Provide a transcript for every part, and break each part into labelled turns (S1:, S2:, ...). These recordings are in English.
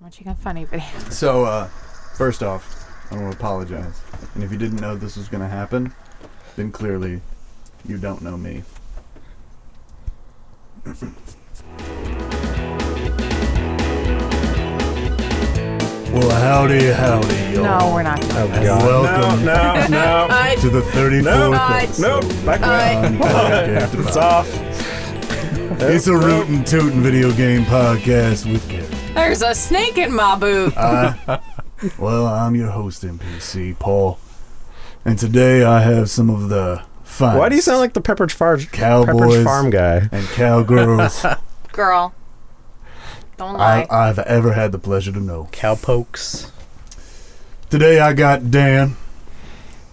S1: watching a funny video.
S2: So, uh, first off, I want to apologize. And if you didn't know this was going to happen, then clearly you don't know me.
S3: Well, howdy, howdy, y'all.
S1: No, we're not.
S3: Oh,
S1: Doing this.
S3: God.
S2: Welcome
S4: No, no, no.
S3: to the 34th
S4: No.
S3: episode.
S4: Nope, back away.
S3: Podcast about-
S4: It's off.
S3: It's a rootin' tootin' video game podcast with Gary.
S1: There's a snake in my boot.
S3: Uh, Well, I'm your host, NPC Paul, and today I have some of the finest
S4: Why do you sound like the Pepperidge Farm
S3: Cowboys.
S4: Pepperidge Farm guy?
S3: and cowgirls
S1: Girl. Don't
S3: I,
S1: lie.
S3: I've ever had the pleasure to know.
S5: Cowpokes.
S3: Today I got Dan.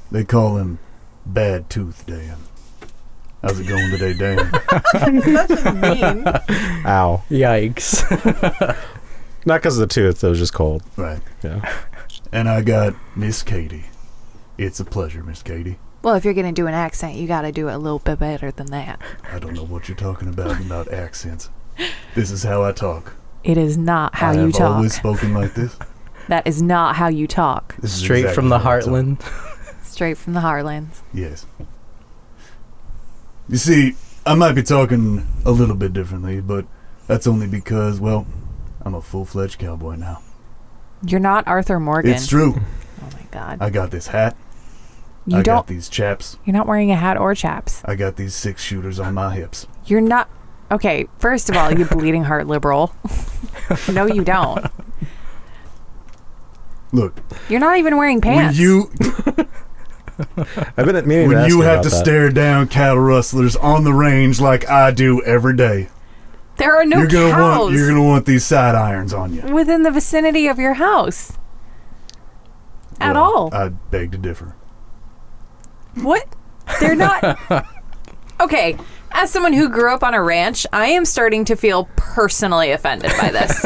S3: They call him Bad Tooth Dan. How's it going today, Dan?
S1: mean.
S4: Ow.
S5: Yikes.
S4: Not because of the tooth. It was just cold.
S3: right.
S4: Yeah.
S3: And I got Miss Katie. It's a pleasure, Miss Katie.
S1: Well, if you're going to do an accent, you got to do it a little bit better than that.
S3: I don't know what you're talking about about accents. This is how I talk.
S1: It is not how
S3: I
S1: you
S3: have
S1: talk.
S3: always spoken like this.
S1: That is not how you talk.
S3: This is
S5: Straight
S3: exactly
S5: from the
S3: how I talk.
S5: heartland.
S1: Straight from the Heartlands.
S3: Yes. You see, I might be talking a little bit differently, but that's only because, well, I'm a full fledged cowboy now.
S1: You're not Arthur Morgan.
S3: It's true.
S1: Oh my God.
S3: I got this hat.
S1: you
S3: I
S1: don't.
S3: got these chaps.
S1: You're not wearing a hat or chaps.
S3: I got these six shooters on my hips.
S1: You're not. Okay, first of all, you bleeding heart liberal. no, you don't.
S3: Look,
S1: You're not even wearing pants.
S3: when you
S4: I've been meaning to
S3: when
S4: ask
S3: you have
S4: about
S3: to
S4: that.
S3: stare down cattle rustlers on the range like I do every day,
S1: there are no
S3: you're gonna
S1: cows
S3: want you're gonna want these side irons on you.
S1: within the vicinity of your house. At
S3: Well, uh,
S1: all.
S3: I beg to differ.
S1: What? They're not. okay. As someone who grew up on a ranch, I am starting to feel personally offended by this.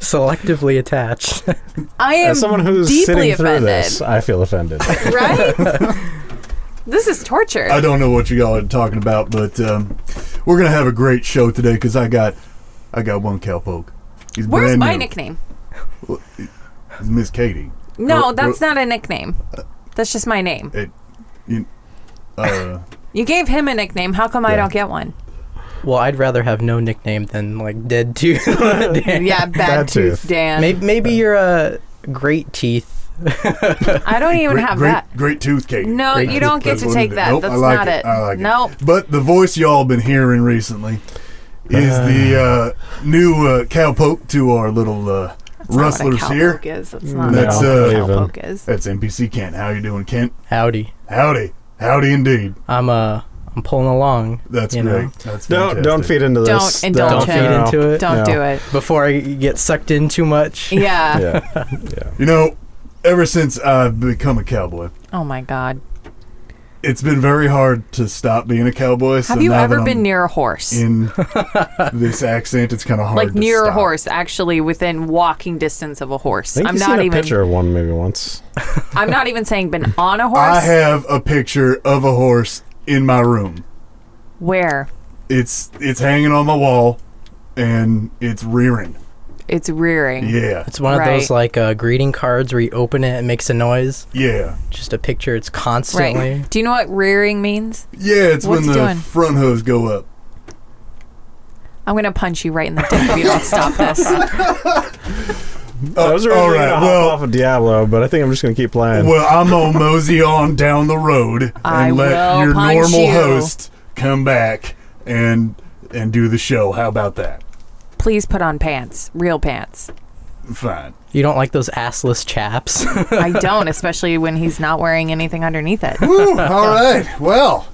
S5: Selectively attached.
S1: I am
S4: As someone who's
S1: deeply
S4: sitting through
S1: offended.
S4: this, I feel offended.
S1: Right? this is torture.
S3: I don't know what you all are talking about, but um, we're gonna have a great show today because I got I got one cowpoke. He's
S1: Where's
S3: brand
S1: my
S3: new.
S1: nickname?
S3: It's Miss Katie.
S1: No,
S3: Ro-
S1: that's not a nickname. That's just my name.
S3: Uh,
S1: You gave him a nickname. How come I
S3: Yeah.
S1: don't get one?
S5: well, I'd rather have no nickname than like dead tooth. Dan.
S1: Yeah, bad
S4: Bad
S1: tooth,
S4: tooth.
S1: Dan.
S5: Maybe, maybe you're a great teeth.
S1: I don't even
S3: great,
S1: have
S3: great,
S1: that.
S3: Great tooth, Katie.
S1: No,
S5: Great
S1: you
S5: tooth,
S1: don't get
S3: That's
S1: to
S3: what
S1: take
S3: it is.
S1: that.
S3: Nope,
S1: that's
S3: I like
S1: not
S3: it.
S1: it.
S3: I like it.
S1: nope.
S3: But the voice y'all been hearing recently is the uh, new uh, cowpoke to our little uh,
S1: That's not what a
S3: rustlers here.
S1: cowpoke is. That's not
S3: That's,
S1: what a
S4: uh,
S1: cowpoke is.
S3: That's NPC Kent. How you doing, Kent?
S5: Howdy.
S3: Howdy, howdy indeed.
S5: I'm uh, I'm pulling along.
S3: That's
S5: You know.
S3: great. That's
S4: don't don't
S3: fantastic.
S4: feed into
S1: Don't
S4: this.
S1: indulge Don't
S5: feed
S4: no.
S5: into it.
S1: Don't
S4: No.
S1: do it.
S5: Before I get sucked in too much.
S1: Yeah.
S4: Yeah. yeah.
S3: You know, ever since I've become a cowboy,
S1: Oh my God.
S3: it's been very hard to stop being a cowboy. so
S1: Have you
S3: now
S1: ever
S3: that
S1: been
S3: I'm
S1: near a horse?
S3: in this accent? It's kind of hard.
S1: like
S3: to
S1: near a
S3: stop.
S1: horse, actually within walking distance of a horse.
S4: I think
S1: I'm
S4: you've
S1: not
S4: seen a
S1: even.
S4: picture of one maybe once.
S1: I'm not even saying been on a horse.
S3: I have a picture of a horse in my room.
S1: Where
S3: It's it's hanging on my wall, and it's rearing.
S1: it's rearing.
S3: Yeah,
S5: It's one
S1: Right.
S5: of those like uh, greeting cards where you open it and it makes a noise.
S3: yeah,
S5: Just a picture. It's
S1: Right.
S5: constantly.
S1: Do you know what rearing means?
S3: yeah. It's
S1: What's
S3: when
S1: it
S3: the
S1: doing?
S3: front hose go up.
S1: I'm gonna punch you right in the dick if you don't stop this.
S3: Uh,
S4: I was
S3: all
S4: originally
S3: right,
S4: gonna hop
S3: well-
S4: off of Diablo, but I think I'm just gonna keep playing.
S3: Well, I'm gonna mosey on down the road and
S1: I
S3: let
S1: will
S3: your
S1: punch
S3: normal
S1: you.
S3: host come back and and do the show. How about that?
S1: Please put on pants, real pants.
S3: Fine.
S5: You don't like those assless chaps.
S1: I don't, especially when he's not wearing anything underneath it.
S3: Woo, all right. Well,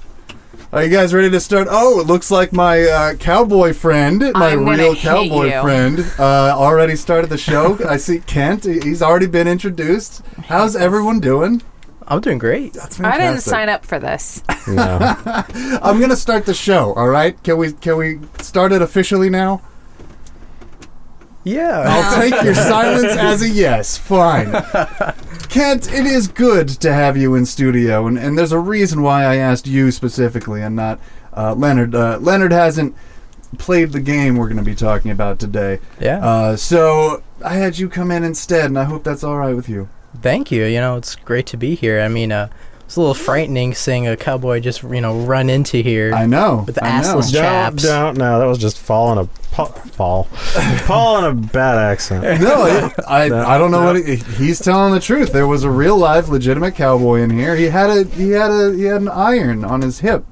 S3: are you guys ready to start? Oh, it looks like my uh, cowboy friend, my
S1: I'm gonna
S3: real
S1: hate
S3: cowboy
S1: you.
S3: friend, uh, already started the show. I see Kent. he- He's already been introduced. How's everyone doing?
S5: I'm doing great.
S3: That's
S1: I didn't sign up for this.
S4: no.
S3: I'm gonna start the show. All right. Can we can we start it officially now?
S5: Yeah.
S3: I'll take your silence as a yes. Fine. Kent, it is good to have you in studio, and, and there's a reason why I asked you specifically and not uh, Leonard. Uh, Leonard hasn't played the game we're going to be talking about today.
S5: Yeah.
S3: Uh, so I had you come in instead, and I hope that's all right with you.
S5: Thank you. You know, it's great to be here. I mean, uh, it's a little frightening seeing a cowboy just, you know, run into here.
S3: I know.
S5: With the
S3: I know.
S5: assless-
S4: Don't,
S5: Chaps.
S4: don't. No, that was just fall in a pa- fall, Paul in a bad accent.
S3: No, it, I I don't know what he, he's telling the truth. There was a real life, legitimate cowboy in here. He had a he had a he had an iron on his hip,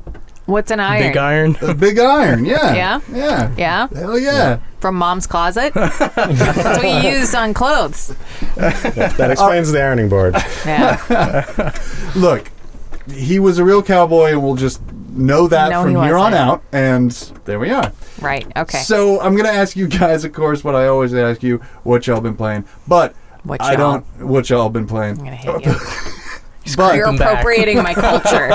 S1: What's an iron?
S5: Big iron.
S3: a big iron. Yeah,
S1: Yeah?
S3: yeah,
S1: Yeah,
S3: Hell yeah!
S1: from mom's closet. That's what you used on clothes.
S4: That
S3: Uh,
S4: explains the ironing board.
S1: Yeah,
S3: Look, he was a real cowboy, and we'll just know that
S1: No,
S3: from
S1: he
S3: here on
S1: wasn't.
S3: out. And there we are.
S1: right. Okay.
S3: So I'm gonna ask you guys, of course, what I always ask you: what y'all been playing? But
S1: What
S3: I
S1: y'all?
S3: don't. What y'all been playing?
S1: I'm gonna hit you.
S3: But
S1: You're
S5: I'm back.
S1: appropriating my culture.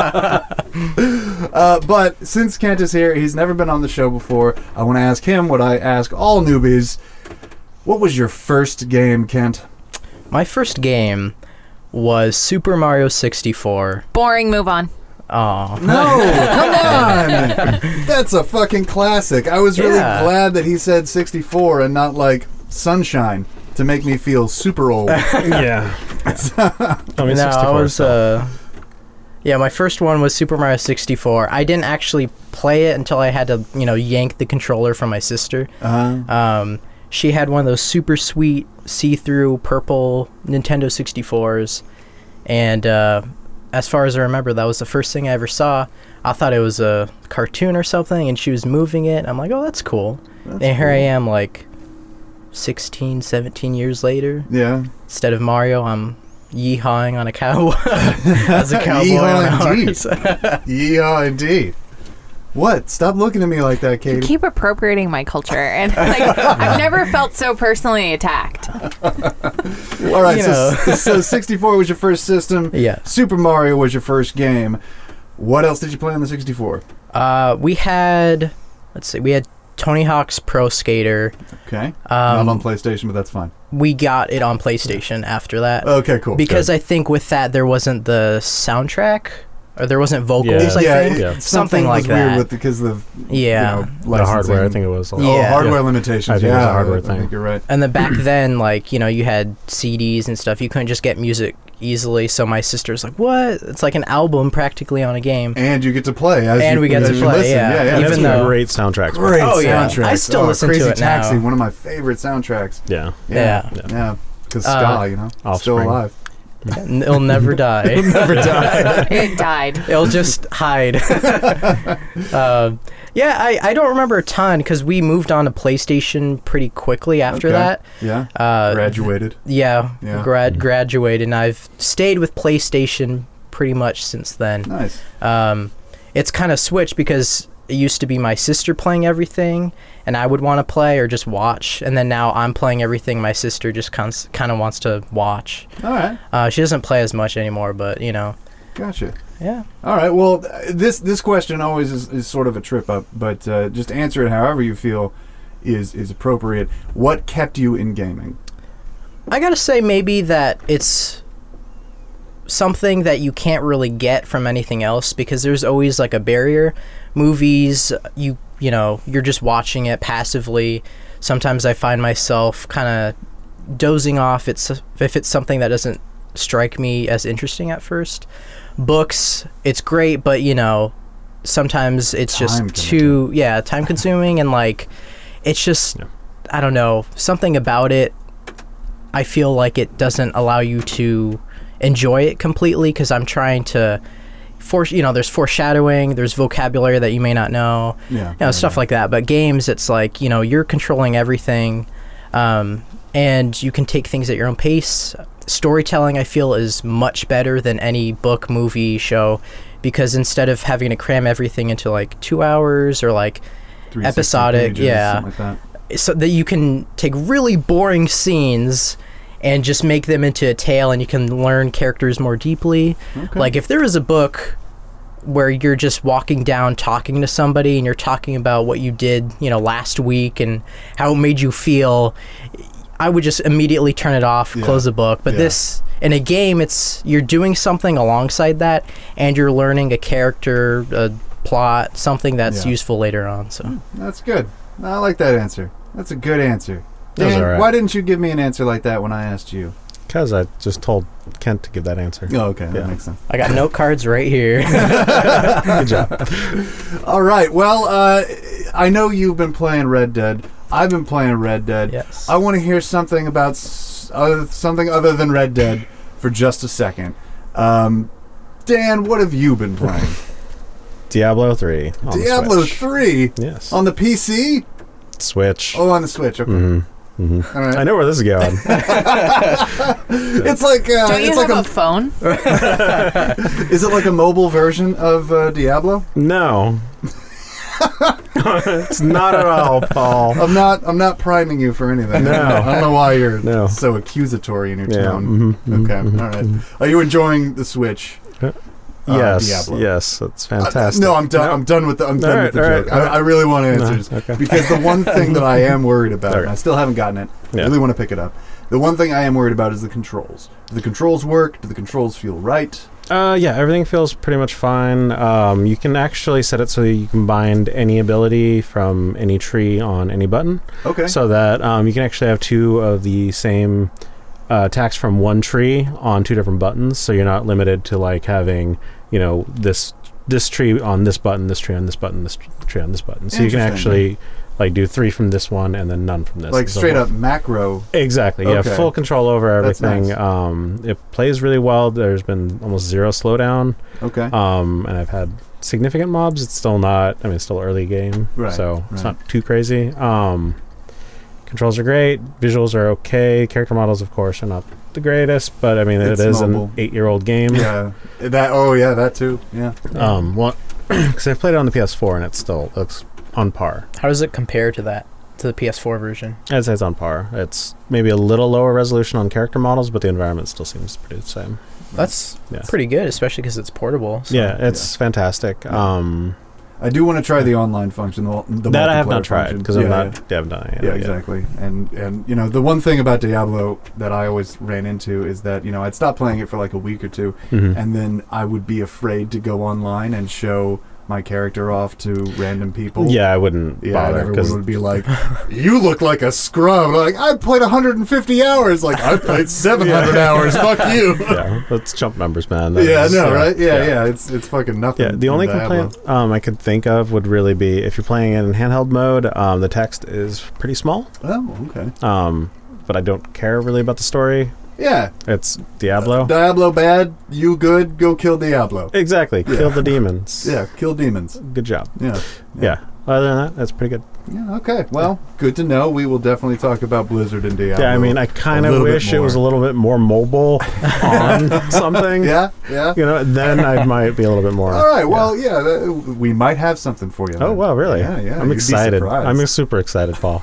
S3: Uh, but since Kent is here, he's never been on the show before. I want to ask him what I ask all newbies. What was your first game, Kent?
S5: My first game was Super Mario 64.
S1: Boring. Move on.
S5: Oh,
S3: No, come on. That's a fucking classic. I was really
S5: Yeah.
S3: glad that he said 64 and not like Sunshine to make me feel super old.
S4: yeah. I mean,
S5: no, I
S4: 64.
S5: was. Uh, yeah, my first one was Super Mario 64. I didn't actually play it until I had to, you know, yank the controller from my sister.
S3: Uh,
S5: Um, she had one of those super sweet see-through purple Nintendo 64s, and uh, as far as I remember, that was the first thing I ever saw. I thought it was a cartoon or something, and she was moving it. I'm like, oh, that's cool. and here I am, like 16, 17 years later.
S3: yeah.
S5: Instead of Mario, I'm yeehawing on a cowboy as a cowboy on a
S3: Yeehaw
S5: horse.
S3: Yeah, indeed. What? Stop looking at me like that,
S1: You
S3: Katie.
S1: keep appropriating my culture, and like I've never felt so personally attacked.
S3: All right,
S5: You
S3: so, so 64 was your first system.
S5: Yeah.
S3: Super Mario was your first game. What else did you play on the 64?
S5: Uh, we had, let's see, we had Tony Hawk's Pro Skater.
S3: Okay. Not
S5: Um,
S3: on PlayStation, but that's fine.
S5: we got it on PlayStation after that
S3: Oh, Okay, cool.
S5: because I think with that there wasn't the soundtrack or there wasn't
S4: Yeah.
S5: vocals. I
S3: yeah,
S5: think
S3: it-
S4: Yeah.
S3: something,
S5: Something
S3: was
S5: like
S3: weird
S5: that.
S3: with because of
S5: Yeah.
S3: you know,
S4: the
S3: licensing.
S4: hardware. I think it was.
S3: Oh,
S5: Yeah.
S3: hardware
S4: Yeah.
S3: limitations.
S4: I think it
S3: yeah,
S4: was a hardware
S3: I
S4: thing.
S3: think you're right.
S5: and then back then, like you know, you had CDs and stuff. You couldn't just get music easily. So my sister's like, "What? It's like an album practically on a game."
S3: And you get to play. As
S5: And
S3: you,
S5: we get
S3: as
S5: to
S3: you
S5: play,
S3: listen.
S5: yeah.
S3: yeah,
S4: Yeah,
S5: Even
S4: that's
S3: that's
S5: though-
S4: a great soundtrack.
S3: Great
S5: Oh, yeah.
S3: soundtrack.
S5: I still
S3: Oh,
S5: listen to
S3: Crazy
S5: it now.
S3: Taxi, one of my favorite soundtracks.
S4: Yeah.
S5: Yeah.
S3: yeah, Because
S5: Uh,
S3: Ska, you know, still
S4: Offspring.
S3: alive.
S5: N- It'll never die.
S3: Never die.
S1: It died.
S5: It'll just hide. uh, yeah, I, I don't remember a ton because we moved on to PlayStation pretty quickly after
S3: Okay.
S5: that.
S3: Yeah,
S5: Uh,
S3: graduated.
S5: Yeah,
S3: Yeah.
S5: grad graduated, and I've stayed with PlayStation pretty much since then.
S3: Nice.
S5: Um, it's kind of switched because it used to be my sister playing everything, and I would want to play or just watch, and then now I'm playing everything. My sister just cons- kind of wants to watch.
S3: All right,
S5: Uh, she doesn't play as much anymore, but you know,
S3: gotcha.
S5: yeah.
S3: All right. Well, th- this this question always is, is sort of a trip up, but uh, just answer it however you feel is is appropriate. What kept you in gaming?
S5: I gotta say, maybe that it's something that you can't really get from anything else because there's always like a barrier. Movies, you you know, you're just watching it passively. Sometimes I find myself kind of dozing off. It's if it's something that doesn't strike me as interesting at first. Books, it's great, but you know, sometimes it's
S3: Time
S5: just too yeah, time consuming and like it's just
S4: Yeah.
S5: I don't know something about it. I feel like it doesn't allow you to enjoy it completely because I'm trying to force you know there's foreshadowing there's vocabulary that you may not know
S3: Yeah.
S5: you know stuff like that but games it's like you know you're controlling everything um, and you can take things at your own pace storytelling i feel is much better than any book movie show because instead of having to cram everything into like two hours or like
S3: Three, sixty
S5: Episodic,
S3: pages,
S5: yeah.
S3: something like that.
S5: so that you can take really boring scenes and just make them into a tale and you can learn characters more deeply
S3: Okay.
S5: like if there was a book where you're just walking down talking to somebody and you're talking about what you did you know last week and how it made you feel i would just immediately turn it off
S3: Yeah.
S5: close the book but
S3: Yeah.
S5: this in a game it's you're doing something alongside that and you're learning a character a plot something that's
S3: Yeah. Hmm.
S5: useful later on so
S3: That's good. I like that answer. That's a good answer.
S4: was
S3: Dan,
S4: all right.
S3: why didn't you give me an answer like that when I asked you?
S4: Because I just told Kent to give that answer.
S3: Oh, okay,
S4: Yeah.
S3: that makes sense.
S5: I got note cards right here.
S4: Good job.
S3: All right. Well, uh, I know you've been playing Red Dead. I've been playing Red Dead.
S5: yes.
S3: I want to hear something about s- other, something other than Red Dead for just a second. Um, Dan, what have you been playing?
S4: Diablo 3. On the
S3: Diablo
S4: Switch.
S3: three
S4: Yes.
S3: on the PC?
S4: Switch.
S3: Oh, on the Switch. Okay.
S4: hmm hmm
S3: All right.
S4: I know where this is going.
S3: It's like uh,
S1: Don't you
S3: it's like
S1: have
S3: a,
S1: a phone?
S3: is it like a mobile version of uh, Diablo?
S4: no. it's not at all, Paul.
S3: I'm not I'm not priming you for anything.
S4: No.
S3: I don't know why you're
S4: No.
S3: so accusatory in your
S4: Yeah.
S3: tone.
S4: mhm, mhm,
S3: Okay,
S4: mhm,
S3: all right.
S4: mhm.
S3: Are you enjoying the Switch? Uh,
S4: Yes.
S3: Diablo.
S4: yes. That's
S3: Uh,
S4: fantastic.
S3: no, I'm done.
S4: No.
S3: I'm done with the. I'm done
S4: All
S3: with the
S4: right, all
S3: joke.
S4: right, all
S3: I, I really want
S4: No,
S3: answers
S4: okay.
S3: because the one thing that I am worried about, and
S4: Okay.
S3: I still haven't gotten it. I
S4: Yeah.
S3: really want to pick it up. The one thing I am worried about is the controls. Do the controls work? Do the controls feel right?
S4: Uh, yeah, everything feels pretty much fine. Um, you can actually set it so that you can bind any ability from any tree on any button,
S3: Okay.
S4: so that um, you can actually have two of the same uh, attacks from one tree on two different buttons. So you're not limited to like having you know this this tree on this button, this tree on this button, this tr- tree on this button. So you can
S3: Interesting.
S4: actually like do three from this one and then none from this.
S3: like
S4: It's a
S3: straight
S4: whole-
S3: up macro.
S4: Exactly.
S3: Okay.
S4: Yeah, full control over
S3: That's
S4: everything.
S3: nice.
S4: Um, it plays really well. There's been almost zero slowdown
S3: Okay.
S4: um, and I've had significant mobs. It's still not. I mean, it's still early game,
S3: Right,
S4: so it's
S3: right.
S4: not too crazy. Um, controls are great. Visuals are okay. Character models, of course, are not the greatest, but I mean,
S3: It's
S4: it's
S3: mobile.
S4: an eight-year-old game.
S3: yeah. That. Oh yeah. That too. Yeah.
S4: Um, well, because I played it on the PS4, and it still looks on par.
S5: How does it compare to that? To the PS4 version?
S4: I'd say it's on par. It's maybe a little lower resolution on character models, but the environment still seems pretty the same.
S5: That's
S4: Yeah.
S5: pretty good, especially because it's portable. so-
S4: yeah, it's fantastic.
S3: Yeah.
S4: Um,
S3: I do want to try the online function. The, the
S4: that I have
S3: multiplayer
S4: not tried
S3: function.
S4: because
S3: Yeah,
S4: I'm
S3: yeah.
S4: not. Yeah. I haven't done it yet.
S3: yeah, exactly. And and you know the one thing about Diablo that I always ran into is that you know I'd stop playing it for like a week or two,
S4: Mhm.
S3: and then I would be afraid to go online and show my character off to random people.
S4: Yeah, I wouldn't
S3: Yeah, and
S4: bother
S3: everyone
S4: because
S3: would be like, "You look like a scrub." Like I played 150 hours. Like I played 700 hours. Fuck you.
S4: yeah, let's jump numbers, man. That
S3: Yeah,
S4: is- uh,
S3: no, right? Yeah, yeah, It's it's fucking nothing.
S4: Yeah, the
S3: in
S4: only
S3: Diablo.
S4: complaint um, I could think of would really be if you're playing it in handheld mode, um, the text is pretty small.
S3: Oh, okay.
S4: Um, but I don't care really about the story.
S3: Yeah,
S4: It's
S3: Uh,
S4: Diablo.
S3: Diablo bad. You good? Go kill Diablo.
S4: exactly.
S3: Yeah.
S4: Kill the demons.
S3: Yeah, kill demons.
S4: Good job.
S3: Yeah.
S4: Yeah. Other than that, that's pretty good.
S3: Yeah, okay. Well, good to know. We will definitely talk about Blizzard and Diablo.
S4: Yeah, I mean, I kind
S3: little
S4: of
S3: bit
S4: wish it
S3: more.
S4: was a little bit more mobile on something.
S3: Yeah, yeah.
S4: You know, then I might be a little bit more.
S3: All right.
S4: yeah.
S3: Well, yeah, that, we might have something for you.
S4: Oh,
S3: then.
S4: wow, really?
S3: Yeah, yeah.
S4: I'm
S3: you'd be
S4: excited.
S3: surprised.
S4: I'm super excited, Paul.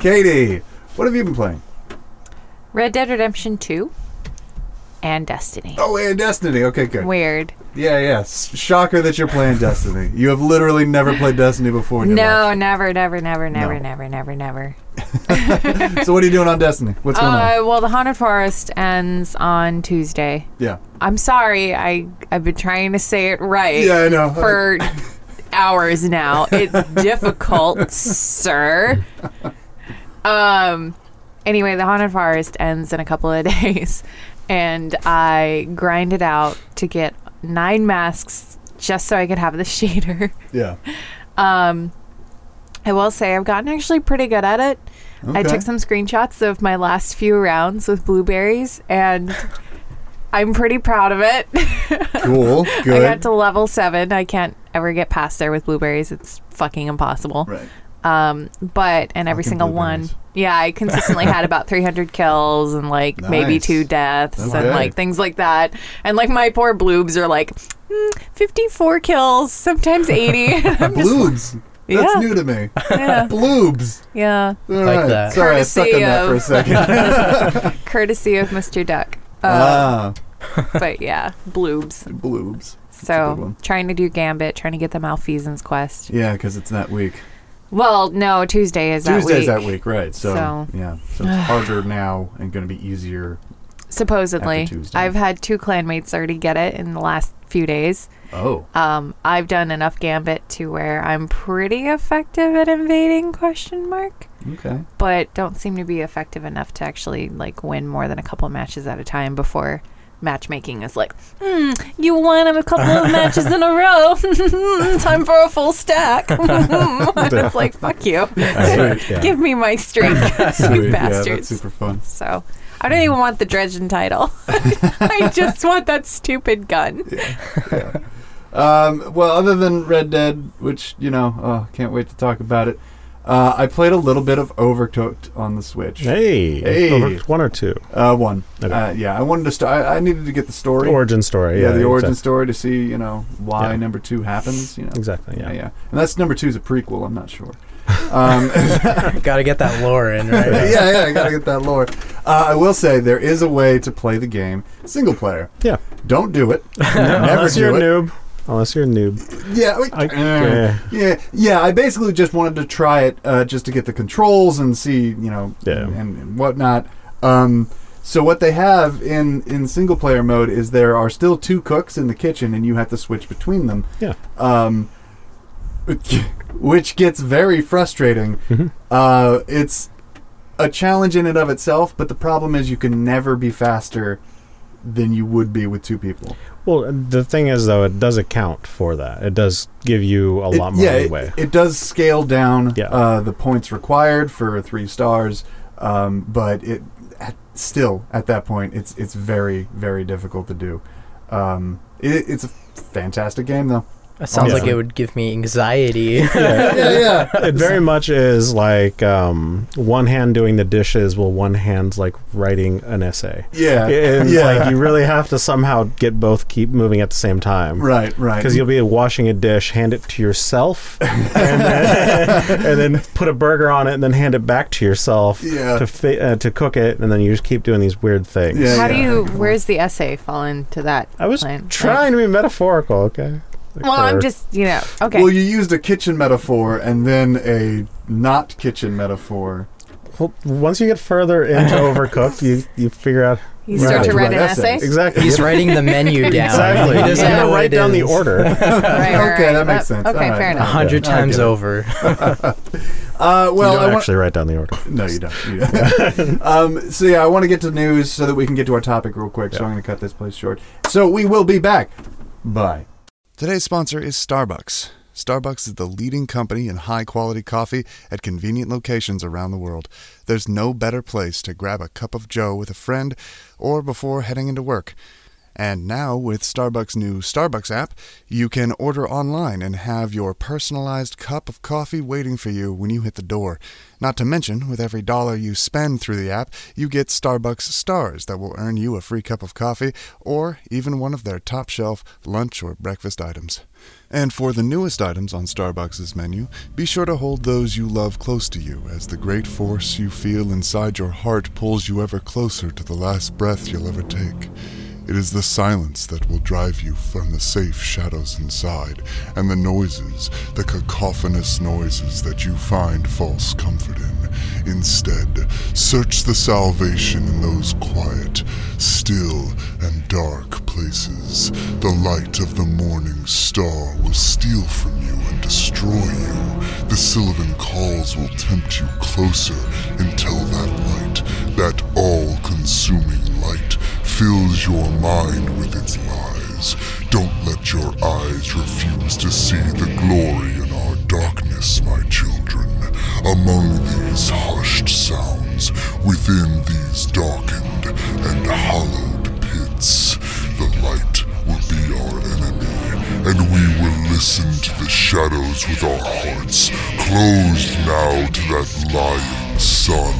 S3: Katie, what have you been playing?
S1: Red Dead Redemption 2 and Destiny.
S3: Oh, and Destiny. Okay, good.
S1: Weird.
S3: Yeah, yeah. S- Shocker that you're playing Destiny. You have literally never played Destiny before. In your
S1: No, never, never, never, never,
S3: No.
S1: never, never, never.
S3: life. So what are you doing on Destiny? What's going on?
S1: Uh, well, the Haunted Forest ends on Tuesday.
S3: Yeah.
S1: I'm sorry. I I've been trying to say it right
S3: Yeah, I know.
S1: for hours now. It's difficult, sir. Um. Anyway, the Haunted Forest ends in a couple of days, and I grinded out to get nine masks just so I could have the shader.
S3: yeah.
S1: Um, I will say I've gotten actually pretty good at it. I
S3: Okay.
S1: took some screenshots of my last few rounds with blueberries, and I'm pretty proud of it.
S3: Cool. Good.
S1: I got to level seven. I can't ever get past there with blueberries. It's fucking impossible.
S3: right.
S1: Um, but and every
S3: Fucking
S1: single one,
S3: blueberries.
S1: yeah, I consistently had about 300 kills and like maybe
S3: Nice.
S1: two deaths and
S3: Okay.
S1: like things like that. And like my poor bloobs are like mm, 54 kills, sometimes 80. I'm just-
S3: Bloobs. That's
S1: Yeah.
S3: new to me.
S1: yeah,
S3: Bloobs.
S1: yeah.
S3: All
S5: Like
S3: right.
S5: that.
S3: Sorry, I stuck on
S1: Courtesy
S3: that for a
S1: of-
S3: second.
S1: courtesy of Mr. Duck. Uh,
S3: ah,
S1: But yeah, bloobs.
S3: bloobs. good
S1: So
S3: one.
S1: trying to do Gambit, trying to get the Malfeasance quest.
S3: Yeah, because it's that week.
S1: Well, no, Tuesday is that
S3: Tuesday's
S1: week.
S3: that week, right? So,
S1: So-
S3: yeah, so it's harder now and going to be easier.
S1: Supposedly,
S3: After Tuesday.
S1: I've had two clanmates already get it in the last few days.
S3: Oh.
S1: Um, I've done enough gambit to where I'm pretty effective at invading question mark,
S3: Okay.
S1: but don't seem to be effective enough to actually like win more than a couple matches at a time before matchmaking is like, hmm, you won a couple of matches in a row. Time for a full stack. and it's like, fuck you.
S4: Sweet, yeah.
S1: Give me my streak,
S3: Sweet,
S1: you
S3: Yeah,
S1: bastards.
S3: that's super fun.
S1: So I don't even want the Dredgen title. I just want that stupid gun.
S3: Um, well, other than Red Dead, which you know, oh, can't wait to talk about it. Uh, I played a little bit of Overcooked on the Switch.
S4: Hey,
S3: Hey.
S4: Over- one or two
S3: Uh, one.
S4: Okay.
S3: Uh, yeah, I wanted to start. I, I needed to get the story.
S4: origin story.
S3: yeah, the origin
S4: exact-
S3: story to see you know why
S4: Yeah.
S3: number two happens. You know.
S4: Exactly.
S3: Yeah,
S4: Yeah.
S3: yeah. And that's number two's a prequel. I'm not sure. Um,
S5: Gotta get that lore in, right?
S3: yeah, yeah, I gotta get that lore. Uh, I will say there is a way to play the game single player.
S4: Yeah.
S3: Don't do it. Never
S4: Unless you're
S3: do
S4: a
S3: it.
S4: noob. Unless you're a noob.
S3: Yeah, we-
S4: I-
S3: uh,
S4: yeah.
S3: yeah, yeah, I basically just wanted to try it uh, just to get the controls and see, you know,
S4: Yeah.
S3: and, and whatnot. Um, so what they have in in single player mode is there are still two cooks in the kitchen, and you have to switch between them.
S4: Yeah.
S3: Um, which gets very frustrating.
S4: Mhm.
S3: Uh, it's a challenge in and of itself, but the problem is you can never be faster than you would be with two people.
S4: Well, the thing is, though, it does account for that. It does give you a
S3: It-
S4: lot more
S3: yeah, it-
S4: leeway.
S3: It, does scale down
S4: Yeah.
S3: uh, the points required for three stars, um, but it at, still at that point it's it's very very difficult to do. Um, it, it's a fantastic game though.
S5: That sounds
S4: Yeah.
S5: like it would give me anxiety.
S3: yeah, yeah.
S4: it very much is like um, one hand doing the dishes while one hand's like writing an essay.
S3: Yeah.
S4: It's
S3: yeah.
S4: like you really have to somehow get both keep moving at the same time.
S3: right, right.
S4: Because you'll be washing a dish, hand it to yourself, and then, and then put a burger on it, and then hand it back to yourself
S3: Yeah.
S4: to fi- uh, to cook it, and then you just keep doing these weird things.
S3: Yeah,
S1: How
S3: yeah.
S1: do you? Where's the essay fall into that?
S4: I was
S1: plan?
S4: trying to be metaphorical, okay? Like,
S1: well, I'm
S4: or-
S1: just you know. Okay.
S3: Well, you used a kitchen metaphor and then a not kitchen metaphor.
S4: Well, once you get further into overcooked, you you figure out
S1: you start
S3: Right.
S1: to write an
S3: Right.
S1: essay.
S3: Essays.
S4: exactly
S5: He's writing the menu down.
S4: exactly.
S5: He
S4: You
S5: doesn't
S1: Yeah.
S5: know
S4: gotta
S5: what
S4: write
S5: it
S4: down the
S5: is.
S4: order.
S1: Right, right,
S3: Okay,
S1: right.
S3: that makes sense.
S1: Okay,
S3: All
S1: fair
S3: right.
S5: A
S1: enough.
S5: hundred
S3: Yeah, I
S5: times
S3: get it.
S5: over.
S3: Uh, well,
S4: you
S3: I
S4: don't
S3: wa-
S4: actually write down the order.
S3: No, you don't. You don't. um, so yeah, I want to get to news so that we can get to our topic real quick. So I'm going to cut this place short. So we will be back. Bye.
S6: Today's sponsor is Starbucks. Starbucks is the leading company in high quality coffee at convenient locations around the world. There's no better place to grab a cup of Joe with a friend or before heading into work. And now, with Starbucks' new Starbucks app, you can order online and have your personalized cup of coffee waiting for you when you hit the door. Not to mention, with every dollar you spend through the app, you get Starbucks stars that will earn you a free cup of coffee or even one of their top shelf lunch or breakfast items. And for the newest items on Starbucks' menu, be sure to hold those you love close to you as the great force you feel inside your heart pulls you ever closer to the last breath you'll ever take. It is the silence that will drive you from the safe shadows inside and the noises, the cacophonous noises that you find false comfort in. Instead, search the salvation in those quiet, still, and dark places. The light of the morning star will steal from you and destroy you. The sylvan calls will tempt you closer until that light, that all consuming light, fills your mind with its lies. Don't let your eyes refuse to see the glory in our darkness, my children. Among these hushed sounds, within these darkened and hollowed pits, the light will be our enemy, and we will listen to the shadows with our hearts, closed now to that lying sun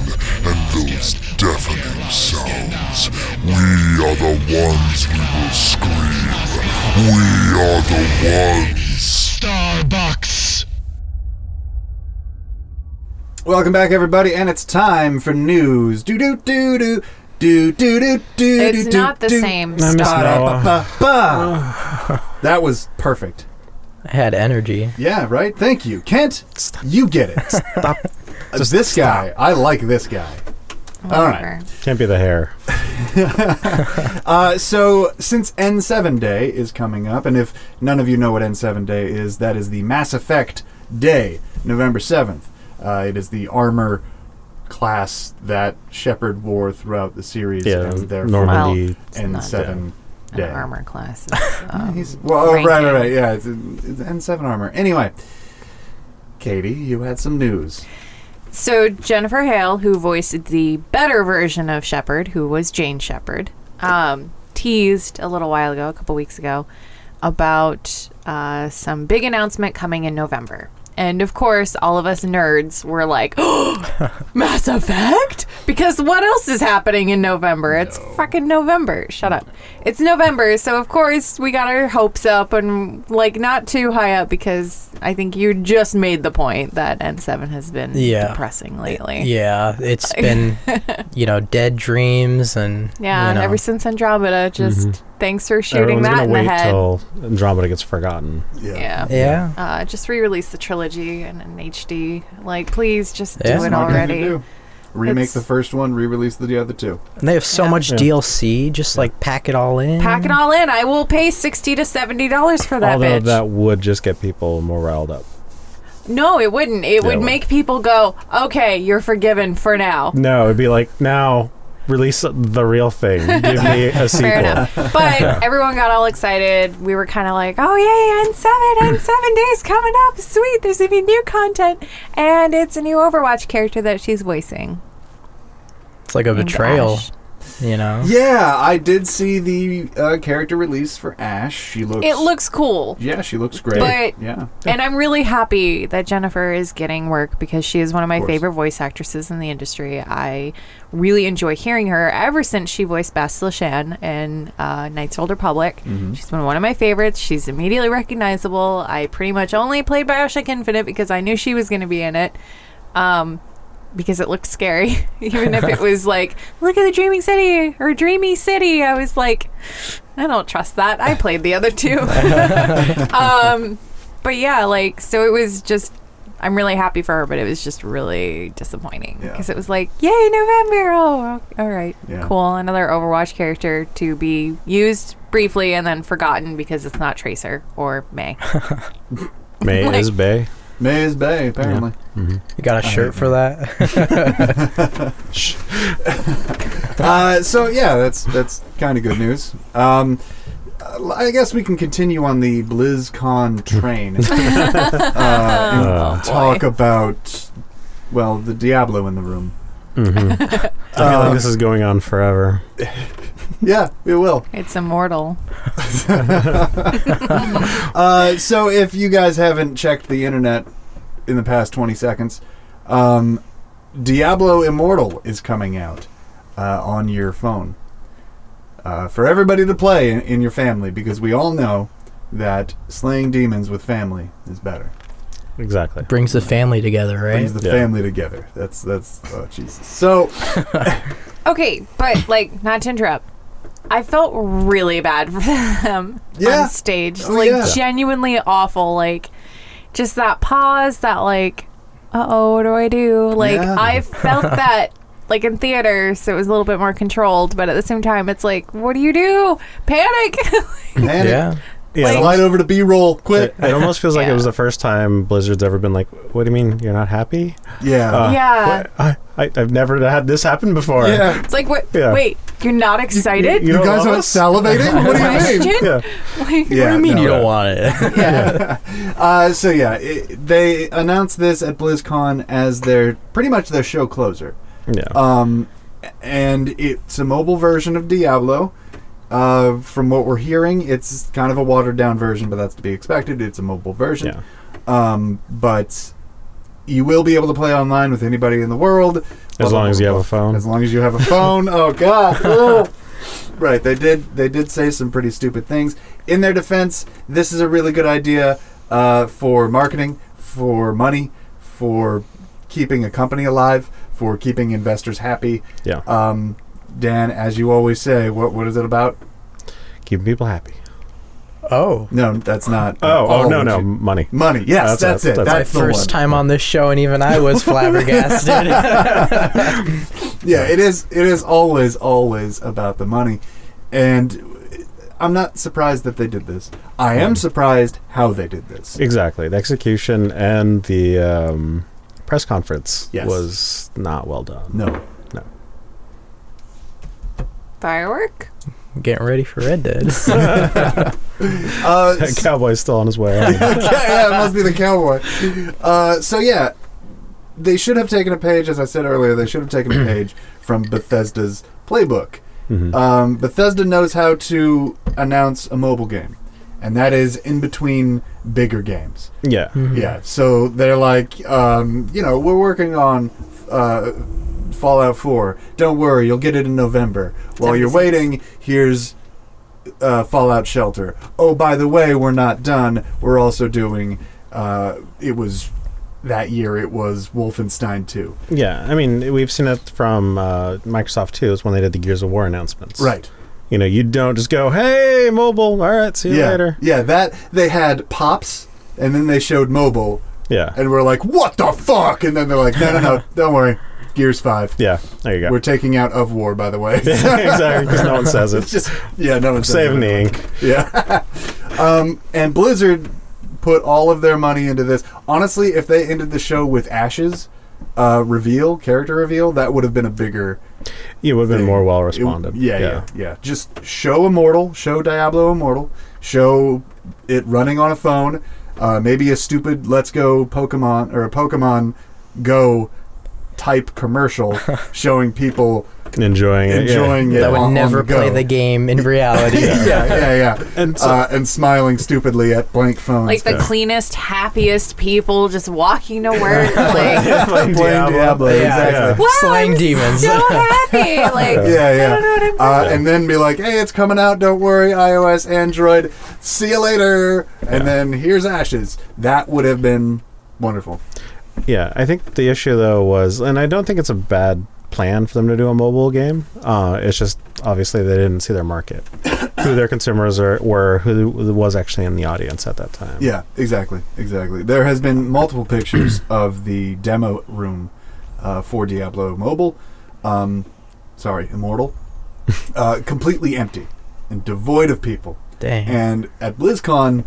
S6: and those deafening sounds. We are the ones who will scream. We are the ones.
S7: Starbucks.
S3: Welcome back, everybody, and it's time for news. Do do do do do do do do.
S1: It's
S3: do,
S1: not the
S3: do.
S1: same
S4: I miss
S1: star.
S4: Noah.
S3: Ba-da-ba-ba-ba. that was perfect.
S5: I had energy.
S3: Yeah, right. Thank you, Kent. You get it. Stop.
S2: Uh,
S3: this guy, I like this guy. All right.
S1: Whatever.
S4: Can't be the hair.
S2: Uh, so, since N7 Day is coming up, and if none of you know what N7 Day is, that is the Mass Effect Day, November 7th. Uh, it is the armor class that Shepard wore throughout the series.
S4: Yeah,
S2: and
S4: normal.
S2: therefore
S1: Well,
S4: Normandy
S1: it's not
S2: N7
S1: an
S2: Day.
S1: armor class.
S2: Yeah,
S1: Um,
S2: he's- well, oh, right, right,
S1: ranking.
S2: right. Yeah, it's, it's N7 armor. Anyway, Katie, you had some news.
S1: So Jennifer Hale, who voiced the better version of Shepard, who was Jane Shepard, um, teased a little while ago, a couple weeks ago, about uh, some big announcement coming in November. And of course, all of us nerds were like, Mass Effect? Because what else is happening in November? It's fucking November. Shut up. It's November, so of course we got our hopes up and like not too high up because I think you just made the point that N7 has been
S5: Yeah.
S1: depressing lately.
S5: Yeah, it's been, you know, dead dreams and
S1: Yeah,
S5: you know,
S1: ever since Andromeda, just thanks for shooting
S4: Mm-hmm. Everyone's
S1: that
S4: gonna
S1: in
S4: wait
S1: the head.
S4: till Andromeda gets forgotten.
S1: yeah.
S5: yeah.
S1: Uh, just re-release the trilogy in, in HD. Like, please, just
S5: Yeah.
S1: do it
S2: Smart thing to
S1: already.
S2: do. Remake
S1: It's-
S2: the first one, re-release the other two.
S5: And they have so
S1: Yeah.
S5: much
S4: Yeah.
S5: DLC. Just like pack it all in.
S1: Pack it
S4: Mm-hmm.
S1: all in. I will pay sixty to seventy dollars for that.
S4: Although
S1: bitch.
S4: that would just get people more riled up.
S1: No, it wouldn't. It
S4: Yeah, it
S1: would
S4: would.
S1: make people go, okay, you're forgiven for now.
S4: No, it'd be like now release the real thing. Give me a sequel.
S1: Fair enough. But everyone got all excited. We were kind of like, oh, yay, N7, N7 days coming up. Sweet, there's going to be new content. And it's a new Overwatch character that she's voicing.
S5: It's like a
S1: named
S5: betrayal.
S1: Ash.
S5: You know.
S2: Yeah, I did see the uh, character release for Ash. She looks.
S1: It looks cool.
S2: Yeah, she looks great.
S1: But-
S2: yeah,
S1: And I'm really happy that Jennifer is getting work because she is one of my
S2: course.
S1: favorite voice actresses in the industry. I really enjoy hearing her ever since she voiced Bastille Shan in uh, Knights of Old Republic. She's been one of my favorites. She's immediately recognizable. I pretty much only played Bioshock Infinite because I knew she was going to be in it. Um, because it looked scary, even if it was like, look at the Dreaming City or Dreamy City. I was like, I don't trust that. I played the other two. um, but yeah, like so it was just I'm really happy for her, but it was just really disappointing
S2: Yeah.
S1: because it was like, yay, November! Oh, o- all right,
S2: Yeah.
S1: cool. Another Overwatch character to be used briefly and then forgotten because it's not Tracer or May.
S4: May is Bay. Mm-hmm.
S2: Maze Bay apparently.
S5: You got a shirt for that.
S2: uh, so yeah, that's that's kind of good news. Um, uh, I guess we can continue on the BlizzCon train uh, and
S4: Oh,
S2: talk about well the Diablo in the room.
S4: Mhm. I feel like this is going on forever.
S2: Yeah, it will.
S1: It's immortal.
S2: Uh, so if you guys haven't checked the internet in the past 20 seconds, um, Diablo Immortal is coming out uh, on your phone uh, for everybody to play in, in your family because we all know that slaying demons with family is better.
S4: Exactly.
S5: Brings the family together, right?
S2: Brings the
S4: Yeah.
S2: family together. That's that's oh Jesus. So
S1: Okay, but like not to interrupt. I felt really bad for them
S2: Yeah.
S1: on stage.
S2: Oh,
S1: like
S2: yeah.
S1: genuinely awful. Like just that pause, that like, uh oh, what do I do? Like
S2: Yeah.
S1: I felt that like in theater, so it was a little bit more controlled, but at the same time it's like, what do you do? Panic.
S2: man,
S5: yeah.
S4: Yeah. it
S2: slide over to B roll quick.
S4: It, it almost feels like it
S1: Yeah.
S4: was the first time Blizzard's ever been like, "What do you mean you're not happy?
S2: Yeah.
S4: Uh,
S1: yeah.
S4: I, I I've never had this happen before."
S2: yeah.
S1: It's like what
S4: Yeah.
S1: wait, you're not excited?
S4: you
S2: You
S4: don't
S2: guys
S4: love
S2: aren't
S4: us?
S2: salivating? What do you mean?
S1: Question?
S4: Yeah.
S1: Like,
S2: Yeah, no.
S5: want it?
S2: Uh, so yeah, it, they announced this at BlizzCon as their pretty much their show closer.
S4: Yeah.
S2: Um, and it's a mobile version of Diablo. Uh, from what we're hearing, it's kind of a watered down version, but that's to be expected. It's a mobile version.
S4: yeah.
S2: Um, but you will be able to play online with anybody in the world. Blah,
S4: As
S2: blah,
S4: long as
S2: blah,
S4: you have
S2: blah.
S4: a phone.
S2: As long as you have a phone. oh God. Ugh. Right. They did. They did say some pretty stupid things. In their defense, this is a really good idea uh, for marketing, for money, for keeping a company alive, for keeping investors happy.
S4: Yeah.
S2: Um, Dan, as you always say, what what is it about?
S4: Keeping people happy.
S5: Oh.
S2: No, that's not.
S4: Oh, oh
S2: all
S4: no,
S2: what
S4: no,
S2: you-
S4: money.
S2: Money. Yes,
S4: That's
S2: that's,
S4: it,
S2: it. That's,
S4: that's
S5: My
S2: the
S5: first
S2: one.
S5: time on this show, and even I was flabbergasted.
S2: Yeah, it is. It is always, always about the money, and I'm not surprised that they did this. I am surprised how they did this.
S4: Exactly. The execution and the um, press conference
S2: Yes.
S4: was not well done.
S2: No,
S1: Firework?
S5: Getting ready for Red Dead.
S2: uh,
S4: That Cowboy's still on his way home.
S2: yeah, yeah, it must be the cowboy. Uh, so yeah, they should have taken a page, as I said earlier. They should have taken a page from Bethesda's playbook.
S4: Mhm.
S2: Um, Bethesda knows how to announce a mobile game, and that is in between bigger games.
S4: yeah.
S2: Yeah, so they're like, um, you know, we're working on uh, Fallout 4. Don't worry, you'll get it in November. While you're
S1: Seventy-six.
S2: waiting, here's uh, Fallout Shelter. Oh, by the way, we're not done. We're also doing. Uh, it was that year. It was Wolfenstein 2.
S4: Yeah. I mean, we've seen it from uh, Microsoft too, is when they did the Gears of War announcements.
S2: Right.
S4: You know, you don't just go, hey, mobile, all right, see you
S2: yeah.
S4: later.
S2: Yeah. That they had pops, and then they showed mobile,
S4: Yeah.
S2: and we're like, what the fuck? And then they're like, no, no, no, don't worry, Gears 5.
S4: yeah. There you go.
S2: We're taking out of war, by the way.
S4: exactly, because no one says it.
S2: It's just yeah, no one's
S4: Saving the ink.
S2: Yeah, um, and Blizzard put all of their money into this. Honestly, if they ended the show with Ashes uh, reveal, character reveal, that would have been a bigger.
S4: You would have been
S2: thing.
S4: more well
S2: It-
S4: responded.
S2: yeah, yeah, yeah, Just show Immortal, show Diablo Immortal, show it running on a phone. Uh, maybe a stupid "Let's Go Pokemon" or a Pokemon Go type commercial showing people
S4: Enjoying it. yeah.
S2: enjoying it.
S5: that would
S2: on- on
S5: never
S2: the
S5: play
S2: go.
S5: the game in reality.
S2: yeah, yeah, yeah.
S4: And
S2: And,
S4: so-
S2: uh, and smiling stupidly at blank phones.
S1: Like the cleanest, happiest people just walking to work. Like,
S4: Playing
S2: Playing Diablo,
S5: Yeah.
S2: exactly.
S1: wow,
S5: Slaying
S1: I'm
S5: demons.
S1: so happy. Like,
S2: Yeah, yeah.
S1: I don't know what I'm
S2: Uh, and then be like, hey, it's coming out. Don't worry, iOS, Android. See you later. And then here's Ashes. That would have been wonderful.
S4: Yeah, I think the issue though was, and I don't think it's a bad plan for them to do a mobile game. Uh, it's just obviously they didn't see their market, who their consumers are, were, who was actually in the audience at that time.
S2: Yeah, exactly, exactly. There has been multiple pictures of the demo room uh, for Diablo Mobile. Um, sorry, Immortal. uh, completely empty and devoid of people.
S5: Dang.
S2: And at BlizzCon,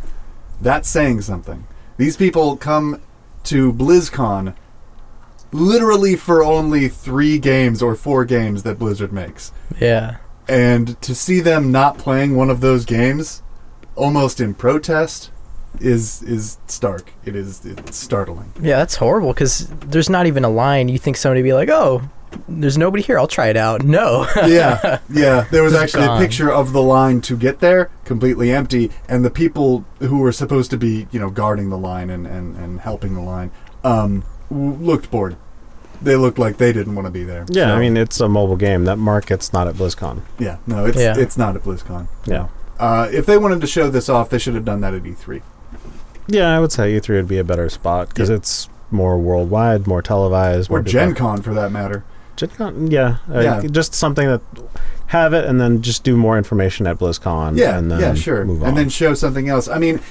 S2: that's saying something. These people come to BlizzCon literally for only three games or four games that Blizzard makes.
S5: Yeah.
S2: And to see them not playing one of those games almost in protest is is stark. It is it's startling.
S5: Yeah, that's horrible because there's not even a line. You think somebody would be like, oh, there's nobody here. I'll try it out. No. Oh,
S2: yeah, yeah. There was actually
S5: Gone.
S2: a picture of the line to get there, completely empty, and the people who were supposed to be, you know, guarding the line and, and, and helping the line um, w- looked bored. They looked like they didn't want to be there.
S4: Yeah,
S2: So,
S4: I mean it's a mobile game. That market's not at BlizzCon.
S2: yeah, no, it's
S5: Yeah.
S2: it's not at BlizzCon.
S4: Yeah,
S2: Uh, if they wanted to show this off, they should have done that at E E3.
S4: yeah, I would say E3 would be a better spot because it's more worldwide, more televised,
S2: Or
S4: more people-
S2: Gen Con, for that matter.
S4: Gen Con, yeah, uh,
S2: Yeah.
S4: just something that have it and then just do more information at BlizzCon.
S2: Yeah,
S4: and then
S2: yeah, sure.
S4: Move on.
S2: And then show something else. I mean,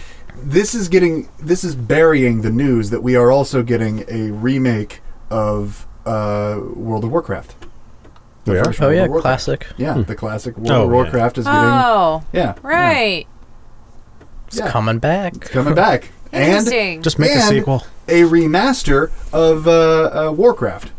S2: this is getting this is burying the news that we are also getting a remake of uh, World of Warcraft. The
S4: We are?
S2: first
S5: oh,
S2: World
S5: yeah.
S2: of Warcraft.
S5: Classic.
S2: Yeah,
S4: Hmm.
S2: the classic World
S4: Oh,
S2: of
S4: yeah.
S2: Warcraft is getting
S1: Oh,
S2: yeah,
S1: right.
S5: It's
S2: Yeah.
S5: coming back.
S2: yeah, coming back and
S1: Interesting.
S4: just make a
S2: and-
S4: sequel.
S2: a remaster of uh, uh, Warcraft.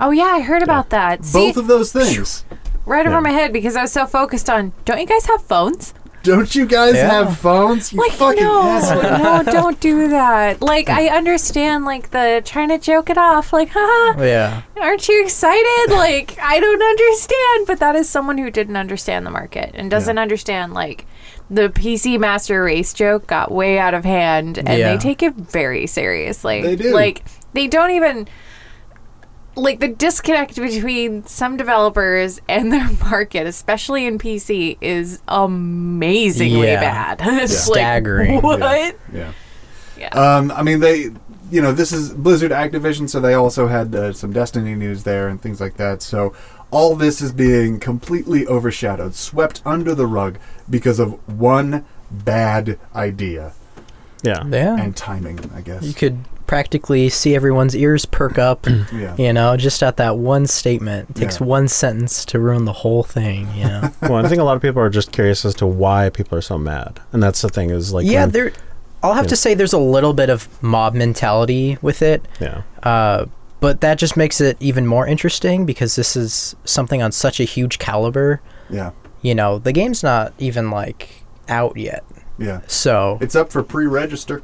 S1: oh, yeah, I heard about that. See,
S2: Both of those things.
S1: right
S4: Yeah.
S1: over my head because I was so focused on, don't you guys have phones?
S2: Don't you guys
S5: Yeah.
S2: have phones? You
S1: like
S2: fucking
S1: no,
S2: asshole.
S1: no, don't do that. Like I understand, like the trying to joke it off, like haha,
S5: Oh, Yeah.
S1: aren't you excited? Like I don't understand, but that is someone who didn't understand the market and doesn't understand like the PC Master Race joke got way out of hand, and
S5: Yeah.
S1: they take it very seriously.
S2: They do.
S1: Like they don't even. Like the disconnect between some developers and their market, especially in PC, is amazingly
S5: Yeah.
S1: bad. It's like,
S5: Staggering.
S1: what?
S2: Yeah.
S1: Yeah.
S2: Um, I mean, they, you know, this is Blizzard Activision, so they also had uh, some Destiny news there and things like that. So all this is being completely overshadowed, swept under the rug because of one bad idea
S4: Yeah.
S5: Yeah.
S2: and timing, I guess.
S5: you could practically see everyone's ears perk up,
S2: yeah.
S5: you know, just at that one statement. It takes
S2: Yeah.
S5: one sentence to ruin the whole thing, you know.
S4: well, I think a lot of people are just curious as to why people are so mad, and that's the thing is like
S5: yeah,
S4: when-
S5: there I'll have
S4: Yeah.
S5: to say there's a little bit of mob mentality with it.
S4: yeah,
S5: Uh, but that just makes it even more interesting because this is something on such a huge caliber.
S2: Yeah.
S5: You know, the game's not even like out yet.
S2: Yeah.
S5: So,
S2: It's up for pre-register.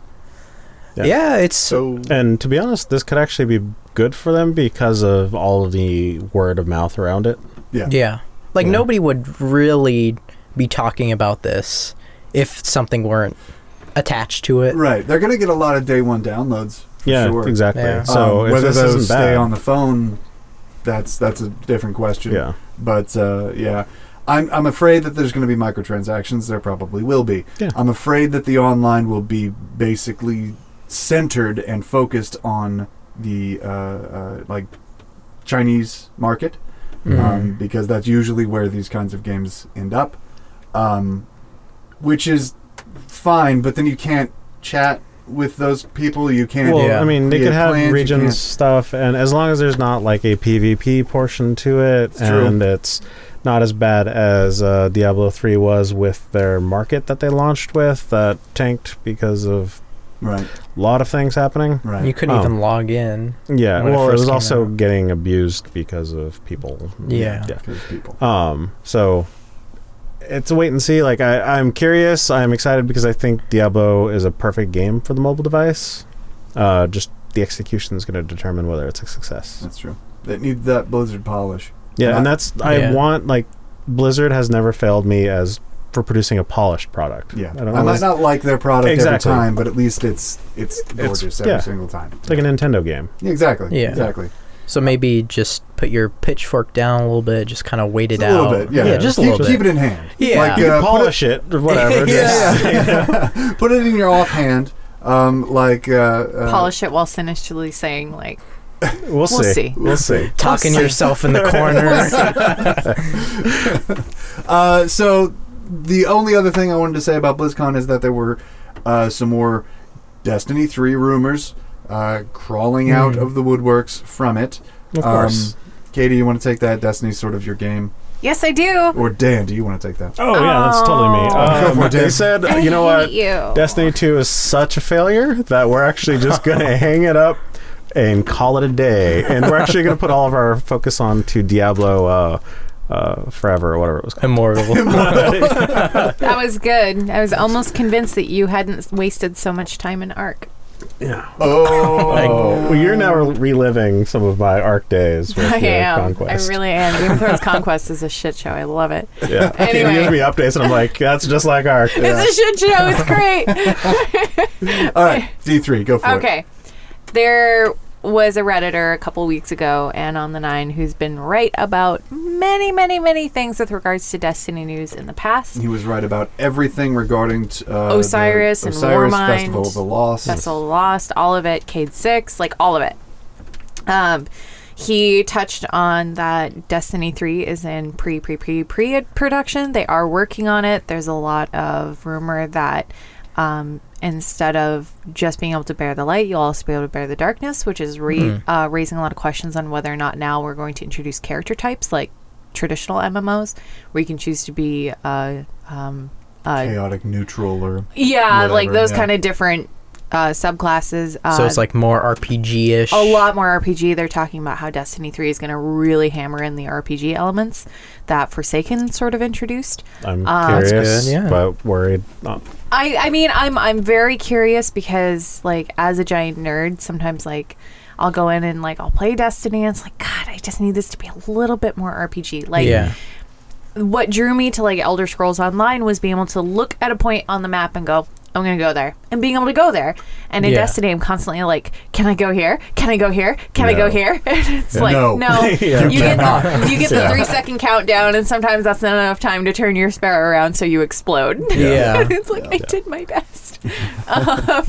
S4: Yeah.
S5: yeah, it's
S2: So
S4: and to be honest, this could actually be good for them because of all of the word of mouth around it.
S2: yeah.
S5: yeah. Like
S4: Yeah.
S5: nobody would really be talking about this if something weren't attached to it.
S2: Right. They're going to get a lot of day one downloads. For
S4: yeah,
S2: sure.
S4: exactly.
S5: Yeah.
S4: So
S2: Um,
S4: if
S2: whether
S4: this
S2: those
S4: isn't bad,
S2: stay on the phone, that's that's a different question.
S4: yeah,
S2: But uh, yeah, I'm I'm afraid that there's going to be microtransactions. There probably will be.
S4: Yeah.
S2: I'm afraid that the online will be basically centered and focused on the uh, uh, like Chinese market
S4: Mm-hmm.
S5: Mm-hmm.
S2: um, because that's usually where these kinds of games end up, um, which is fine. But then you can't chat with those people. You can't.
S4: Well,
S5: Yeah.
S4: I mean, they
S2: Yeah,
S4: could have
S2: plans, you
S4: region
S2: can't-
S4: stuff, and as long as there's not like a PvP portion to it,
S2: It's true.
S4: and it's not as bad as uh, Diablo 3 was with their market that they launched with that tanked because of
S2: Right.
S4: a lot of things happening.
S2: Right.
S5: You couldn't
S4: Oh.
S5: even log in.
S4: Yeah,
S5: When it
S4: well, it
S5: first
S4: was
S5: came
S4: also
S5: out.
S4: getting abused because of people.
S5: Yeah.
S4: yeah.
S2: Those people.
S4: Um, so it's a wait and see. Like I, I'm curious. I'm excited because I think Diablo is a perfect game for the mobile device. Uh, just the execution is going to determine whether it's a success.
S2: That's true. They need that Blizzard polish.
S4: Yeah, and
S2: Yeah.
S4: that's I
S5: Uh, Yeah.
S4: want like Blizzard has never failed me as for producing a polished product. I
S2: Yeah, I,
S4: don't know.
S2: might
S4: It's
S2: not like their product
S4: Exactly.
S2: every time, but at least it's it's gorgeous every
S4: yeah.
S2: single time.
S4: like a Nintendo game.
S2: Yeah, exactly.
S5: Yeah.
S2: exactly.
S5: So maybe just put your pitchfork down a little bit, just kind of wait it
S2: Just a
S5: out.
S2: little bit. Yeah,
S5: just a
S2: keep,
S5: little bit.
S2: Keep it in hand.
S5: Yeah.
S2: like
S5: You
S2: uh, put, it,
S4: Polish it, or whatever.
S5: Yeah.
S4: just-
S2: put it in your offhand. Um, like uh, uh,
S1: Polish it while sinisterly saying, like,
S4: We'll,
S1: we'll
S4: see.
S1: see.
S4: We'll see.
S5: Talking
S1: We'll see.
S5: yourself in the corner.
S2: Uh, so the only other thing I wanted to say about BlizzCon is that there were uh, some more Destiny three rumors uh, crawling
S4: Hmm.
S2: out
S5: Mm.
S2: of the woodworks from it.
S4: Of
S2: Um,
S4: course.
S2: Katie, you want to take that? Destiny's sort of your game,
S1: Yes, I do.
S2: or Dan? Do you want to take that?
S4: oh yeah, that's totally me.
S1: Oh.
S2: Go
S4: Um,
S2: for it,
S4: they
S2: Dave.
S4: said,
S1: I
S4: you know what?
S1: hate You.
S4: Destiny 2 is such a failure that we're actually just going to hang it up and call it a day. And we're actually going to put all of our focus on to Diablo uh, uh, Forever or whatever it was called.
S5: Immortal.
S1: That was good. I was almost convinced that you hadn't wasted so much time in Arc.
S4: Yeah.
S2: Oh,
S4: Well, you're now reliving some of my arc days with
S1: I
S4: your
S1: am.
S4: conquest.
S1: I really am. Game of Thrones Conquest is a shit show. I love it.
S4: yeah.
S1: Anyway.
S4: You give me updates, and I'm like, that's just like arc.
S1: It's a shit show. It's great.
S2: all right. D three, go for it.
S1: Okay. There was a Redditor a couple weeks ago and on the nine who's been right about many, many, many things with regards to Destiny news in the past.
S2: He was right about everything regarding t- uh,
S1: Osiris
S2: the
S1: and
S2: Osiris
S1: Warmind,
S2: Festival of the Lost.
S1: Vessel Lost, all of it, Cade Six, like all of it. Um, he touched on that Destiny 3 is in pre pre pre pre production. They are working on it. There's a lot of rumor that um, instead of just being able to bear the light, you'll also be able to bear the darkness, which is re- uh, raising a lot of questions on whether or not now we're going to introduce character types like traditional MMOs, where you can choose to be uh, um, uh,
S2: Chaotic neutral or
S1: yeah, like
S2: whatever,
S1: those
S2: yeah.
S1: kind of different uh, subclasses. Uh,
S5: so it's like more RPG ish.
S1: a lot more RPG. They're talking about how Destiny 3 is going to really hammer in the RPG elements that Forsaken sort of introduced.
S4: I'm
S1: Uh, That's
S4: curious,
S5: good, yeah.
S4: but worried. Uh,
S1: I, I mean, I'm I'm very curious because like as a giant nerd, sometimes like I'll go in and like I'll play Destiny and it's like god, I just need this to be a little bit more RPG. Like
S5: yeah.
S1: what drew me to like Elder Scrolls Online was being able to look at a point on the map and go, I'm going to go there. And being able to go there. And in
S5: Yeah.
S1: Destiny, I'm constantly like, can I go here? Can I go here? Can I
S4: No.
S1: go here? And it's like,
S2: No.
S1: no.
S4: Yeah.
S1: You, get the,
S2: cannot.
S1: you get the three second countdown, and sometimes that's not enough time to turn your sparrow around, so you explode.
S5: Yeah.
S1: it's like, I did my best. um,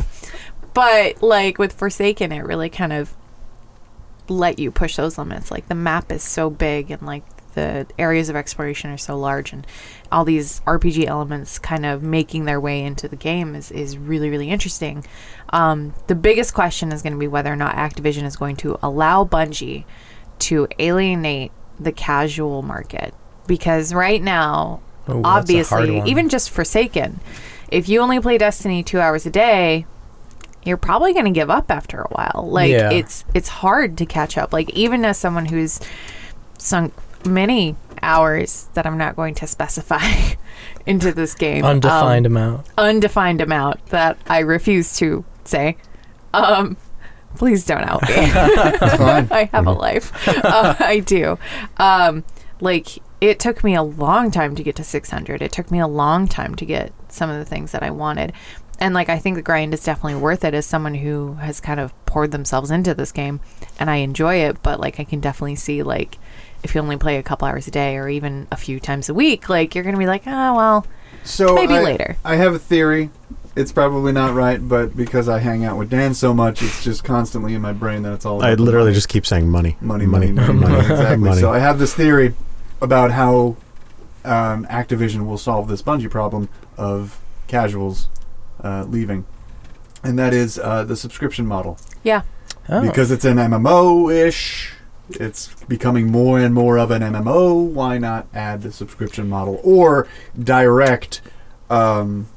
S1: but like with Forsaken, it really kind of let you push those limits. Like the map is so big and like the areas of exploration are so large and all these RPG elements kind of making their way into the game is, is really, really interesting. Um, the biggest question is going to be whether or not Activision is going to allow Bungie to alienate the casual market. Because right now,
S5: Ooh, Oh, that's a hard
S1: obviously,
S5: one.
S1: even just Forsaken, if you only play Destiny two hours a day, you're probably going to give up after a while. Like
S5: Yeah.
S1: it's it's hard to catch up. Like even as someone who's sunk many hours that I'm not going to specify into this game, um,
S5: Undefined amount.
S1: undefined amount that I refuse to say. Um, please don't out me. I have a life. Uh, I do. Um, like it took me a long time to get to 600. It took me a long time to get some of the things that I wanted. And like I think the grind is definitely worth it as someone who has kind of poured themselves into this game and I enjoy it, but like I can definitely see like if you only play a couple hours a day or even a few times a week, like you're going to be like, "Oh, well,
S2: So
S1: Maybe
S2: I-
S1: later.
S2: I have a theory. It's probably not right, but because I hang out with Dan so much, it's just constantly in my brain that it's all.
S4: I
S2: about the
S4: literally
S2: money.
S4: just keep saying money,
S2: money, money, money, money, exactly.
S4: money.
S2: So I have this theory about how um, Activision will solve this Bungie problem of casuals uh, leaving, and that is uh, the subscription model
S1: yeah,
S5: Oh.
S2: because it's an MMO ish. It's becoming more and more of an MMO. Why not add the subscription model or direct um,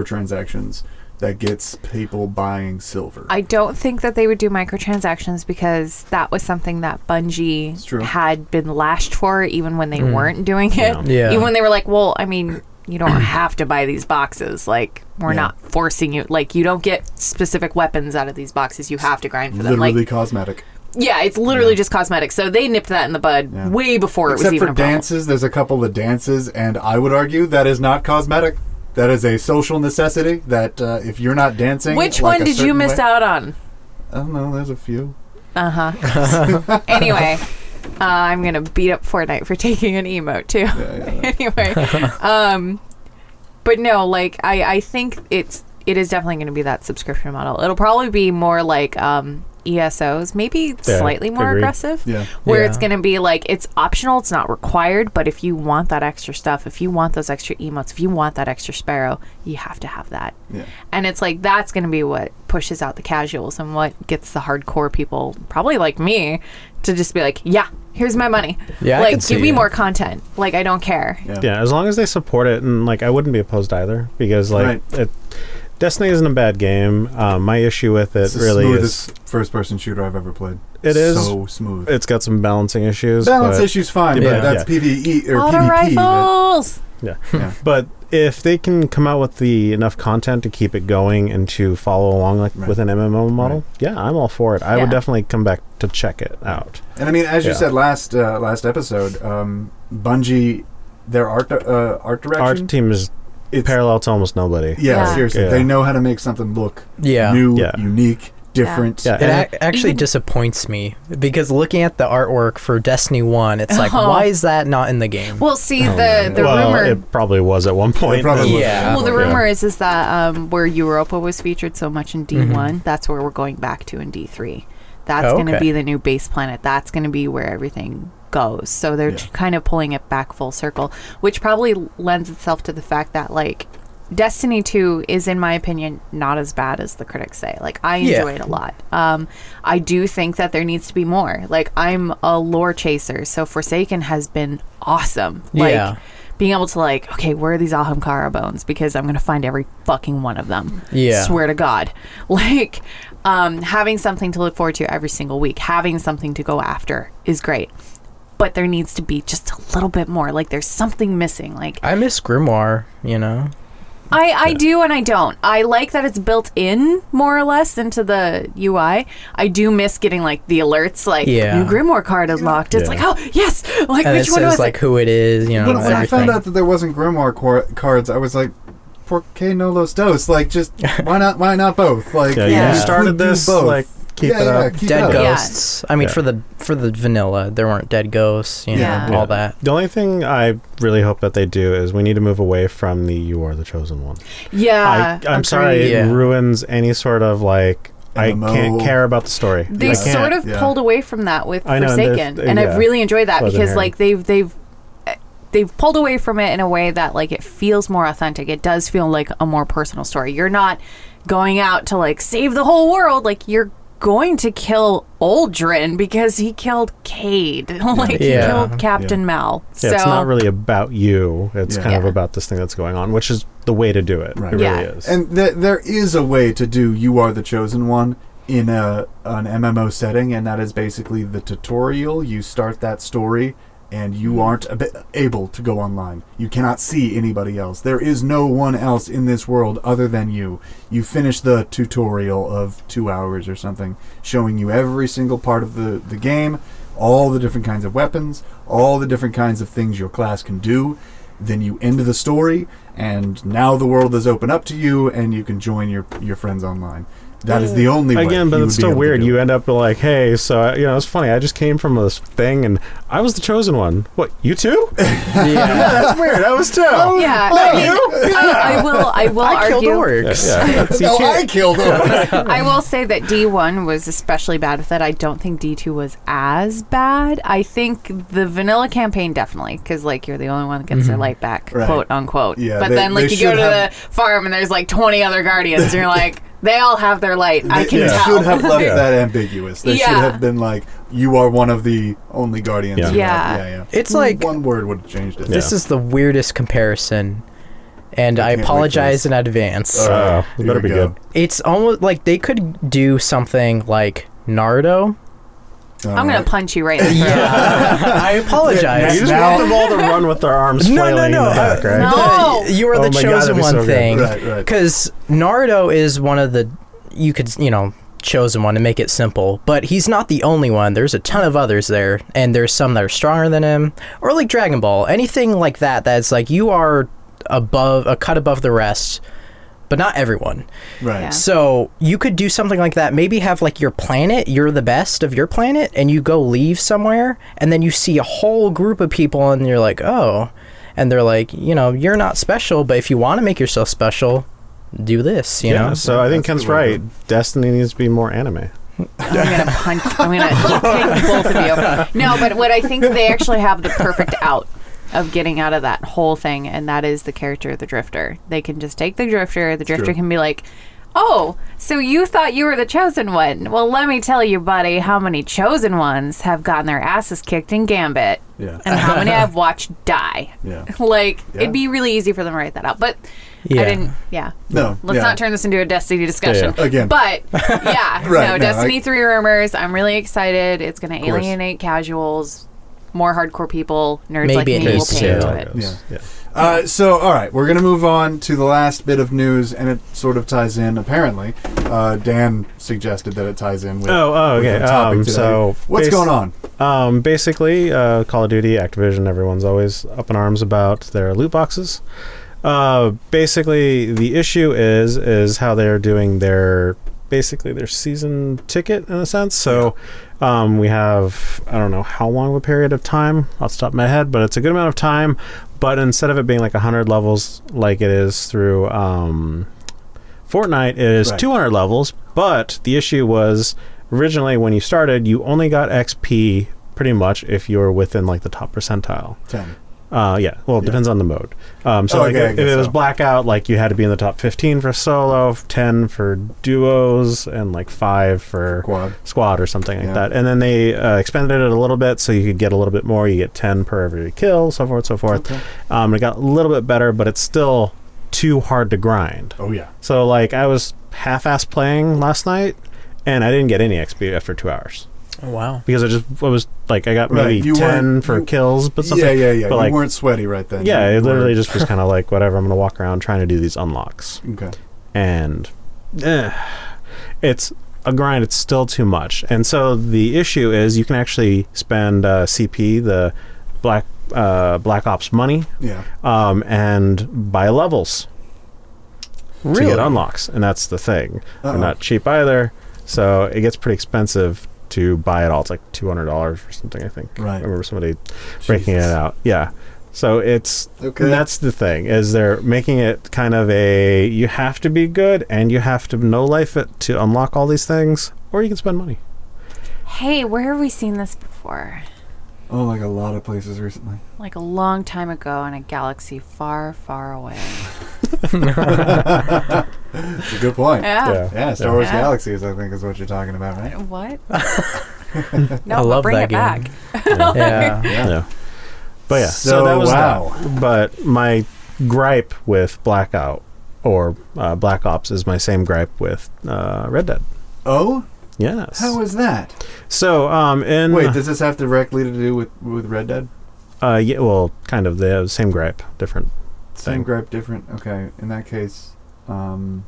S2: microtransactions that gets people buying silver?
S1: I don't think that they would do microtransactions because that was something that
S2: It's
S1: Bungie
S2: true.
S1: had been lashed for, even when they
S5: Mm.
S1: weren't doing it.
S4: Yeah.
S5: Yeah.
S1: Even when they were like, "Well, I mean, you don't have to buy these boxes. Like, we're
S2: Yeah.
S1: not forcing you. Like, you don't get specific weapons out of these boxes. You have to grind for them.
S2: Literally
S1: Like,
S2: cosmetic.
S1: yeah, it's literally just cosmetic. So they nipped that in the bud
S2: Yeah.
S1: way before it
S2: Except
S1: was even
S2: for
S1: a problem.
S2: dances, there's a couple of dances, and I would argue that is not cosmetic. That is a social necessity. That uh, if you're not dancing,
S1: Which
S2: like
S1: one
S2: a
S1: did you
S2: certain
S1: miss
S2: way-
S1: out on?
S2: I don't know. There's a few.
S1: Uh huh. Uh-huh. anyway, uh, I'm gonna beat up Fortnite for taking an emote too. anyway, um, but no, like I, I think it's it is definitely going to be that subscription model. It'll probably be more like um, ESOs, maybe slightly more
S4: agreed.
S1: aggressive.
S2: Yeah.
S1: Where
S5: Yeah.
S1: it's going to be like it's optional, it's not required, but if you want that extra stuff, if you want those extra emotes, if you want that extra sparrow, you have to have that.
S2: Yeah.
S1: And it's like that's going to be what pushes out the casuals and what gets the hardcore people, probably like me, to just be like, yeah, here's my money.
S5: Yeah, I
S1: like
S5: can see
S1: give me
S5: it.
S1: more content. Like I don't care.
S4: Yeah, as long as they support it, and like I wouldn't be opposed either because like it, Destiny isn't a bad game. Um, my issue with it
S2: It's the
S4: really is
S2: smoothest first-person shooter I've ever played.
S4: It is-
S2: so smooth.
S4: it's got some balancing issues.
S2: Balance
S4: but,
S2: issues fine,
S5: Yeah.
S2: but that's PVE or
S1: Auto
S2: PvP. that-
S1: rifles.
S4: But if they can come out with the enough content to keep it going and to follow along like
S2: Right.
S4: with an MMO model, yeah, I'm all for it. I
S1: Yeah.
S4: would definitely come back to check it out.
S2: And I mean, as you
S4: Yeah.
S2: said last uh, last episode, um, Bungie, their art uh, art
S4: Our
S2: direction.
S4: team is
S2: it's,
S4: parallel to almost nobody.
S2: yeah,
S1: Yeah.
S2: seriously,
S4: Yeah.
S2: they know how to make something look
S5: yeah.
S2: new,
S4: Yeah.
S2: unique, different.
S4: Yeah,
S5: It
S4: and
S5: ac- actually
S1: even-
S5: disappoints me because looking at the artwork for Destiny One, it's like,
S1: Oh.
S5: why is that not in the game?
S1: Well, see the the
S4: well,
S1: rumor.
S4: it probably was at one point.
S2: probably was.
S5: Yeah.
S1: well, the
S4: Yeah.
S1: rumor is is that um, where Europa was featured so much in D one, that's where we're going back to in D three. That's
S5: Oh,
S1: going to
S5: Mm-hmm. okay.
S1: be the new base planet. That's going to be where everything goes. So they're
S2: Yeah.
S1: t- kind of pulling it back full circle, which probably lends itself to the fact that like Destiny two is, in my opinion, not as bad as the critics say. Like I
S5: Yeah.
S1: enjoy it a lot. Um, I do think that there needs to be more. Like I'm a lore chaser, so Forsaken has been awesome. Like
S5: Yeah.
S1: being able to like, okay, where are these Ahamkara bones? Because I'm gonna find every fucking one of them.
S5: Yeah.
S1: Swear to God. Like, um, having something to look forward to every single week, having something to go after is great. But there needs to be just a little bit more. Like there's something missing. Like
S5: I miss Grimoire, you know.
S1: I, I do and I don't. I like that it's built in more or less into the UI. I do miss getting like the alerts, like
S5: Yeah.
S1: new Grimoire card unlocked. It's
S4: Yeah.
S1: like, oh yes, like
S5: And it
S1: which one
S5: says
S1: was
S5: like
S1: it?
S5: who it is, you know.
S2: When, when I
S5: everything.
S2: found out that there wasn't Grimoire cor- cards, I was like, "Por qué no los dos?" Like, just why not? Why not both? Like,
S4: Yeah,
S1: Yeah.
S4: you started
S2: do
S4: this.
S2: both.
S4: Like, keep
S2: yeah,
S4: it
S2: yeah,
S4: up.
S2: keep it
S5: dead
S2: up.
S1: Yeah.
S5: ghosts. I mean,
S4: Yeah.
S5: for the for the vanilla, there weren't dead ghosts, you know,
S1: Yeah.
S5: all
S4: Yeah.
S5: that.
S4: The only thing I really hope that they do is we need to move away from the "you are the chosen one."
S1: Yeah,
S4: I, I'm sorry,
S1: agreed.
S4: it
S5: Yeah.
S4: ruins any sort of like I
S2: MMO.
S4: can't care about the story.
S1: They
S4: I can't.
S1: sort of
S2: yeah.
S1: pulled away from that with
S4: I know, and there's- uh,
S1: Forsaken, and, I've
S4: yeah.
S1: really enjoyed that
S4: Wasn't
S1: because
S4: here.
S1: like they've they've they've pulled away from it in a way that like it feels more authentic. It does feel like a more personal story. You're not going out to like save the whole world. Like you're going to kill Aldrin because he killed Cade. like he
S5: Yeah.
S1: killed Captain Mal.
S4: Yeah,
S1: so
S4: it's not really about you. It's
S2: Yeah.
S4: kind of
S1: Yeah.
S4: about this thing that's going on, which is the way to do it.
S2: Right.
S4: It
S1: Yeah.
S4: really is.
S2: And th- there is a way to do "You Are the Chosen One" in a an MMO setting, and that is basically the tutorial. You start that story, and you aren't ab- able to go online. You cannot see anybody else. There is no one else in this world other than you. You finish the tutorial of two hours or something, showing you every single part of the the game, all the different kinds of weapons, all the different kinds of things your class can do then you end the story and now the world is open up to you and you can join your your friends online that is the only way
S4: Again, but
S2: you
S4: it's
S2: would be
S4: still
S2: able to
S4: weird.
S2: do
S4: You
S2: it.
S4: end up like, hey, so I, you know, it's funny. I just came from this thing, and I was the chosen one. What? You too?
S5: Yeah.
S2: that's weird i was too
S1: Yeah. I, I, I will I will
S5: I killed
S1: argue
S5: orcs.
S4: yeah. See,
S2: no
S4: Oh, you
S2: i
S4: can't-
S2: killed him
S1: I will say that D1 was especially bad with it. I don't think D2 was as bad. I think the vanilla campaign definitely, because like you're the only one that gets their light back,
S2: Mm-hmm. Right.
S1: quote unquote.
S2: Yeah,
S1: but
S2: they-
S1: then like
S2: they
S1: you go
S2: should
S1: to
S2: have-
S1: the farm and there's like 20 other guardians, and you're like, they all have their light. I
S2: They-
S1: can
S2: they
S1: tell.
S2: should have left
S4: Yeah.
S2: that ambiguous they should
S1: Yeah.
S2: have been like you are one of the only guardians
S4: Yeah.
S2: who
S1: Yeah.
S2: have- yeah, yeah.
S5: It's like
S2: one word would have changed it
S5: this is the weirdest comparison, and I
S2: can't wait for
S5: apologize
S2: this.
S5: in advance.
S2: All right,
S4: Uh,
S2: here
S4: better
S2: we
S4: be
S2: go.
S4: good.
S5: it's almost like they could do something like Naruto.
S2: All
S1: I'm gonna
S2: right.
S1: punch you right in the throat.
S5: Yeah, I
S4: You
S5: apologize.
S4: just want them all to run with their arms
S5: No, no,
S4: flailing
S5: no.
S4: in the back,
S5: uh,
S4: right?
S1: No.
S5: the- you are
S4: Oh
S5: the
S4: my God, that'd
S5: chosen
S4: be
S5: one
S4: so good.
S5: thing.
S2: right right
S5: Because Naruto is one of the you could you know chosen one to make it simple, but he's not the only one. There's a ton of others there, and there's some that are stronger than him, or like Dragon Ball, anything like that. That's like you are above a cut above the rest, but not everyone.
S2: right
S1: Yeah.
S5: So you could do something like that. Maybe have like your planet. You're the best of your planet, and you go leave somewhere, and then you see a whole group of people, and you're like, oh, and they're like, you know, you're not special, but if you want to make yourself special, do this. You
S4: yeah,
S5: know.
S4: so I think
S2: That's
S4: Ken's
S2: a good way
S4: right. Destiny needs to be more anime.
S1: I'm gonna punch. I'm gonna kick both of you. No, but what I think they actually have the perfect out of getting out of that whole thing, and that is the character of the Drifter. They can just take the Drifter. The Drifter
S2: true.
S1: can be like, "Oh, so you thought you were the chosen one? Well, let me tell you, buddy, how many chosen ones have gotten their asses kicked in Gambit,
S2: yeah
S1: and how many I've watched die."
S2: yeah
S1: Like
S2: Yeah.
S1: it'd be really easy for them to write that out, but
S5: Yeah.
S1: I didn't. Yeah.
S2: no
S1: Let's
S2: yeah.
S1: not turn this into a Destiny discussion
S2: Yeah. Again.
S1: But yeah,
S2: Right,
S1: no,
S2: no,
S1: Destiny
S2: I-
S1: three rumors. I'm really excited. It's going to
S2: course.
S1: alienate casuals, more hardcore people, nerds
S5: Maybe
S1: like
S5: it
S1: me will
S5: needs
S1: pay
S5: to.
S1: into
S4: Yeah.
S1: it.
S2: Yeah.
S4: yeah.
S2: Uh, so, all right, we're going to move on to the last bit of news, and it sort of ties in, apparently. Uh, Dan suggested that it ties in with.
S4: Oh, oh,
S2: with
S4: okay.
S2: the topic
S4: Um,
S2: today.
S4: so
S2: What's
S4: bas-
S2: going on?
S4: Um, basically, uh, Call of Duty, Activision, everyone's always up in arms about their loot boxes. Uh, basically, the issue is is how they're doing their basically their season ticket in a sense. So um, we have I don't know how long of a period of time. I'll stop my head, but it's a good amount of time. But instead of it being like 100 levels, like it is through um, Fortnite, it is
S2: Right.
S4: 200 levels. But the issue was originally when you started, you only got XP pretty much if you were within like the top percentile.
S2: 10.
S4: Uh, yeah. Well, it
S2: Yeah.
S4: depends on the mode. Um, so
S2: Oh,
S4: like,
S2: okay, I
S4: if, if
S2: guess
S4: it was
S2: so.
S4: blackout, like you had to be in the top 15 for solo, 10 for duos, and like five for
S2: Quad.
S4: squad or something like
S2: Yeah.
S4: that. And then they uh, expanded it a little bit so you could get a little bit more. You get 10 per every kill, so forth, so forth.
S2: Okay.
S4: Um, it got a little bit better, but it's still too hard to grind.
S2: Oh, yeah.
S4: So like I was half-ass playing last night, and I didn't get any XP after two hours
S5: Oh, wow.
S4: because I just I was like I got
S2: Right,
S4: maybe
S2: you
S4: ten
S2: weren't-
S4: for
S2: you-
S4: kills, but something.
S2: yeah, yeah, yeah.
S4: But
S2: you
S4: like,
S2: weren't sweaty right then.
S4: yeah,
S2: You
S4: it literally
S2: weren't-
S4: just was kind of like whatever. I'm gonna walk around trying to do these unlocks,
S2: Okay.
S4: and eh, it's a grind. It's still too much, and so the issue is you can actually spend uh, CP the black uh, black ops money
S2: Yeah.
S4: um, and buy levels to get unlocks, and that's the thing.
S2: Uh-oh.
S4: They're not cheap either, so it gets pretty expensive to buy it all. It's like two hundred dollars or something, I think.
S2: Right.
S4: I remember somebody breaking it
S2: Jesus.
S4: out. Yeah. So it's
S2: Okay.
S4: that's the thing is they're making it kind of a you have to be good and you have to know life it to unlock all these things, or you can spend money.
S1: Hey, where have we seen this before?
S2: Oh, like a lot of places recently.
S1: Like a long time ago in a galaxy far, far away.
S2: It's a good point.
S1: Yeah.
S2: Yeah, Star Wars
S1: Yeah.
S2: Galaxies, I think, is what you're talking about, right?
S1: What? no,
S5: I
S1: but
S5: love
S1: bring
S5: that
S1: it
S5: game.
S1: back.
S5: yeah.
S4: yeah. But yeah, so,
S2: So,
S4: that was
S2: wow.
S4: that. But my gripe with Blackout or uh, Black Ops is my same gripe with uh, Red Dead.
S2: Oh,
S4: Yes.
S2: how was that?
S4: so um, in
S2: Wait, does this have directly to do with with Red Dead?
S4: uh, yeah, well, kind of the same gripe, different,
S2: Same
S4: Same.
S2: gripe, different. Okay, in that case, um,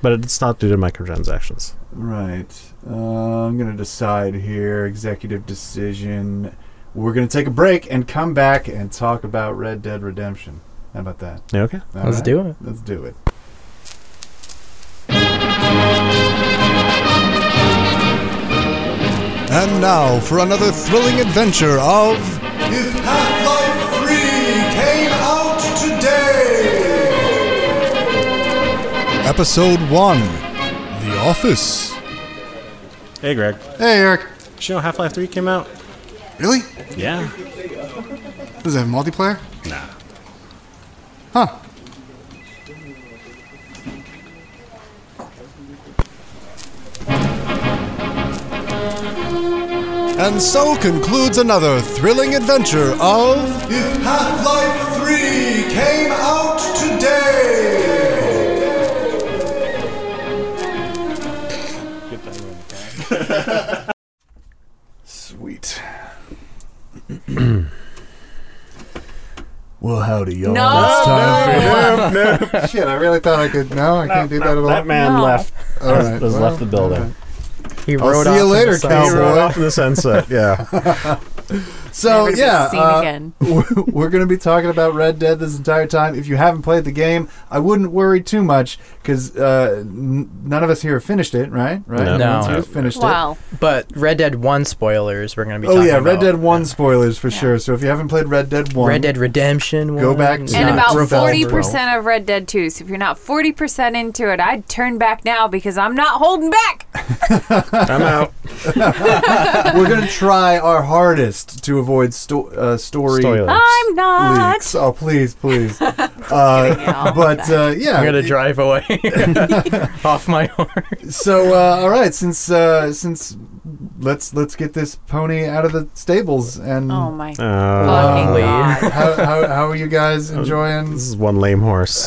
S4: but it's not due to microtransactions.
S2: right. Uh, I'm gonna decide here. Executive decision. We're gonna take a break and come back and talk about Red Dead Redemption. How about that?
S4: You Okay.
S2: All
S5: Let's
S2: right?
S5: do it.
S2: Let's do it.
S3: And now for another thrilling adventure of. If Half Life 3 came out today! Episode 1 The Office.
S4: Hey, Greg.
S3: Hey, Eric.
S4: you know Half Life Three came out?
S3: Really?
S4: Yeah.
S3: Does it have multiplayer?
S4: Nah.
S3: Huh. And so concludes another thrilling adventure of If Half Life 3 came out today!
S2: Sweet. well, howdy, y'all.
S1: No.
S2: Shit, I really thought I could. No, I can't do that at all.
S4: That man
S1: No.
S4: left.
S2: All
S4: has-
S2: right,
S4: has
S2: well,
S4: left the building.
S5: He
S2: I'll
S5: rode
S2: see
S5: off
S2: you
S5: in the
S2: later,
S5: sunset.
S4: He
S2: cowboy.
S4: rode off in the sunset. Yeah.
S2: So
S1: Never to be
S2: yeah,
S1: seen
S2: uh,
S1: again.
S2: we're- we're going to be talking about Red Dead this entire time. If you haven't played the game, I wouldn't worry too much because uh, n- none of us here have finished it, right? Right?
S4: No.
S2: None of us
S5: No.
S2: here have finished it.
S1: Well,
S5: But Red Dead 1 spoilers, we're going to be
S2: Oh
S5: talking
S2: yeah,
S5: about.
S2: Red Dead One spoilers for sure. So if you haven't played Red Dead One,
S5: Red Dead Redemption 1.
S2: Go back to
S1: and
S2: Not
S1: about
S2: Revolver.
S1: forty percent of Red Dead Two. So if you're not forty percent into it, I'd turn back now because I'm not holding back.
S4: I'm out.
S2: we're going to try our hardest to avoid sto- uh, story
S4: Story leaks.
S1: I'm not.
S2: leaks. Oh please, please. uh,
S1: y'all.
S2: but uh, yeah,
S5: I'm going to drive away off my horse.
S2: So uh, all right, since uh, since let's let's get this pony out of the stables and
S1: Oh my
S4: Uh,
S1: fucking god.
S2: how, how, how are you guys enjoying?
S4: this is one lame horse.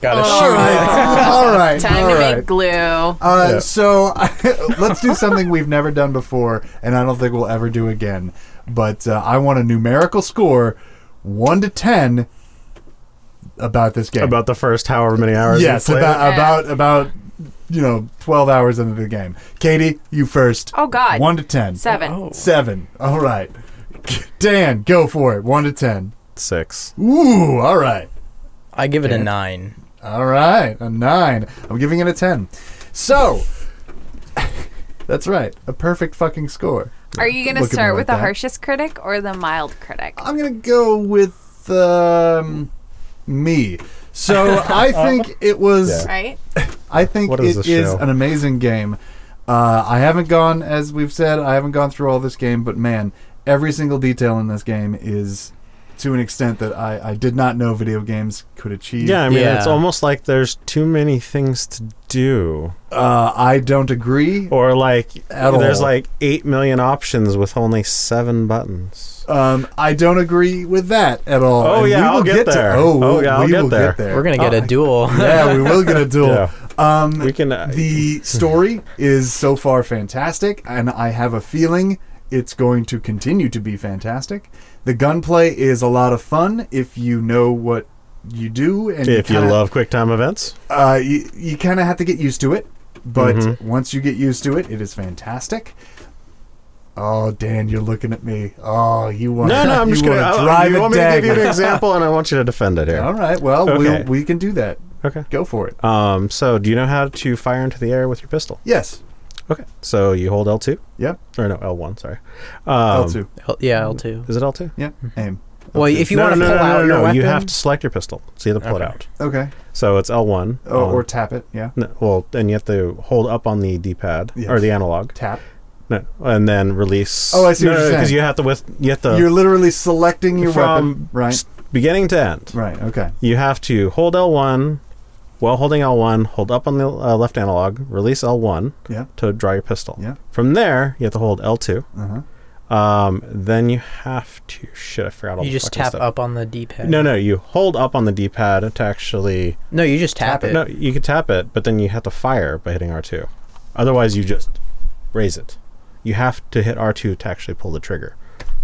S5: Got to
S1: Oh.
S2: all right, all right,
S1: Time
S2: all
S1: to
S2: right.
S1: make glue.
S2: Uh,
S4: Yeah.
S2: So let's do something we've never done before, and I don't think we'll ever do again. But uh, I want a numerical score, one to ten, about this game.
S4: About the first however many hours.
S2: yes,
S4: we played
S2: about
S1: it?
S2: about about you know twelve hours into the game. Katie, you first.
S1: Oh god.
S2: One to ten.
S1: Seven.
S5: Oh.
S2: Seven. All right. Dan, go for it. One to ten.
S4: it. six.
S2: Ooh, all right.
S5: I give it a 9.
S2: All right. A nine. I'm giving it a ten. So, that's right. A perfect fucking score.
S1: Are you gonna
S2: Look at me
S1: start
S2: like
S1: with the
S2: that.
S1: harshest critic or the mild critic?
S2: I'm going to go with um, me. So, I think it was.
S4: Yeah.
S1: Right?
S2: I think
S4: What
S2: it
S4: is
S2: is
S4: this show?
S2: an amazing game. Uh, I haven't gone, as we've said, I haven't gone through all this game, but man, every single detail in this game is to an extent that I, I did not know video games could achieve.
S4: Yeah, I mean
S5: Yeah.
S4: it's almost like there's too many things to do,
S2: Uh, I don't agree.
S4: or like
S2: At
S4: there's
S2: all.
S4: like eight million options with only seven buttons.
S2: Um, I don't agree with that at all.
S4: Oh, yeah, I'll get there.
S2: To, oh,
S4: Oh,
S2: we'll-
S4: yeah, I'll
S2: we
S4: get
S2: will
S4: there.
S2: get there.
S5: We're going to get a duel.
S2: yeah, we will get a duel.
S4: Yeah.
S2: Um,
S4: We can. Uh,
S2: the story is so far fantastic, and I have a feeling it's going to continue to be fantastic. The gunplay is a lot of fun if you know what you do, and
S4: if you
S2: kinda-
S4: love QuickTime events,
S2: uh, you, you kind of have to get used to it. But
S4: Mm-hmm.
S2: once you get used to it, it is fantastic. Oh, Dan, you're looking at me. Oh, you want
S4: no, no, I'm
S2: you
S4: just gonna
S2: want
S4: I-
S2: to drive
S4: you want
S2: a
S4: me to give you an
S2: dagger.
S4: example, and I want you to defend it here.
S2: All right, well,
S4: Okay.
S2: we'll, we can do that.
S4: Okay.
S2: Go for it.
S4: Um. So, do you know how to fire into the air with your pistol?
S2: Yes.
S4: Okay. So you hold L two
S2: Yep.
S4: or no L one. Sorry. Um,
S2: L2.
S5: L- yeah, L2.
S4: Is it L two?
S2: Yep. Aim.
S5: Well, if you
S4: no,
S5: want to
S4: no,
S5: pull
S4: no, no, no,
S5: out your
S4: no,
S5: weapon,
S4: you have to select your pistol. So you have to pull it
S5: Okay.
S4: out.
S2: Okay.
S4: So it's L one.
S2: Oh, or tap it. Yeah.
S4: No, well, and you have to hold up on the D pad
S2: Yes.
S4: or the analog
S2: Tap.
S4: No, and then release.
S2: Oh, I see
S4: No,
S2: what you're
S4: Because
S2: saying.
S4: you have to with you have to
S2: You're literally selecting your weapon.
S4: uh, from
S2: Right.
S4: s- beginning to end.
S2: Right. Okay.
S4: You have to hold L1 while holding L1, hold up on the uh, left analog, release L1
S2: Yeah.
S4: to draw your pistol.
S2: Yeah.
S4: From there, you have to hold L2.
S2: Uh-huh.
S4: Um, then you have to shit. I forgot all
S5: You
S4: the
S5: just
S4: fucking
S5: tap
S4: stuff.
S5: up on the D-pad.
S4: No, no, you hold up on the D-pad to actually.
S5: no, you just tap, it.
S4: No, you could tap it, but then you have to fire by hitting R2. Otherwise, you just raise it. You have to hit R2 to actually pull the trigger.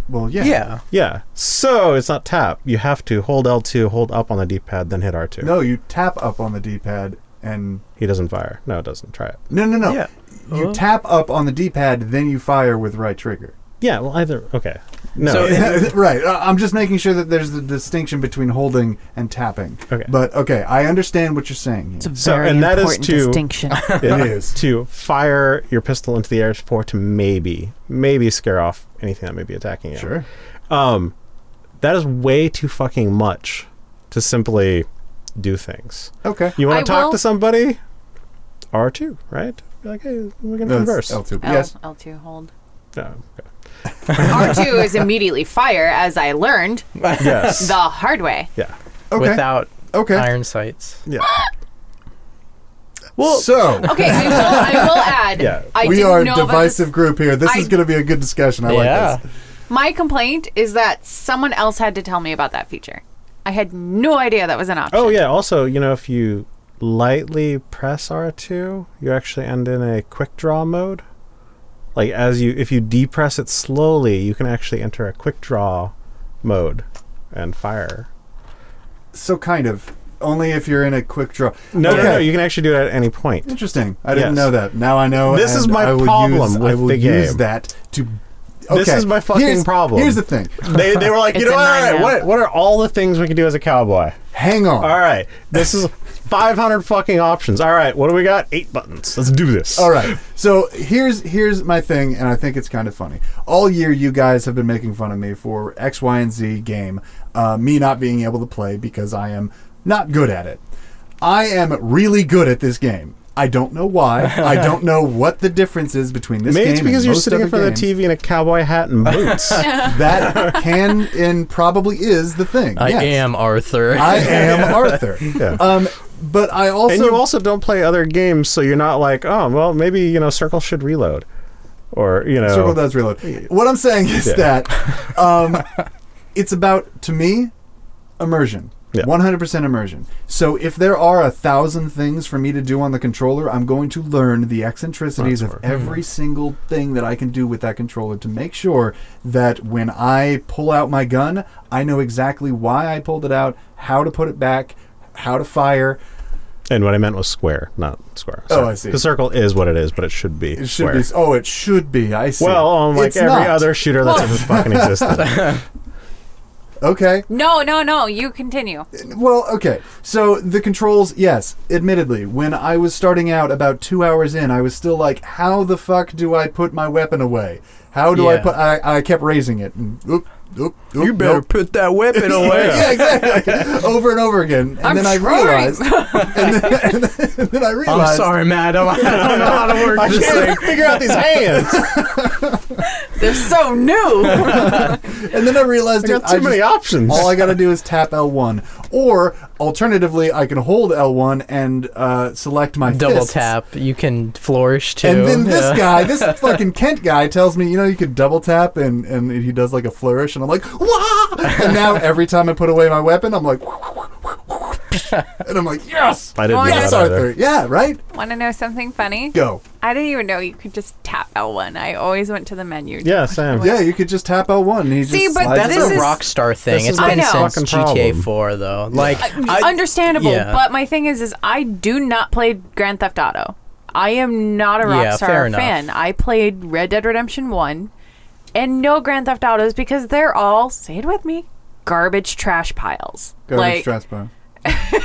S2: Well, yeah.
S5: Yeah.
S4: Yeah. So it's not tap. You have to hold L2, hold up on the D-pad, then hit R2.
S2: No, you tap up on the D-pad and
S4: He doesn't fire. No, it doesn't. Try it.
S2: no, no, no.
S5: Yeah.
S2: You
S5: Uh-huh.
S2: tap up on the D-pad, then you fire with right trigger.
S4: Yeah, well, either. Okay. No.
S5: So-
S2: right. Uh, I'm just making sure that there's the distinction between holding and tapping.
S4: Okay.
S2: But okay, I understand what you're saying. here.
S1: It's a very
S4: So, and that is
S1: important
S4: to-
S1: distinction.
S4: Yeah.
S2: It is.
S4: to fire your pistol into the air for to maybe, maybe scare off anything that may be attacking you.
S2: Sure.
S4: Um, that is way too fucking much to simply do things.
S2: Okay.
S4: You
S1: I
S4: want to talk
S1: will-
S4: to somebody? R two, right? Be like, hey, we're gonna
S2: No,
S4: converse.
S2: it's L2.
S1: L,
S2: Yes.
S1: L2 hold.
S4: No, okay.
S1: R2 is immediately fire, as I learned
S4: Yes.
S1: the hard way.
S4: yeah.
S2: Okay.
S5: Without
S2: okay.
S5: iron sights.
S4: Yeah.
S2: Well, so
S1: Okay, I will, I will add.
S4: Yeah.
S1: I
S2: we
S1: didn't
S2: are a
S1: know about this-
S2: divisive group here. This
S1: I-
S2: is going to be a good discussion. I like this.
S1: My complaint is that someone else had to tell me about that feature. I had no idea that was an option.
S4: Oh yeah. Also, you know, if you lightly press R two, you actually end in a quick draw mode. Like as you, if you depress it slowly, you can actually enter a quick draw mode and fire.
S2: So kind of. Only if you're in a quick draw.
S4: No,
S2: okay.
S4: no, no. You can actually do it at any point.
S2: Interesting. I didn't
S4: Yes.
S2: know that. Now I know.
S4: This is
S2: and
S4: my
S2: I will
S4: problem
S2: Use, I
S4: with
S2: will
S4: the
S2: use
S4: game.
S2: that to. Okay.
S4: This is my fucking
S2: here's,
S4: problem.
S2: Here's the thing.
S4: they, they were like, you
S1: It's
S4: know,
S1: a
S4: what, all
S1: nine
S4: right,
S1: now.
S4: what, what are all the things we can do as a cowboy?
S2: Hang on.
S4: All right, this is 500 fucking options. All right, what do we got? Eight buttons. Let's do this.
S2: All right. So here's here's my thing, and I think it's kind of funny. All year, you guys have been making fun of me for X, Y, and Z game, uh, me not being able to play because I am not good at it. I am really good at this game. I don't know why. I don't know what the difference is between this
S4: Maybe
S2: game
S4: it's because
S2: and
S4: you're
S2: most
S4: sitting in
S2: other
S4: front of
S2: games.
S4: the TV in a cowboy hat and boots.
S2: That can and probably is the thing.
S5: I
S2: yes.
S5: am Arthur.
S2: I am Arthur. Um, but I also
S4: and you also don't play other games, so you're not like, oh, well, maybe, you know, Circle should reload. Or, you know.
S2: Circle does reload. What I'm saying is
S4: Oh. Yeah.
S2: that um, it's about to me immersion.
S4: Yeah.
S2: 100% immersion. So if there are a thousand things for me to do on the controller, I'm going to learn the eccentricities
S4: That's
S2: of
S4: right.
S2: every single thing that I can do with that controller to make sure that when I pull out my gun, I know exactly why I pulled it out, how to put it back, how to fire.
S4: And what I meant was square, not square.
S2: Oh,
S4: Sorry.
S2: I see.
S4: The circle is what it is, but it should be.
S2: It should
S4: square.
S2: be. Oh, it should be. I see.
S4: Well, on like
S2: It's
S4: every
S2: not.
S4: other shooter that's ever fucking existed.
S2: Okay.
S1: No, no, no. You continue.
S2: Well, okay. So the controls, yes, admittedly, when I was starting out about two hours in, I was still like, how the fuck do I put my weapon away? How do I
S5: Yeah.
S2: put? I, I kept raising it. And, oop, oop, oop, nope.
S5: put that weapon
S2: Yeah, exactly. over and over again, and
S1: I'm
S2: then I
S1: trying.
S2: realized, and then, and then, and then I realized.
S5: I'm sorry, madam. I don't know how to work
S4: I
S5: this thing.
S4: can't figure out these hands.
S1: They're so new.
S2: And then I realized
S4: I
S2: dude,
S4: got too
S2: I
S4: many
S2: just-
S4: options.
S2: All I got to do is tap L1, or alternatively, I can hold L1 and uh, select my
S5: Double
S2: fists.
S5: tap. You can flourish too.
S2: And then this
S5: Yeah.
S2: guy, this fucking Kent guy, tells me, you know, you could double tap, and, and he does like a flourish, and I'm like, wah! And now every time I put away my weapon, I'm like, and I'm like, yes,
S4: I didn't
S1: Oh,
S4: know
S1: yeah.
S2: yes,
S4: that either.
S2: Arthur, yeah, right,
S1: Want to know something funny?
S2: go,
S1: I didn't even know you could just tap L1. I always went to the menu.
S4: Yeah, Sam.
S2: yeah, you could just tap L1, and he just
S1: See, but
S2: slides
S5: That's
S2: it
S1: This
S5: a
S2: over.
S1: is-
S5: rock star thing.
S4: this
S5: It's
S4: is
S1: my
S5: been
S1: fucking
S5: since GTA
S4: problem.
S5: 4 though. Like I-
S1: Understandable,
S5: yeah.
S1: but my thing is, is I do not play Grand Theft Auto. I am not a
S5: Yeah, fair
S1: Rockstar
S5: enough.
S1: fan. I played Red Dead Redemption One, and no Grand Theft Autos because they're all say it with me, garbage trash piles.
S2: Go
S1: like,
S2: to Strasbourg.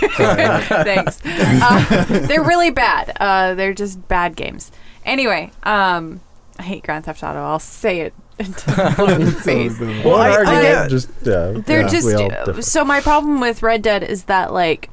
S1: Thanks. Uh, they're really bad. Uh, they're just bad games. Anyway, um, I hate Grand Theft Auto. I'll say it until I'm blue in the face.
S4: Well,
S5: I-
S4: argument
S5: I get-
S4: just yeah,
S1: They're
S4: yeah,
S1: just
S4: we all
S1: uh,
S4: differ.
S1: so my problem with Red Dead is that like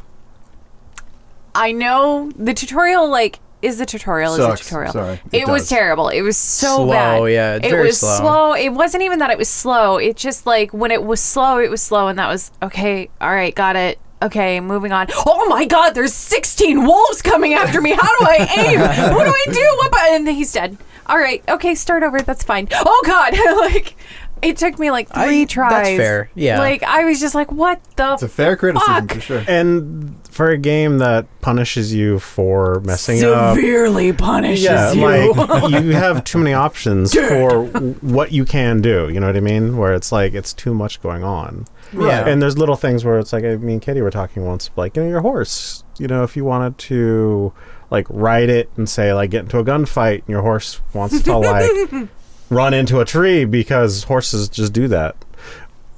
S1: I know the tutorial like is the tutorial
S2: Sucks.
S1: is the tutorial.
S2: Sorry.
S1: It,
S2: It
S1: was
S2: does.
S1: terrible. It was so
S5: Slow,
S1: bad.
S5: yeah, it's
S1: it
S5: very
S1: was
S5: slow.
S1: It wasn't even that it was slow. It just like when it was slow, it was slow, and that was okay. All right, got it. Okay, moving on. Oh my God! There's 16 wolves coming after me. How do I aim? what do I do? What? bu- And he's dead. All right. Okay, start over. That's fine. Oh God! like. It took me like
S5: I-
S1: three
S5: that's
S1: tries.
S5: fair, yeah.
S1: Like I was just like, what the
S2: It's a fair criticism
S1: Fuck.
S2: for sure.
S4: And for a game that punishes you for messing up,
S1: severely punishes
S4: yeah,
S1: you.
S4: like you have too many options for what you can do. You know what I mean? Where it's like it's too much going on.
S5: Yeah.
S4: And there's little things where it's like I mean, Katie were talking once, like you know, your horse. You know, if you wanted to like ride it and say like get into a gunfight, and your horse wants to like run into a tree because horses just do that.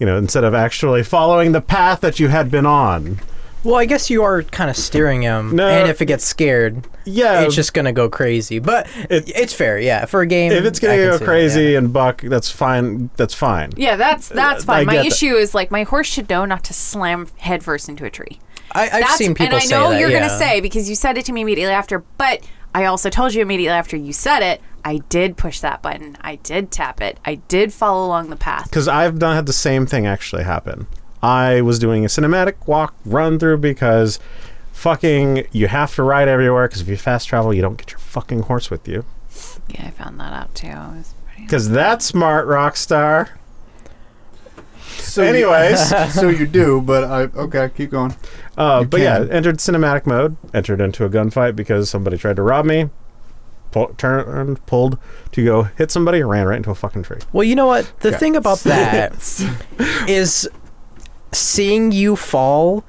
S4: You know, instead of actually following the path that you had been on.
S5: Well, I guess you are kind of steering him,
S4: No.
S5: and if it gets scared,
S4: Yeah,
S5: it's just gonna go crazy. But
S4: It-
S5: it's fair, yeah, for a game.
S4: if it's
S5: I
S4: gonna
S5: can
S4: go
S5: see it,
S4: crazy
S5: yeah.
S4: and buck, that's fine. That's fine.
S1: Yeah, that's that's
S4: I
S1: fine. My
S4: get that.
S1: issue is like my horse should know not to slam headfirst into a tree.
S5: I, I've
S1: That's,
S5: seen people
S1: and I
S5: say
S1: know
S5: that,
S1: you're
S5: yeah.
S1: gonna say because you said it to me immediately after, but I also told you immediately after you said it. I did push that button. I did tap it. I did follow along the path.
S4: because I've done had the same thing actually happen. I was doing a cinematic walk run through because fucking you have to ride everywhere because if you fast travel you don't get your fucking horse with you
S1: Yeah, I found that out too. I was pretty.
S4: because that's smart rockstar
S2: So
S4: Anyways.
S2: you, so you do, but I okay, keep going.
S4: uh,
S2: You
S4: but
S2: can.
S4: yeah entered cinematic mode entered into a gunfight because somebody tried to rob me pull, turned pulled to go hit somebody ran right into a fucking tree
S5: Well, you know what? The
S2: Yeah.
S5: thing about that is seeing you fall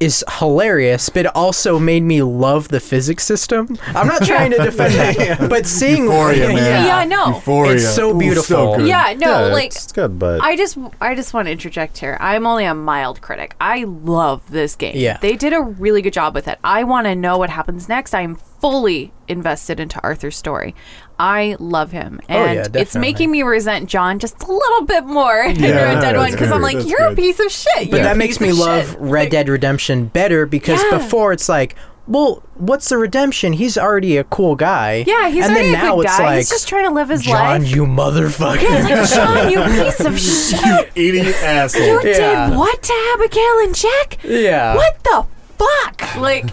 S5: is hilarious, but it also made me love the physics system. I'm not trying to defend that, but seeing
S2: Euphoria, man.
S1: Yeah, I know.
S2: Euphoria.
S5: It's so
S2: Ooh,
S5: beautiful.
S2: good.
S1: Yeah, no,
S4: Yeah,
S1: like
S4: it's, it's good but
S1: I just I just want to interject here. I'm only a mild critic. I love this game.
S5: Yeah.
S1: They did a really good job with it. I want to know what happens next. I'm fully invested into Arthur's story. I love him.
S5: Oh, yeah,
S1: And it's
S5: definitely.
S1: making me resent John just a little bit more in
S2: Yeah,
S1: Red Dead
S2: that's
S1: 1 because
S2: good.
S1: I'm like,
S2: That's
S1: you're a
S2: good.
S1: piece of shit.
S5: But
S1: you're a
S5: that makes
S1: piece
S5: me
S1: of
S5: love
S1: shit."
S5: Red Dead Redemption better because
S1: Yeah.
S5: before it's like, well, what's the redemption? He's already a cool guy.
S1: Yeah, he's
S5: and
S1: already
S5: then
S1: a
S5: now
S1: good
S5: it's
S1: guy.
S5: like,
S1: He's just trying to live his
S5: John,
S1: life.
S5: you motherfucker.
S1: Yeah, it's like, John, you piece of shit.
S2: Idiot
S1: You
S2: asshole.
S5: Yeah.
S1: did what to Abigail and Jack?
S5: Yeah.
S1: What the fuck? Like,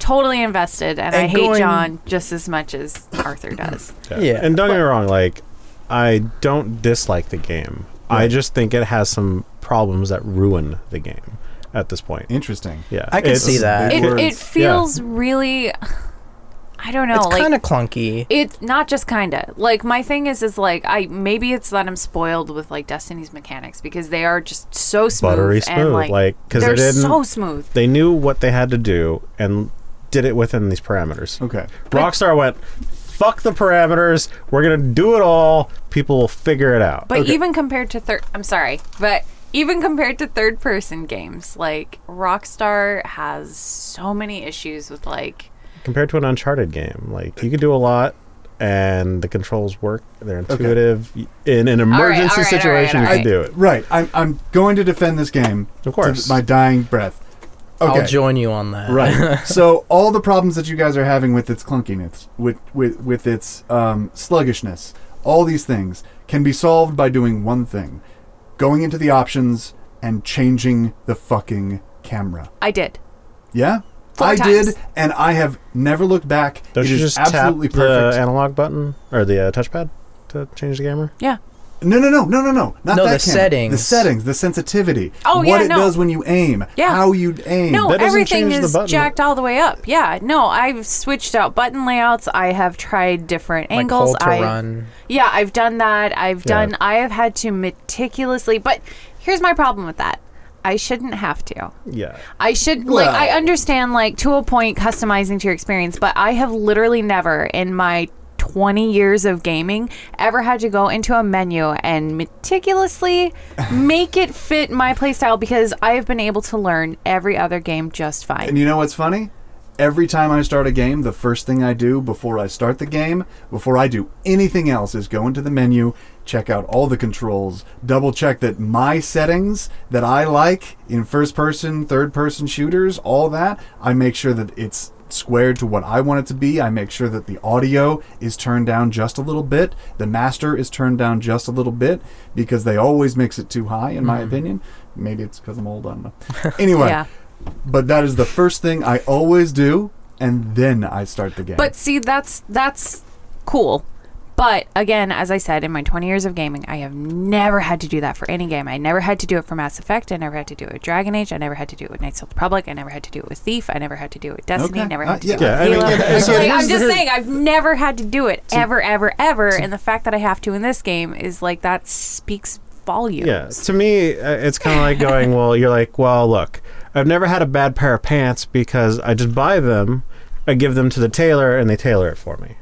S1: totally invested, and, I
S5: And
S1: hate
S5: going-
S1: John just as much as Arthur does.
S5: Yeah.
S4: And don't get me wrong, like I don't dislike the game. I just think it has some problems that ruin the game at this point.
S2: Interesting.
S4: Yeah.
S5: I can
S4: it's-
S5: see that.
S1: It,
S2: Words.
S1: it feels really, I don't know,
S5: It's
S1: like
S5: kind of clunky.
S1: it's not just kinda. Like my thing is, is like I maybe it's that I'm spoiled with like Destiny's mechanics because they are just so smooth,
S4: Buttery
S1: and
S4: smooth,
S1: like,
S4: like, 'cause they
S1: they're
S4: didn't-
S1: so smooth.
S4: They knew what they had to do and did it within these parameters.
S2: Okay.
S4: Rockstar went, fuck the parameters, we're gonna do it all, people will figure it out.
S1: But even compared to third, I'm sorry, but even compared to third person games, like Rockstar has so many issues with like.
S4: Compared to an Uncharted game, like you can do a lot and the controls work, they're intuitive. Y- In an
S1: right, all
S4: emergency
S1: right, all right,
S4: situation
S1: all
S4: you
S1: right.
S4: can do it.
S2: Right. I'm I'm going to defend this game.
S4: Of course.
S2: To my dying breath. Okay.
S5: I'll join you on that.
S2: Right. so all the problems that you guys are having with its clunkiness, with with with its um, sluggishness, all these things can be solved by doing one thing: going into the options and changing the fucking camera.
S1: I did.
S2: Yeah.
S1: Four
S2: I
S1: times.
S2: did, and I have never looked back.
S4: Don't
S2: it
S4: you
S2: is
S4: just
S2: absolutely
S4: tap
S2: perfect.
S4: the uh, um, analog button or the uh, touchpad to change the camera?
S1: Yeah.
S2: No, no, no, no, no, no. Not
S5: No,
S2: that
S5: the
S2: camera.
S5: settings.
S2: The settings, the sensitivity.
S1: Oh,
S2: what
S1: yeah,
S2: it
S1: no.
S2: does when you aim.
S1: Yeah.
S2: How you aim.
S1: No,
S4: That doesn't
S1: everything
S4: change the
S1: is
S4: button.
S1: jacked all the way up. Yeah. No, I've switched out button layouts. I have tried different
S5: Like
S1: angles.
S5: hold to
S1: I
S5: run.
S1: Yeah, I've done that. I've
S4: Yeah.
S1: done. I have had to meticulously. But here's my problem with that. I shouldn't have to.
S4: Yeah.
S1: I should like
S2: Well-
S1: I understand like to a point customizing to your experience, but I have literally never in my 20 years of gaming ever had to go into a menu and meticulously make it fit my playstyle because I have been able to learn every other game just fine.
S2: And you know what's funny? Every time I start a game, the first thing I do before I start the game, before I do anything else, is go into the menu, check out all the controls, double check that my settings that I like in first person, third person shooters, all that, I make sure that it's squared to what I want it to be. I make sure that the audio is turned down just a little bit, the master is turned down just a little bit because they always mix it too high, in my opinion. Maybe it's because I'm old. I don't know. Anyway,
S1: Yeah.
S2: but that is the first thing I always do, and then I start the game.
S1: But see, that's that's cool. But again, as I said, in my 20 years of gaming, I have never had to do that for any game. I never had to do it for Mass Effect. I never had to do it with Dragon Age. I never had to do it with Knights of the Republic. I never had to do it with Thief. I never had to do it with Destiny. I
S2: Okay.
S1: Never
S2: Uh,
S1: had to
S2: yeah.
S1: do it
S4: Yeah, I
S1: with
S4: mean,
S1: Halo.
S4: and- and so
S1: Like,
S4: here's-
S1: I'm just
S4: here's-
S1: saying, I've never had to do it ever, ever, ever. and the fact that I have to in this game is like that speaks volumes.
S4: Yeah, to me, uh, it's kind of like going, well, you're like, well, look, I've never had a bad pair of pants because I just buy them, I give them to the tailor, and they tailor it for me.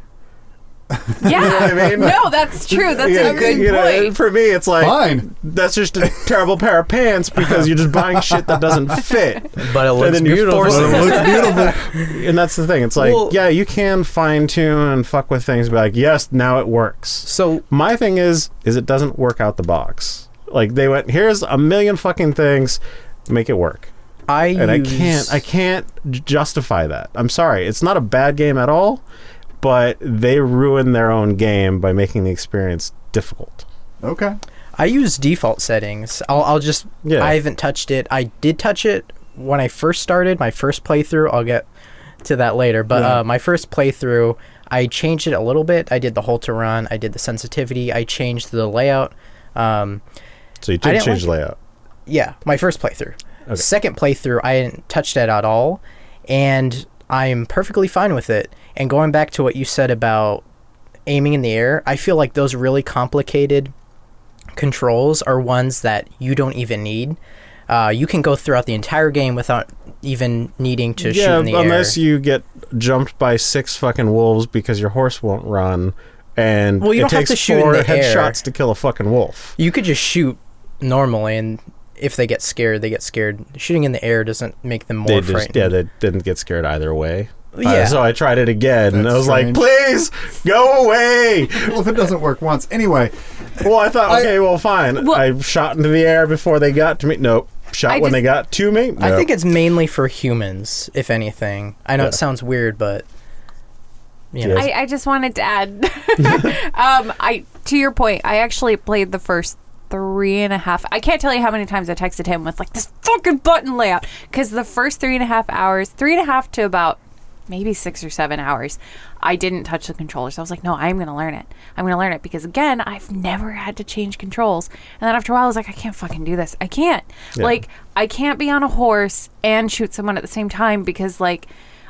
S1: Yeah.
S4: I mean?
S1: No, that's true. That's
S4: Yeah,
S1: a good
S4: you know,
S1: point.
S4: For me, it's like,
S2: Fine.
S4: that's just a terrible pair of pants because you're just buying shit that doesn't fit.
S5: But it
S4: And
S5: looks
S4: then you're
S5: beautiful.
S4: forcing
S2: But it looks
S4: beautiful. and that's the thing. It's like,
S5: Well-
S4: yeah, you can fine tune and fuck with things, but like, yes, now it works.
S5: So
S4: My thing is, is it doesn't work out the box. Like they went, here's a million fucking things, make it work.
S5: I
S4: And I
S5: use,
S4: can't, I can't j- justify that. I'm sorry, it's not a bad game at all, but they ruin their own game by making the experience difficult.
S2: okay.
S5: I use default settings. I'll, I'll just.
S4: Yeah.
S5: I haven't touched it. I did touch it when I first started my first playthrough. I'll get to that later. But uh, my first playthrough, I changed it a little bit. I did the halter run. I did the sensitivity. I changed the layout. Um,
S4: So you
S5: I
S4: did
S5: didn't
S4: change
S5: like
S4: the layout.
S5: yeah, my first playthrough.
S4: Okay.
S5: Second playthrough, I didn't touch that at all, and I'm perfectly fine with it. And going back to what you said about aiming in the air, I feel like those really complicated controls are ones that you don't even need. Uh, you can go throughout the entire game without even needing to shoot
S4: yeah,
S5: in the
S4: unless
S5: air.
S4: you get jumped by six fucking wolves because your horse won't run, and
S5: Well, you
S4: it
S5: don't have
S4: takes
S5: to shoot in
S4: four
S5: the air.
S4: headshots to kill a fucking wolf.
S5: You could just shoot normally, and if they get scared, they get scared. Shooting in the air doesn't make them
S4: They
S5: more
S4: just,
S5: frightened.
S4: yeah, they didn't get scared either way. Uh,
S5: Yeah.
S4: so I tried it again, and I
S2: That's
S4: was like,
S2: strange.
S4: "Please go away."
S2: Well, if it doesn't work once, anyway.
S4: Well, I thought,
S2: I-
S4: okay, well, fine.
S1: Well-
S4: I shot into the air before they got to me. Nope. Shot
S1: I
S4: when they
S1: just-
S4: got to me.
S5: I
S4: Nope.
S5: think it's mainly for humans, if anything. I know
S4: Yeah.
S5: it sounds weird, but you know,
S4: Yes.
S1: I, I just wanted to add, um, I to your point, I actually played the first three and a half. I can't tell you how many times I texted him with like this fucking button layout because the first three and a half hours, three and a half to about maybe six or seven hours, I didn't touch the controllers. I was like, no, I'm gonna learn it. I'm gonna learn it because again, I've never had to change controls. And then after a while, I was like, I can't fucking do this. I can't.
S4: Yeah.
S1: Like, I can't be on a horse and shoot someone at the same time because like.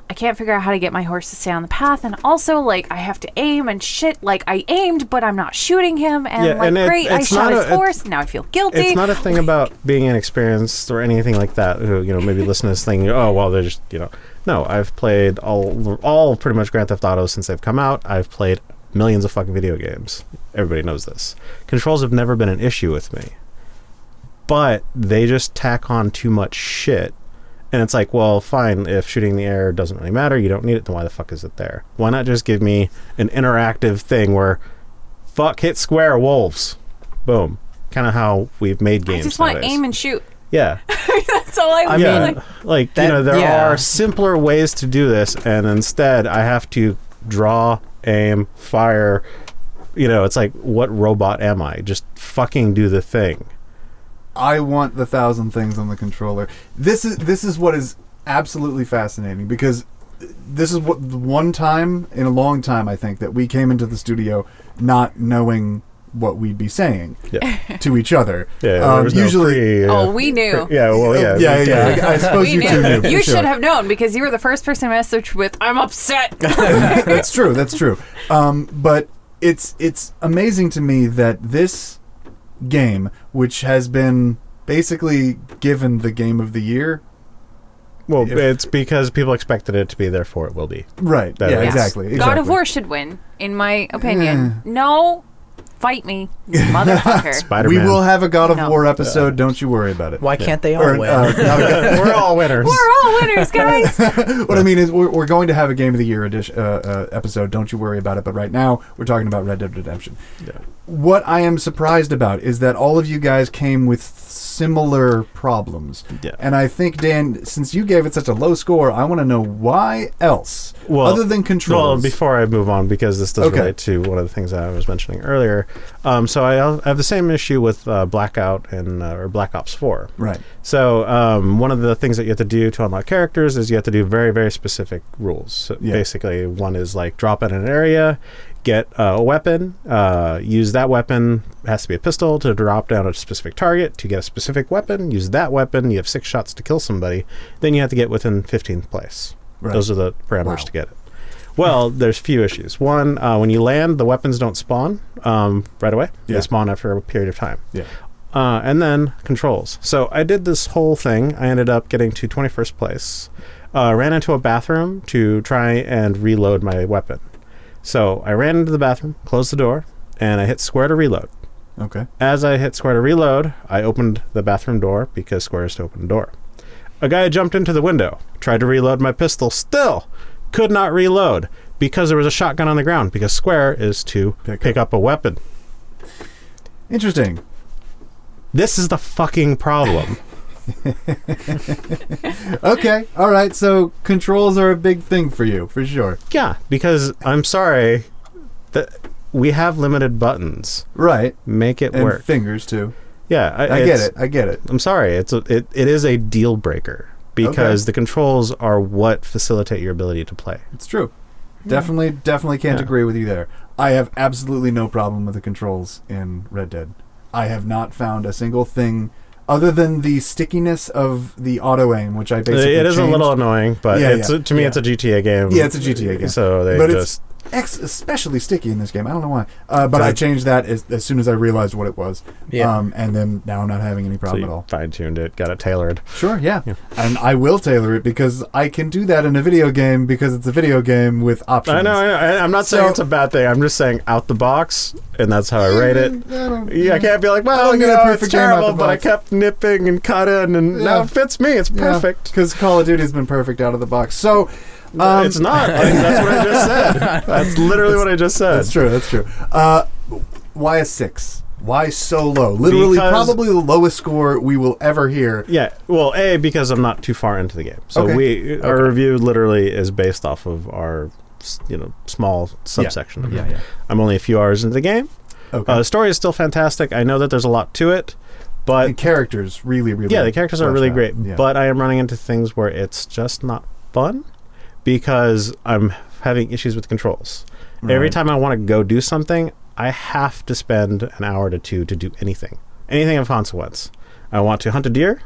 S1: I can't figure out how to get my horse to stay on the path, and also like I have to aim and shit. Like I aimed, but I'm not shooting him, and
S4: Yeah,
S1: like
S4: and it-
S1: great, I
S4: it's
S1: shot
S4: not
S1: his
S4: a- it-
S1: horse. now I feel guilty.
S4: It's not a thing about being inexperienced or anything like that. Who you know maybe listen to this thing. Oh well, they're just you know. No, I've played all all pretty much Grand Theft Auto since they've come out. I've played millions of fucking video games. Everybody knows this. Controls have never been an issue with me, but they just tack on too much shit. And it's like, well, fine. If shooting in the air doesn't really matter, you don't need it. Then why the fuck is it there? Why not just give me an interactive thing where, fuck, hit square wolves, boom. Kind of how we've made
S1: I
S4: games.
S1: just want
S4: nowadays.
S1: aim and shoot.
S4: Yeah.
S1: That's all I,
S5: I
S1: want.
S5: mean,
S4: yeah.
S1: Like,
S4: like,
S5: that-
S4: you know, there
S5: yeah.
S4: are simpler ways to do this, and instead I have to draw, aim, fire. You know, it's like, what robot am I? Just fucking do the thing.
S2: I want the thousand things on the controller. This is this is what is absolutely fascinating because this is what the one time in a long time I think that we came into the studio not knowing what we'd be saying
S4: Yeah.
S2: to each other.
S4: Yeah.
S2: Um,
S4: there's no
S2: usually. Oh,
S4: pre-
S1: oh, we knew.
S4: yeah. Well, yeah.
S2: yeah, yeah, yeah, I, I suppose
S1: We
S2: you two
S1: knew.
S2: knew. for
S1: You
S2: sure.
S1: should have known because you were the first person messaged with "I'm upset."
S2: that's true. That's true. Um, but it's it's amazing to me that this game, which has been basically given the game of the year,
S4: Well,
S2: If-
S4: it's because people expected it to be, therefore it will be.
S2: right?
S4: That
S2: yeah,
S4: is-
S2: exactly. exactly.
S1: God of War should win, in my opinion. No, fight me, motherfucker.
S4: Spider
S2: We will have a God of
S1: No.
S2: War episode. Don't you worry about it.
S5: why can't they all
S2: Or,
S5: win?
S2: uh, not a God-
S4: We're all winners.
S1: we're all winners, guys.
S2: what I mean is, we're, we're going to have a Game of the Year edition, uh, uh, episode. Don't you worry about it. But right now, we're talking about Red Dead Redemption.
S4: Yeah.
S2: what I am surprised about is that all of you guys came with similar problems.
S4: Yeah.
S2: And I think Dan, since you gave it such a low score, I want to know why else,
S4: Well,
S2: other than
S4: Well,
S2: controls.
S4: before I move on, because this does
S2: Okay.
S4: relate to one of the things I was mentioning earlier. Um, so I al- I have the same issue with uh, Blackout and uh, or Black Ops Four.
S2: right.
S4: So um, one of the things that you have to do to unlock characters is you have to do very very specific rules. So
S2: Yeah.
S4: Basically, one is like drop in an area, get uh, a weapon, uh, use that weapon. It has to be a pistol to drop down a specific target to get a specific weapon. Use that weapon. You have six shots to kill somebody. Then you have to get within fifteenth place.
S2: Right.
S4: Those are the parameters
S2: Wow.
S4: to get it. Well, there's few issues. One, uh, when you land, the weapons don't spawn um, right away.
S2: Yeah.
S4: They spawn after a period of time.
S2: Yeah.
S4: Uh, and then controls. So I did this whole thing. I ended up getting to 21st place. Uh, ran into a bathroom to try and reload my weapon. So I ran into the bathroom, closed the door, and I hit square to reload.
S2: Okay.
S4: As I hit square to reload, I opened the bathroom door because square is to open a door. A guy jumped into the window, tried to reload my pistol, still could not reload because there was a shotgun on the ground because square is to
S2: Pick
S4: pick, up. a weapon.
S2: Interesting.
S4: This is the fucking problem.
S2: Okay. All right. So controls are a big thing for you, for sure.
S4: yeah, because I'm sorry that we have limited buttons.
S2: Right.
S4: Make it
S2: And
S4: work.
S2: fingers too.
S4: yeah,
S2: I get
S4: it's-
S2: it. I get it.
S4: I'm sorry. It's a, it, it is a deal breaker because the controls are what facilitate your ability to play.
S2: It's true. Definitely, definitely can't
S4: Yeah.
S2: agree with you there. I have absolutely no problem with the controls in Red Dead. I have not found a single thing other than the stickiness of the auto aim, which I basically
S4: it is a
S2: changed.
S4: little annoying, but
S2: Yeah,
S4: it's
S2: yeah,
S4: to me
S2: yeah.
S4: it's a GTA game.
S2: Yeah, it's a GTA game.
S4: So they
S2: But it's-
S4: just
S2: Ex- especially sticky in this game. I don't know why, uh, but I
S4: Right.
S2: changed that as, as soon as I realized what it was.
S5: Yeah.
S2: Um, and then now I'm not having any
S4: so
S2: problem at all.
S4: fine tuned it, got it tailored.
S2: Sure, yeah.
S4: Yeah.
S2: and I will tailor it because I can do that in a video game because it's a video game with options.
S4: I know, I know. I- I'm not saying
S2: So-
S4: it's a bad thing. I'm just saying out the box, and that's how I rate it.
S2: don't-
S4: Yeah, I can't be like,
S2: I
S4: well,
S2: don't
S4: you
S2: get a
S4: know,
S2: perfect
S4: it's
S2: game out
S4: terrible,
S2: the
S4: but I
S2: box.
S4: kept nipping and cutting, and now
S2: Yeah.
S4: it fits me. It's perfect.
S2: Because Call of Duty's been perfect out of the box. So um,
S4: it's not. Like, that's what I just said. That's literally what I just said.
S2: That's true. That's true. Uh, why a six? Why so low? Literally,
S4: Because-
S2: probably the lowest score we will ever hear.
S4: Yeah, well, a because I'm not too far into the game, so
S2: Okay.
S4: we our
S2: Okay.
S4: review literally is based off of our s- you know small subsection. of it.
S2: yeah.
S4: I'm only a few hours into the game.
S2: Okay.
S4: Uh, the story is still fantastic. I know that there's a lot to it,
S2: the
S4: but
S2: characters really, really.
S4: yeah, the characters are
S2: fleshed
S4: really
S2: out.
S4: great.
S2: Yeah.
S4: But I am running into things where it's just not fun because I'm having issues with controls. Every
S2: Right.
S4: time I want to go do something, I have to spend an hour to two to do anything, anything of consequence. I want to hunt a deer,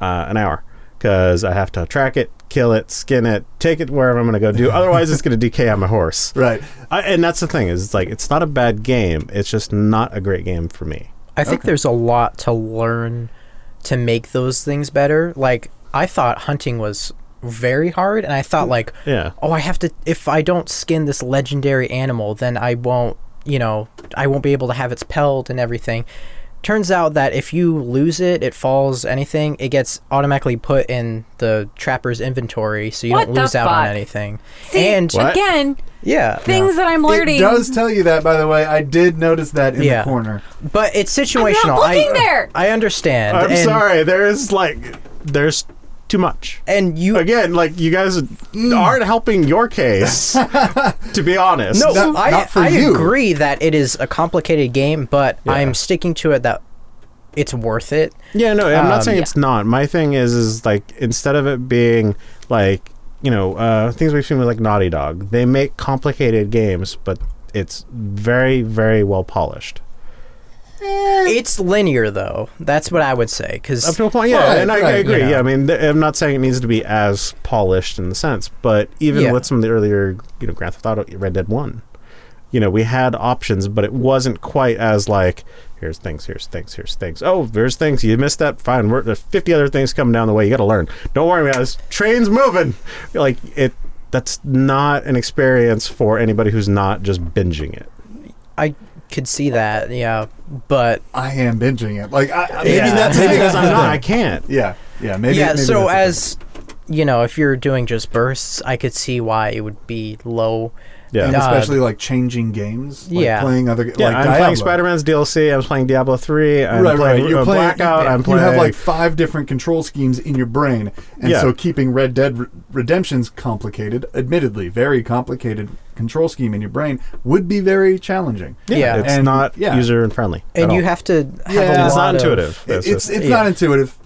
S4: uh, an hour, because I have to track it, kill it, skin it, take it wherever I'm going to go do. Otherwise, it's going to decay on my horse.
S2: right.
S4: I, and that's the thing is, it's like it's not a bad game. It's just not a great game for me.
S5: I think there's a lot to learn to make those things better. Like I thought hunting was very hard and I thought like
S4: Yeah.
S5: oh I have to if I don't skin this legendary animal then I won't, you know, I won't be able to have its pelt and everything. Turns out that if you lose it, it falls anything, it gets automatically put in the trapper's inventory so you
S1: What
S5: don't
S1: the
S5: lose out on
S1: fuck?
S5: anything.
S1: See,
S5: and
S4: What?
S1: again,
S5: yeah.
S1: things that I'm learning.
S2: It does tell you that, by the way. I did notice that in
S5: Yeah.
S2: the corner.
S5: But it's situational.
S1: looking
S5: I,
S1: there!
S5: I understand.
S4: I'm
S5: and-
S4: sorry. There's like there's too much. Mm.
S5: And you
S4: Again, like you guys aren't helping your case. to be honest,
S5: No,
S2: Not-
S5: I,
S2: not for
S5: I
S2: you.
S5: agree that it is a complicated game, but I'm sticking to it that it's worth it.
S4: Yeah, no, I'm
S5: Um,
S4: not saying
S1: Yeah.
S4: it's not. My thing is, is like instead of it being like you know uh, things we've seen with like Naughty Dog, they make complicated games, but it's very, very well polished
S5: It's linear, though. That's what I would say.
S4: up
S5: Because
S4: to a point. Yeah,
S2: Right,
S4: and I, I
S2: right,
S4: agree.
S5: you know.
S4: Yeah, I mean, th- I'm not saying it needs to be as polished in the sense, but even
S5: Yeah.
S4: with some of the earlier, you know, Grand Theft Auto, Red Dead One, you know, we had options, but it wasn't quite as like. Here's things. Here's things. Here's things. Oh, there's things. You missed that. Fine. We're, there's 50 other things coming down the way. You got to learn. Don't worry, man. This train's moving. Like it. That's not an experience for anybody who's not just binging it.
S5: I could see that, yeah. But
S2: I am binging it. Like I, I- maybe
S5: Yeah.
S2: that's
S4: Maybe
S2: maybe
S4: because I'm not. I can't.
S2: Yeah, yeah. Maybe
S5: yeah,
S2: maybe
S5: so
S2: that's
S5: as you know, if you're doing just bursts, I could see why it would be low.
S4: Yeah.
S2: and
S5: Uh,
S2: especially like changing games, like
S5: yeah.
S2: playing other. like
S4: Yeah, I'm playing
S2: Diablo.
S4: Spider Man's DLC. I was playing Diablo 3. I'm
S2: right,
S4: playing
S2: right.
S4: uh,
S2: You're playing
S4: Blackout.
S2: You,
S4: I'm playing.
S2: you have like five different control schemes in your brain, and
S4: Yeah.
S2: so keeping Red Dead Re- Redemption's complicated, admittedly very complicated control scheme in your brain would be very challenging.
S5: Yeah.
S4: It's
S2: And-
S4: not
S2: yeah.
S4: user friendly.
S5: and you have to have
S2: Yeah.
S5: a lot
S4: It's not
S5: of-
S4: intuitive.
S2: It-
S4: That's
S2: it's
S4: just-
S2: it's
S5: yeah.
S2: not intuitive.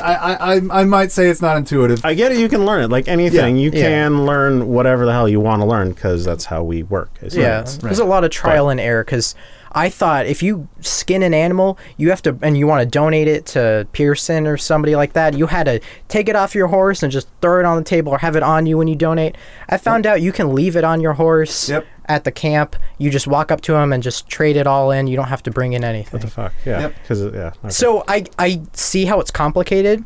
S2: I, I I I might say it's not intuitive.
S4: I get it. You can learn it like anything.
S2: Yeah,
S4: you
S5: yeah.
S4: can learn whatever the hell you want to learn because that's how we work. as
S5: Yeah,
S4: humans.
S5: there's a lot of trial and error because I thought if you skin an animal, you have to, and you want to donate it to Pearson or somebody like that, you had to take it off your horse and just throw it on the table or have it on you when you donate. I found out you can leave it on your horse
S2: Yep.
S5: at the camp. You just walk up to him and just trade it all in. You don't have to bring in anything.
S4: What the fuck? Yeah.
S2: Yep.
S4: Because yeah. okay.
S5: So I I see how it's complicated,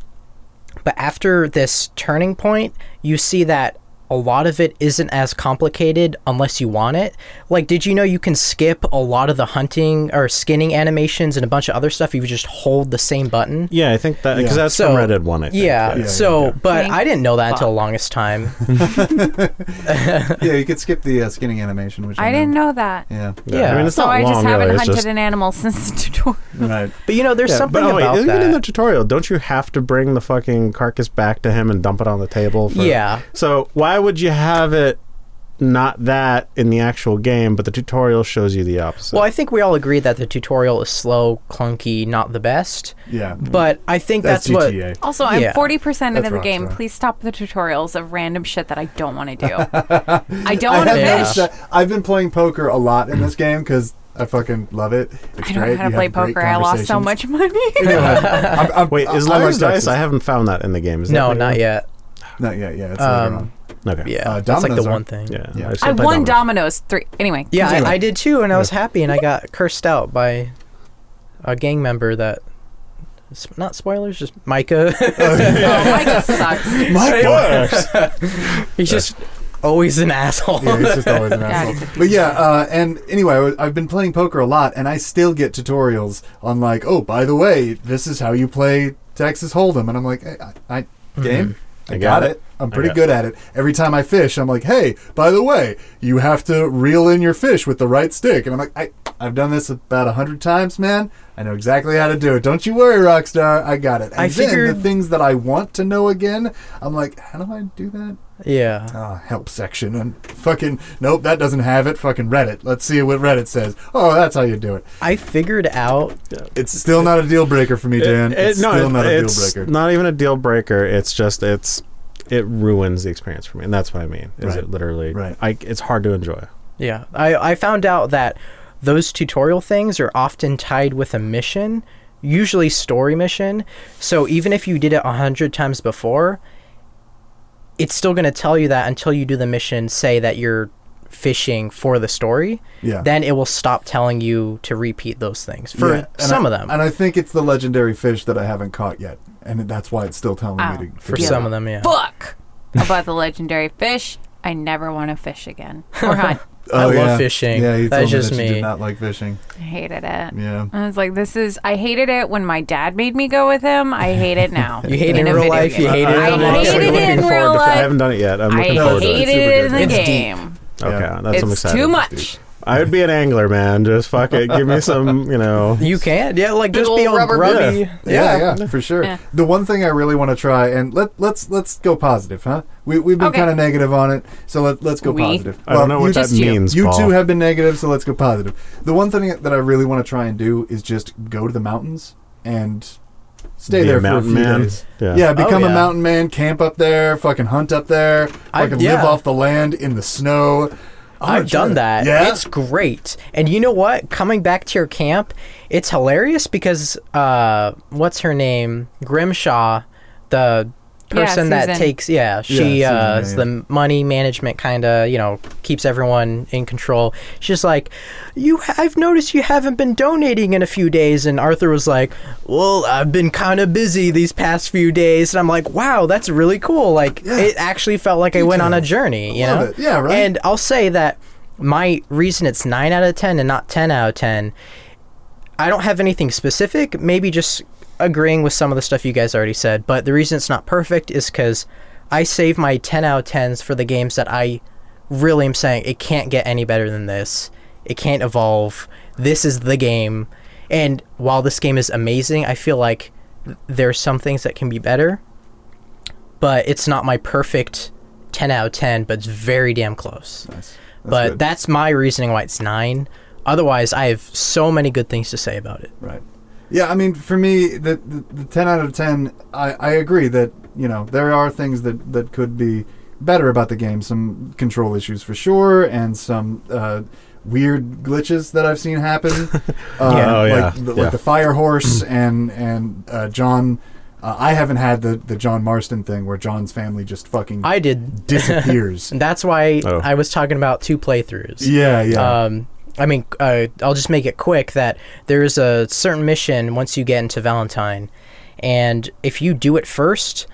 S5: but after this turning point, you see that a lot of it isn't as complicated unless you want it. Like, did you know you can skip a lot of the hunting or skinning animations and a bunch of other stuff if you just hold the same button?
S4: yeah, I think that because
S2: Yeah.
S4: that's
S5: So-
S4: from Red Dead One. I think.
S5: Yeah,
S2: Yeah,
S5: so,
S2: yeah.
S5: but
S1: Thank
S5: I didn't know that until
S1: fuck.
S5: longest time.
S2: yeah, you could skip the uh, skinning animation, which I,
S1: I didn't know that.
S2: Yeah,
S5: Yeah.
S4: I mean, it's
S1: So
S4: not
S1: I
S4: long.
S1: just haven't
S4: really. It's
S1: hunted
S4: just,
S1: an animal since the tutorial.
S2: right.
S5: But you know, there's
S4: Yeah,
S5: something
S4: but, oh, wait,
S5: about
S4: even in the
S5: that.
S4: tutorial, don't you have to bring the fucking carcass back to him and dump it on the table? For,
S5: Yeah.
S4: So why would you have it not that in the actual game, but the tutorial shows you the opposite?
S5: Well, I think we all agree that the tutorial is slow, clunky, not the best.
S2: Yeah,
S5: But I think
S2: that's,
S5: that's, what
S2: GTA.
S1: Also, I'm
S5: Yeah.
S1: 40%
S2: That's
S1: into the game.
S2: Rockstar.
S1: Please stop the tutorials of random shit that I don't want to do. I don't
S2: I
S1: want to
S2: have
S5: Yeah.
S1: fish.
S2: noticed that. I've been playing poker a lot in this game because I fucking love it. It's
S1: I don't
S2: great.
S1: know how
S2: You
S1: to play
S2: have great
S1: poker. I lost so
S2: conversations.
S1: much money.
S2: I'm- I'm-
S4: Wait, is
S2: I- I
S4: Lumber's
S2: like
S4: Dice?
S2: Texas.
S4: I haven't found that in the game. Is that
S5: No,
S4: what Uh,
S5: not
S4: you-
S5: yet.
S2: No, yeah, yeah. It's
S5: Um,
S2: later on.
S4: Okay.
S5: Yeah,
S2: Uh,
S5: that's like the
S2: dominoes are-
S5: one thing.
S4: Yeah.
S2: Yeah.
S4: still
S1: I
S4: play
S1: won
S4: dominoes.
S1: dominoes three. Anyway,
S5: Yeah,
S2: Continue.
S5: I, I did too, and I was happy, and I got cursed out by a gang member that. s- Not spoilers, just Micah.
S1: oh, Micah sucks.
S2: My gosh.
S5: He's just always an asshole.
S2: yeah, he's just always an
S1: he's a
S2: asshole.
S1: piece
S2: But yeah, uh, and anyway, I was- I've been playing poker a lot, and I still get tutorials on like, oh, by the way, this is how you play Texas Hold'em, and I'm like, I, I, I game. I
S4: I
S2: got
S4: got
S2: it. I'm pretty
S4: got
S2: good at it. Every time I fish, I'm like, "Hey, by the way, you have to reel in your fish with the right stick." And I'm like, "I, I've done this about a hundred times, man. I know exactly how to do it. Don't you worry, Rockstar. I got it." And
S5: I
S2: then the
S5: figured-
S2: things that I want to know again, I'm like, "How do I do that?"
S5: yeah.
S2: Ah, help section and fucking nope, that doesn't have it. Fucking Reddit. Let's see what Reddit says. Oh, that's how you do it.
S5: I figured out.
S2: It's still not a deal breaker for me, Dan.
S4: It- it-
S2: it's
S4: no,
S2: still
S4: it-
S2: not a deal
S4: it's
S2: breaker.
S4: Not even a deal breaker. It's just it's it ruins the experience for me, and that's what I mean. Is
S2: Right.
S4: it literally?
S2: Right.
S4: I, it's hard to enjoy.
S5: Yeah. I, I found out that those tutorial things are often tied with a mission, usually story mission. So even if you did it a hundred times before, it's still going to tell you that until you do the mission, say that you're fishing for the story.
S2: yeah.
S5: then it will stop telling you to repeat those things for
S2: Yeah, and
S5: some
S2: I-
S5: of them.
S2: And I think it's the legendary fish that I haven't caught yet, and that's why it's still telling
S1: Oh.
S2: me to.
S5: for
S2: to do
S5: some
S2: it.
S5: of them, yeah.
S1: Book about the legendary fish. I never want to fish again or hunt.
S5: I love fishing.
S2: Oh, Yeah, you
S5: That's
S2: told
S5: just
S2: me that you
S5: me.
S2: did not like fishing.
S1: I hated it.
S2: Yeah.
S1: I was like, this is. I hated it when my dad made me go with him. I hate it now.
S5: You hate it
S1: a
S5: in real
S1: video
S5: life, you
S1: game.
S5: hate it
S1: I
S5: in real life.
S1: hate
S4: Actually
S1: it
S4: looking
S1: in
S4: forward
S1: real
S4: to- I
S1: life.
S4: haven't done it yet. I'm
S1: I
S4: looking forward to
S1: hate
S4: it.
S2: It's super
S1: it in
S2: good.
S1: the
S5: It's deep.
S1: game.
S4: Okay,
S2: Yeah.
S4: that's I'm
S1: it's
S4: excited.
S1: too much.
S4: I would be an angler, man. Just fuck it. Give me some, you know.
S5: You can't, yeah. Like
S1: Big
S5: just be
S1: ol'
S5: all
S1: rubber
S5: grubby.
S1: booty.
S2: Yeah, yeah, for sure.
S1: Yeah.
S2: The one thing I really want to try, and let let's let's go positive, huh? We we've been
S1: Okay.
S2: kind of negative on it, so let let's go
S1: We?
S2: positive.
S4: I don't know what
S2: you,
S4: that
S1: Just you.
S4: means.
S2: you
S4: Paul.
S2: two have been negative, so let's go positive. The one thing that I really want to try and do is just go to the mountains and stay
S4: Be
S2: there
S4: a
S2: for a
S4: mountain
S2: few
S4: man.
S2: days.
S4: Yeah.
S2: Yeah, become
S5: Oh,
S2: a
S5: yeah.
S2: mountain man, camp up there, fucking hunt up there,
S5: I-
S2: fucking live
S5: yeah.
S2: off the land in the snow. I wanna
S5: Oh, I've
S2: try
S5: done that.
S2: Yeah,
S5: It's great. And you know what? Coming back to your camp, it's hilarious because uh what's her name? Grimshaw, the
S1: Yeah,
S5: person that
S1: Susan.
S5: takes yeah, she
S2: Susan,
S5: uh
S2: yeah,
S5: is
S2: yeah.
S5: the money management kind of, you know, keeps everyone in control. She's like, "You ha- I've noticed you haven't been donating in a few days." And Arthur was like, "Well, I've been kind of busy these past few days." And I'm like, "Wow, that's really cool." Like it actually felt like I went on a
S2: Details.
S5: journey, you
S2: love
S5: know?
S2: it. Yeah, right.
S5: And I'll say that my reason it's 9 out of 10 and not 10 out of 10, I don't have anything specific, maybe just agreeing with some of the stuff you guys already said, but the reason it's not perfect is because I save my 10 out of 10s for the games that I really am saying it can't get any better than this. It can't evolve. This is the game. And while this game is amazing, I feel like th- there are some things that can be better, but it's not my perfect 10 out of 10, but it's very damn close.
S2: Nice. That's
S5: but
S2: good.
S5: that's my reasoning why it's 9. Otherwise, I have so many good things to say about it.
S2: Right. Yeah, I mean, for me, the, the, the 10 out of 10, I, I agree that, you know, there are things that, that could be better about the game. Some control issues for sure, and some uh, weird glitches that I've seen happen. uh,
S5: Yeah.
S4: Oh, yeah.
S2: Like, the,
S4: Yeah.
S2: like the fire horse and, and uh, John. Uh, I haven't had the, the John Marston thing where John's family just fucking
S5: I did.
S2: disappears.
S5: And that's why
S4: Oh.
S5: I was talking about two playthroughs.
S2: yeah, yeah.
S5: Um, I mean, uh, I'll just make it quick that there's a certain mission once you get into Valentine, and if you do it first,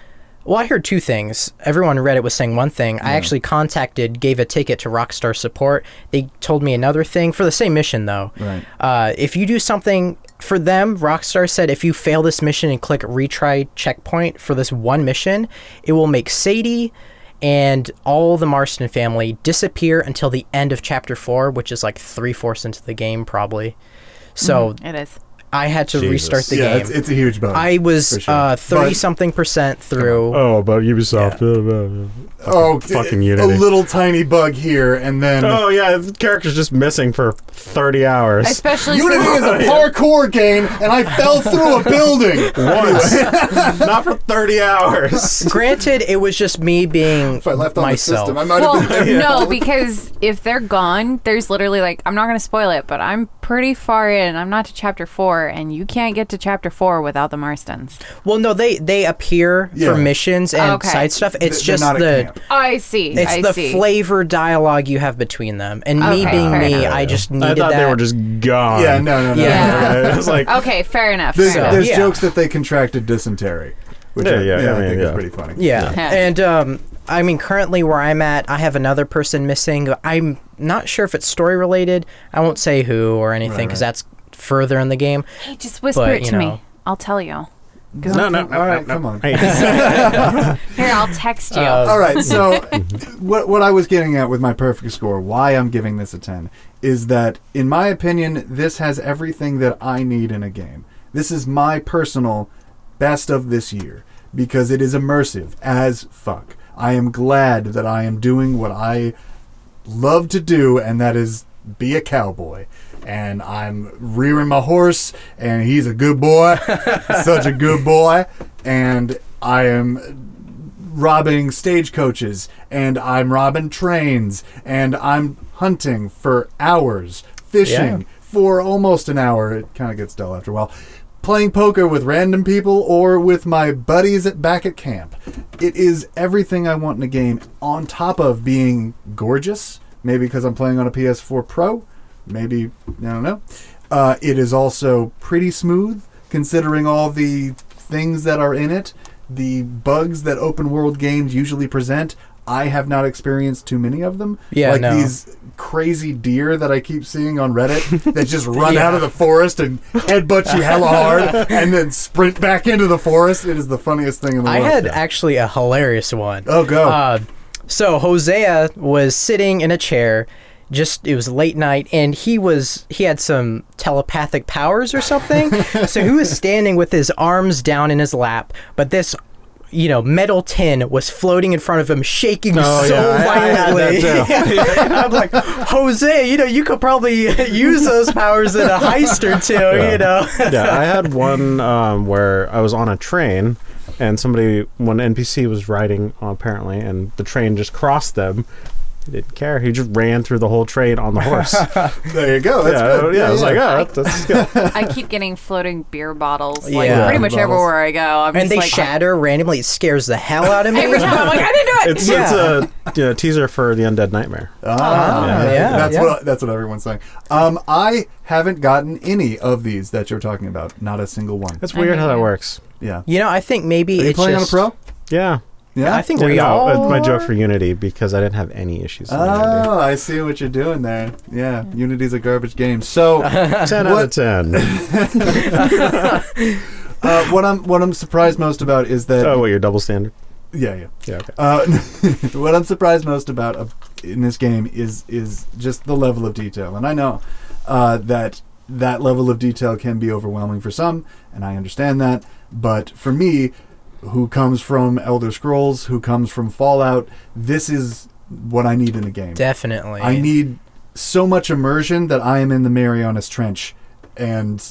S5: well, I heard two things. Everyone on Reddit was saying one thing. I actually contacted, gave a ticket to Rockstar support. They told me another thing for the same mission though.
S2: Right.
S5: Uh, if you do something for them, Rockstar said if you fail this mission and click retry checkpoint for this one mission, it will make Sadie and all the Marston family disappear until the end of chapter four, which is like three fourths into the game, probably. So
S1: It is.
S5: I had to
S4: Jesus.
S5: restart the
S2: yeah,
S5: game.
S2: it's, it's a huge bonus.
S5: I
S2: for
S5: was
S2: sure.
S5: uh
S2: But-
S5: thirty something percent through.
S4: Oh, about Ubisoft.
S2: oh,
S4: fucking
S2: a
S4: Unity.
S2: little tiny bug here, and then
S4: Oh yeah, the character's just missing for thirty hours.
S1: Especially
S2: Unity
S1: since,
S2: is a parkour game, and I fell through a building.
S4: once, not for thirty hours.
S5: Granted, it was just me being
S2: If I left on
S5: myself.
S2: the system, I might have been
S1: well,
S2: there.
S1: no, because if they're gone, there's literally like I'm not going to spoil it, but I'm pretty far in. I'm not to chapter four, and you can't get to chapter four without the Marstons.
S5: Well, no, they they appear
S2: Yeah.
S5: for missions and
S1: Okay.
S5: side stuff. It's
S2: They're
S5: just
S2: not at
S5: the
S2: camp.
S1: I see.
S5: it's
S1: I
S5: the
S1: see.
S5: flavor dialogue you have between them. And me
S1: Okay,
S5: being
S1: fair
S5: me,
S1: enough.
S5: I just needed
S4: I thought
S5: that.
S4: they were just gone.
S2: Yeah, no, no, no.
S5: Yeah.
S2: no, no.
S4: I was like,
S1: Okay, fair enough.
S2: There's,
S1: fair enough.
S2: there's
S5: Yeah.
S2: jokes that they contracted dysentery, which
S4: Yeah,
S2: I,
S4: yeah,
S2: yeah, I
S4: yeah,
S2: think is
S4: yeah.
S2: pretty funny.
S5: yeah.
S1: Yeah.
S5: And um I mean currently where I'm at, I have another person missing. I'm not sure if it's story related. I won't say who or anything cuz
S2: right.
S5: that's further in the game.
S1: Hey, just whisper
S5: But,
S1: it to
S5: you know.
S1: me. I'll tell you.
S4: no, no, no,
S2: All
S4: no,
S2: right,
S4: no.
S2: come on.
S4: Hey,
S1: Here, I'll text you.
S5: Uh,
S2: All right, so what what I was getting at with my perfect score, why I'm giving this a 10, is that in my opinion, this has everything that I need in a game. This is my personal best of this year because it is immersive as fuck. I am glad that I am doing what I love to do, and that is be a cowboy. And I'm rearing my horse, and he's a good boy, such a good boy. And I am robbing stagecoaches, and I'm robbing trains, and I'm hunting for hours, fishing
S5: Yeah.
S2: for almost an hour. It kind of gets dull after a while. Playing poker with random people or with my buddies at, back at camp. It is everything I want in a game, on top of being gorgeous. Maybe because I'm playing on a PS4 Pro. Maybe, I don't know. Uh, it is also pretty smooth, considering all the things that are in it. The bugs that open world games usually present, I have not experienced too many of them.
S5: Yeah,
S2: like
S5: no.
S2: these crazy deer that I keep seeing on Reddit that just run
S5: Yeah.
S2: out of the forest and headbutt you hella hard and then sprint back into the forest. It is the funniest thing in the
S5: I
S2: world.
S5: had actually a hilarious one.
S2: Oh, go.
S5: Uh, so Hosea was sitting in a chair. Just it was late night, and he was he had some telepathic powers or something. so he was standing with his arms down in his lap, but this. You know, metal tin was floating in front of him, shaking
S4: Oh,
S5: so
S4: yeah, I- I had
S5: violently.
S4: that
S5: I'm like, Jose, you know, you could probably use those powers in a heist or two, you know.
S4: yeah, I had one um, where I was on a train, and somebody, one NPC was riding uh, apparently, and the train just crossed them. He didn't care. He just ran through the whole train on the horse. yeah,
S2: there you go. That's
S4: yeah,
S2: good.
S4: I was like, oh, that's, that's good.
S1: I keep getting floating beer bottles, like
S5: Yeah.
S1: pretty much
S2: Bottles.
S1: everywhere I go. I'm
S5: And
S1: just
S5: they
S1: like,
S5: shatter randomly. It scares the hell out of me.
S1: Every time I'm like, I didn't do it.
S4: It's, it's a you know, teaser for the Undead Nightmare.
S2: Ah,
S5: Yeah. yeah,
S2: that's
S5: yeah.
S2: what that's what everyone's saying. Um, I haven't gotten any of these that you're talking about. Not a single one.
S4: That's weird how that works.
S2: yeah.
S5: You know, I think maybe
S2: Are you
S5: it's
S2: playing
S5: just,
S2: on a pro?
S4: Yeah.
S2: Yeah,
S5: I think
S4: Yeah,
S5: we
S4: no,
S5: all.
S4: it's my joke for Unity because I didn't have any issues. with Unity.
S2: Oh, I see what you're doing there. Yeah, Unity's a garbage game. So,
S5: Oh.
S2: uh,
S4: 10 out of 10.
S2: what I'm what I'm surprised most about is that
S4: oh, what, your double standard?
S2: yeah yeah
S4: Yeah, okay.
S2: Uh, what I'm surprised most about uh, in this game is is just the level of detail, and I know uh, that that level of detail can be overwhelming for some, and I understand that. But for me, who comes from Elder Scrolls, who comes from Fallout, this is what I need in a game.
S5: Definitely.
S2: I need so much immersion that I am in the Marianas Trench, and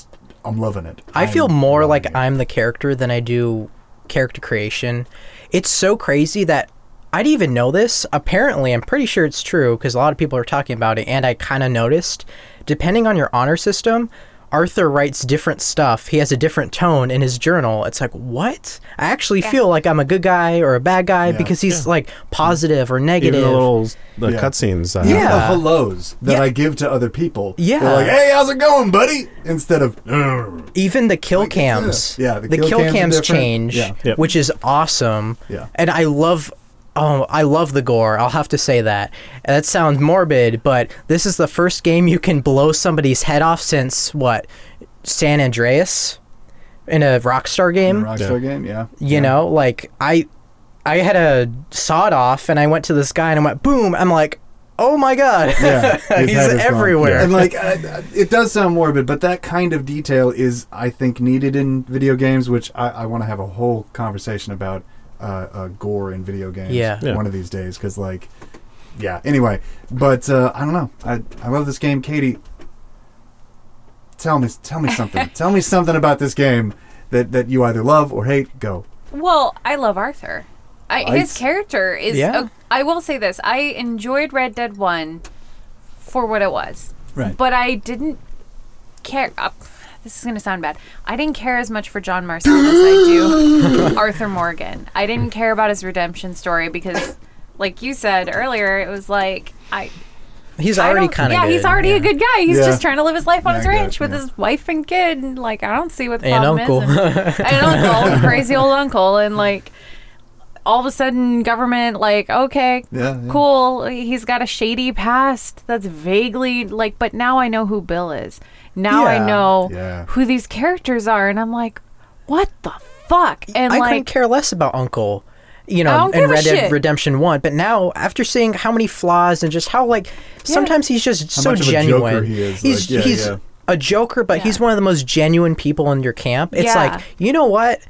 S2: I'm loving it.
S5: I feel
S2: I'm
S5: more
S2: loving
S5: like
S2: it.
S5: I'm the character than I do character creation. It's so crazy that I didn't even know this. Apparently, I'm pretty sure it's true because a lot of people are talking about it, and I kind of noticed. Depending on your honor system, Arthur writes different stuff. He has a different tone in his journal. It's like, what? I actually feel like I'm a good guy or a bad guy
S2: Yeah.
S5: because he's like positive or negative.
S4: Even the little the
S2: Yeah.
S4: cutscenes. Uh,
S2: Even
S5: Yeah.
S2: the hellos that
S5: Yeah.
S2: I give to other people.
S5: Yeah.
S2: They're like, hey, how's it going, buddy? Instead of, "Urgh."
S5: even the kill cams
S2: yeah,
S5: the, kill,
S2: are
S5: cams,
S2: different.
S5: change
S2: Yeah.
S4: Yep.
S5: which is awesome
S2: Yeah.
S5: and i love oh i love the gore i'll have to say that And that sounds morbid but this is the first game you can blow somebody's head off since what san andreas in a rockstar
S2: In a
S5: game
S2: Rockstar game, yeah.
S5: you know like i i had a sawed off and i went to this guy and i went boom i'm like oh my god
S2: Yeah, his head
S5: he's
S2: is gone.
S5: everywhere
S2: And like, uh, it does sound morbid, but that kind of detail is, I think, needed in video games, which I, I want to have a whole conversation about uh, uh, gore in video games
S5: Yeah.
S4: Yeah.
S2: one of these days, because like, yeah. Anyway, but uh, I don't know. I I love this game, Katie. Tell me, tell me something. tell me something about this game that that you either love or hate. Go.
S1: Well, I love Arthur. I,
S2: I-
S1: his character is.
S5: Yeah.
S1: oh, I will say this: I enjoyed Red Dead One for what it was,
S2: Right.
S1: but I didn't care. Uh, this is going to sound bad. I didn't care as much for John Marston as I do Arthur Morgan. I didn't care about his redemption story because, like you said earlier, it was like I.
S5: he's
S1: I
S5: already
S1: don't-
S5: kind of
S1: yeah. He's already a good guy. He's
S2: Yeah.
S1: just trying to live his life on
S2: Yeah,
S1: his
S2: I got
S1: ranch
S2: you,
S1: with
S2: yeah.
S1: his wife and kid. And, like I don't see what the
S5: And
S1: problem
S5: uncle.
S1: is. And, and uncle, crazy old uncle, and like all of a sudden government like okay
S2: Yeah, yeah.
S1: cool he's got a shady past that's vaguely like but now i know who bill is now
S5: Yeah.
S1: i know
S2: Yeah.
S1: who these characters are and i'm like what the fuck and
S5: I couldn't
S1: like
S5: care less about Uncle, you
S1: I
S5: know,
S1: don't
S5: in
S1: give a
S5: Red Dead
S1: shit.
S5: Redemption One. But now, after seeing how many flaws and just how like sometimes he's just so
S2: much of a
S5: genuine.
S2: joker he is,
S5: hehe's
S2: like, yeah,
S5: he's
S2: yeah.
S5: a joker, but he's
S1: Yeah.
S5: one of the most genuine people in your camp. It's
S1: Yeah.
S5: like you know what.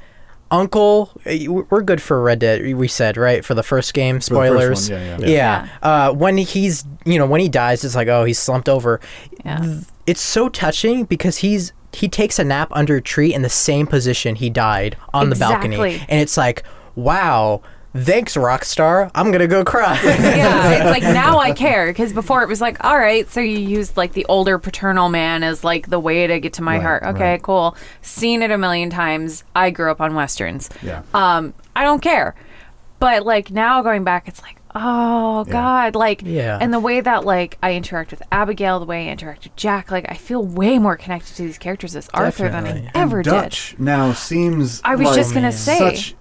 S5: Uncle, eh, we're good for Red Dead. We said right for the first game.
S2: the first one,
S5: Spoilers.
S2: yeah, yeah.
S5: Yeah. Uh, when he's, you know, when he dies, it's like, oh, he's slumped over.
S1: Yeah.
S5: It's so touching because he's he takes a nap under a tree in the same position he died on the balcony,
S1: Exactly.
S5: and it's like, wow, thanks, Rockstar. I'm gonna go cry.
S1: yeah, it's like now I care because before it was like, all right, so you used like the older paternal man as like the way to get to my
S2: Right,
S1: heart. Okay,
S2: right.
S1: cool. Seen it a million times. I grew up on westerns.
S2: Yeah.
S1: Um, I don't care, but like now going back, it's like, oh god, like
S5: Yeah.
S1: And the way that like I interact with Abigail, the way I interact with Jack, like I feel way more connected to these characters as Arthur
S5: Definitely.
S1: than I ever did.
S2: Dutch now seems.
S1: I was
S2: like
S1: just gonna say.
S2: such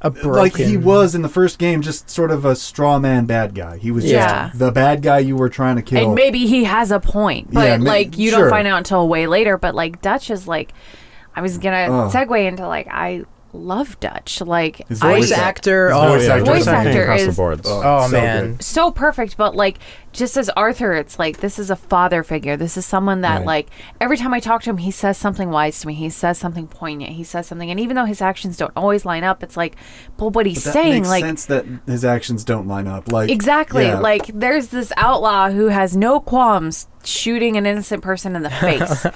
S5: a broken.
S2: like he was in the first game, just sort of a straw man bad guy. He was
S1: Yeah.
S2: just the bad guy you were trying to kill.
S1: And maybe he has a point, but
S2: Yeah, ma-
S1: like you
S2: sure.
S1: don't find out until way later. But like Dutch is like, I was gonna
S2: Oh.
S1: segue into like I love Dutch, like
S2: His
S1: I,
S5: voice
S2: Voice
S5: actor.
S2: actor.
S5: Oh,
S2: Voice
S5: yeah.
S2: actor.
S1: Voice
S4: acting
S1: actor
S4: across the
S1: is-
S4: boards.
S5: Oh,
S2: so
S5: man.
S2: good.
S1: so perfect. But like just as Arthur, it's like this is a father figure. This is someone that
S2: Right.
S1: like every time I talk to him, he says something wise to me. He says something poignant. He says something, and even though his actions don't always line up, it's like, but what he's
S2: That
S1: saying,
S2: makes
S1: like
S2: sense that his actions don't line up. Like
S1: Exactly.
S2: yeah.
S1: Like there's this outlaw who has no qualms shooting an innocent person in the face.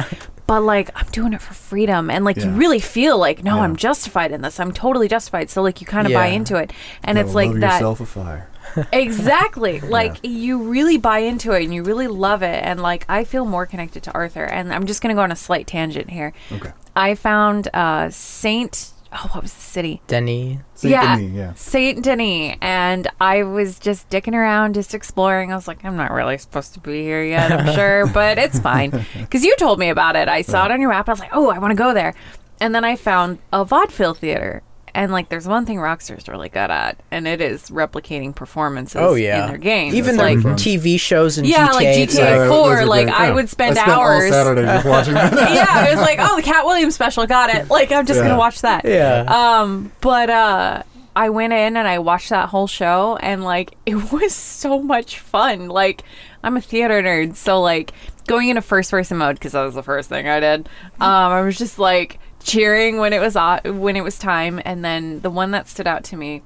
S1: but like I'm doing it for freedom and like you
S2: Yeah.
S1: really feel like no,
S2: Yeah.
S1: I'm justified in this. I'm totally justified. So like you kind of buy
S5: Yeah.
S1: into it. And
S2: Gotta
S1: it's like
S2: love
S1: that
S2: yourself a fire.
S1: Exactly. Like you really buy into it and you really love it and like I feel more connected to Arthur and I'm just going to go on a slight tangent here.
S2: Okay.
S1: I found uh Saint Oh, what was the city?
S5: Denny.
S2: Saint
S1: yeah,
S2: Denis, yeah.
S1: Saint Denis. And I was just dicking around, just exploring. I was like, I'm not really supposed to be here yet, I'm sure, but it's fine. Because you told me about it. I saw it on your map. I was like, oh, I want to go there. And then I found a vaudeville theater. And like, there's one thing Rockstar's really good at, and it is replicating performances
S5: Oh yeah.
S1: in their games.
S5: Even
S1: like,
S5: their TV shows and
S1: yeah,
S5: GTA.
S1: like
S5: it's
S1: GTA
S2: Yeah, those
S1: 4,
S2: are
S1: like,
S2: great.
S1: I
S4: Yeah.
S1: would
S2: I
S1: spend
S2: spent all
S1: hours.
S2: Saturday just watching that.
S1: yeah, it was like, oh, the Cat Williams special, got it. Like, I'm just
S2: Yeah.
S1: going to watch that.
S5: Yeah.
S1: Um, but uh I went in and I watched that whole show and like it was so much fun. Like I'm a theater nerd, so like going into first person mode because that was the first thing I did. Um, I was just like cheering when it was o- when it was time, and then the one that stood out to me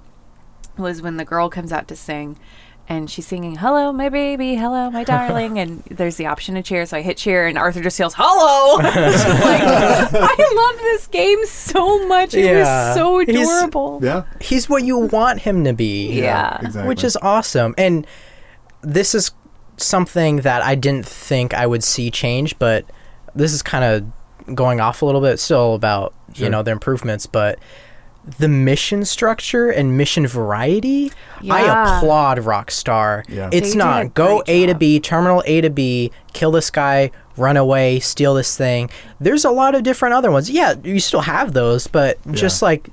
S1: was when the girl comes out to sing. And she's singing, "Hello, my baby, hello, my darling," and there's the option to cheer. So I hit cheer, and Arthur just yells, "Hello!" It's just like, I love this game so much. It
S5: Yeah.
S1: was so
S5: He's-
S1: adorable.
S2: Yeah.
S5: He's what you want him to be.
S1: Yeah.
S2: Exactly.
S5: which is awesome. And this is something that I didn't think I would see change, but this is kind of going off a little bit still about you
S2: Sure.
S5: know the improvements, but the mission structure and mission variety. I
S1: Yeah.
S5: applaud Rockstar.
S2: Yeah.
S5: It's
S1: They did a
S5: not go
S1: great
S5: A to
S1: job.
S5: B, terminal A to B, kill this guy, run away, steal this thing. There's a lot of different other ones. Yeah, you still have those, but just like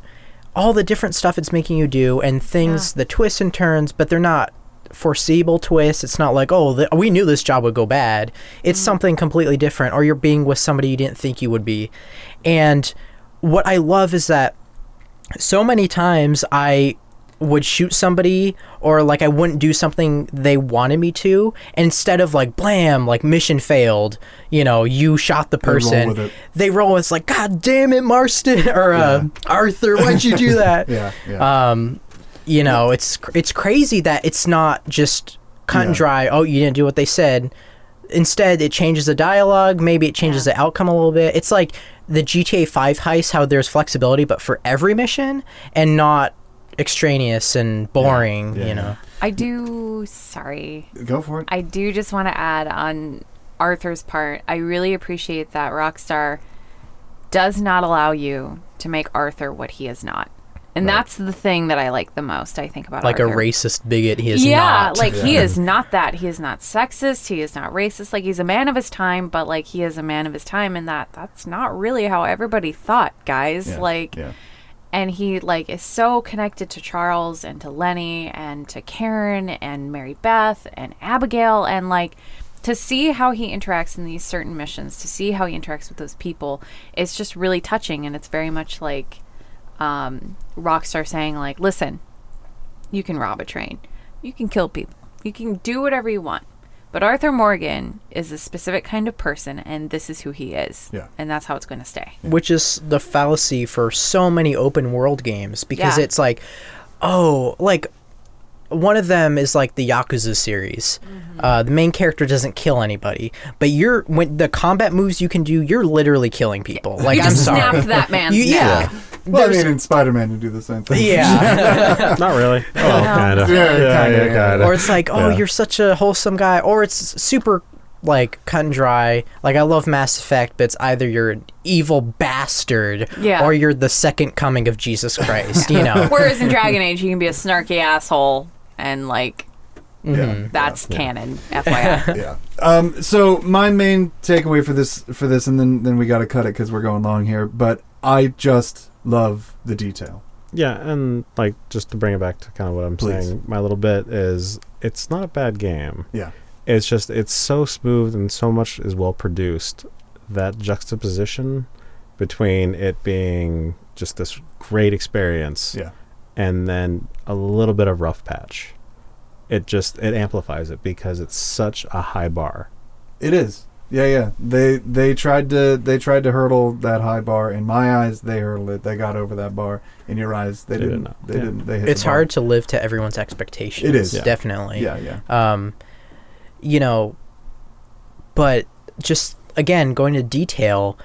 S5: all the different stuff it's making you do and things, the twists and turns, but they're not foreseeable twists. It's not like, oh, th- we knew this job would go bad.
S1: Mm-hmm.
S5: It's something completely different, or you're being with somebody you didn't think you would be. And what I love is that so many times I would shoot somebody or like I wouldn't do something they wanted me to and instead of like blam like mission failed you know you shot the
S2: roll
S5: person
S2: with it.
S5: they roll with like god damn it Marston or uh, Arthur why'd you do that
S2: Yeah. Yeah.
S5: um you know it's cr- it's crazy that it's not just cut and
S2: Yeah.
S5: dry oh you didn't do what they said instead it changes the dialogue maybe it changes the outcome a little bit it's like the gta 5 heist how there's flexibility but for every mission and not extraneous and boring
S2: Yeah,
S5: you
S2: yeah.
S5: know
S1: I do. Sorry.
S2: Go for it.
S1: Um, I do just want to add on Arthur's part. I really appreciate that Rockstar does not allow you to make Arthur what he is not. And that's the thing that I like the most, I think, about
S5: like
S1: Arthur.
S5: a racist bigot he is
S1: yeah,
S5: not
S1: like he is not that. He is not sexist. He is not racist. Like he's a man of his time, but like he is a man of his time, and that that's not really how everybody thought, guys.
S2: Yeah,
S1: Like,
S2: yeah.
S1: and he like is so connected to Charles and to Lenny and to Karen and Mary Beth and Abigail, and like to see how he interacts in these certain missions, to see how he interacts with those people, it's just really touching, and it's very much like um, Rockstar saying like, listen, you can rob a train. You can kill people. You can do whatever you want. But Arthur Morgan is a specific kind of person, and this is who he is.
S2: Yeah.
S1: And that's how it's going to stay.
S5: which is the fallacy for so many open world games because
S1: Yeah.
S5: it's like oh like one of them is like the yakuza series
S1: Mm-hmm.
S5: uh, the main character doesn't kill anybody but you're when the combat moves you can do you're literally killing people like
S1: you
S5: i'm
S1: just
S5: sorry
S1: snapped that man's
S5: You-
S1: neck.
S5: yeah
S2: Well, I
S5: there's-
S2: mean, in Spider-Man, you do the same thing.
S5: yeah
S4: Not really. Oh, kind of.
S2: Yeah, kinda, yeah.
S5: or it's like oh
S4: Yeah.
S5: you're such a wholesome guy or it's super like cut and dry like i love mass effect but it's either you're an evil bastard
S1: Yeah.
S5: or you're the second coming of jesus christ you know
S1: Whereas in Dragon Age, you can be a snarky asshole, and like,
S2: Mm-hmm. yeah.
S1: that's canon, FYI.
S2: yeah. Um, so my main takeaway for this for this, and then then we got to cut it because we're going long here. But I just love the detail.
S4: Yeah, and like just to bring it back to kind of what I'm
S2: Please.
S4: saying, my little bit is it's not a bad game.
S2: Yeah.
S4: It's just it's so smooth and so much is well produced that juxtaposition between it being just this great experience
S2: Yeah.
S4: and then a little bit of rough patch. It just it amplifies it because it's such a high bar.
S2: It is. Yeah, yeah. They they tried to they tried to hurdle that high bar. In my eyes, they hurdled it. They got over that bar. In your eyes, they,
S4: They did
S2: didn't.
S4: not.
S2: They
S4: Yeah.
S2: didn't. They hit.
S5: it's
S2: the bar.
S5: hard to live to everyone's expectations.
S2: It is. Yeah.
S5: definitely.
S2: Yeah, yeah.
S5: Um, you know, but just again going to detail,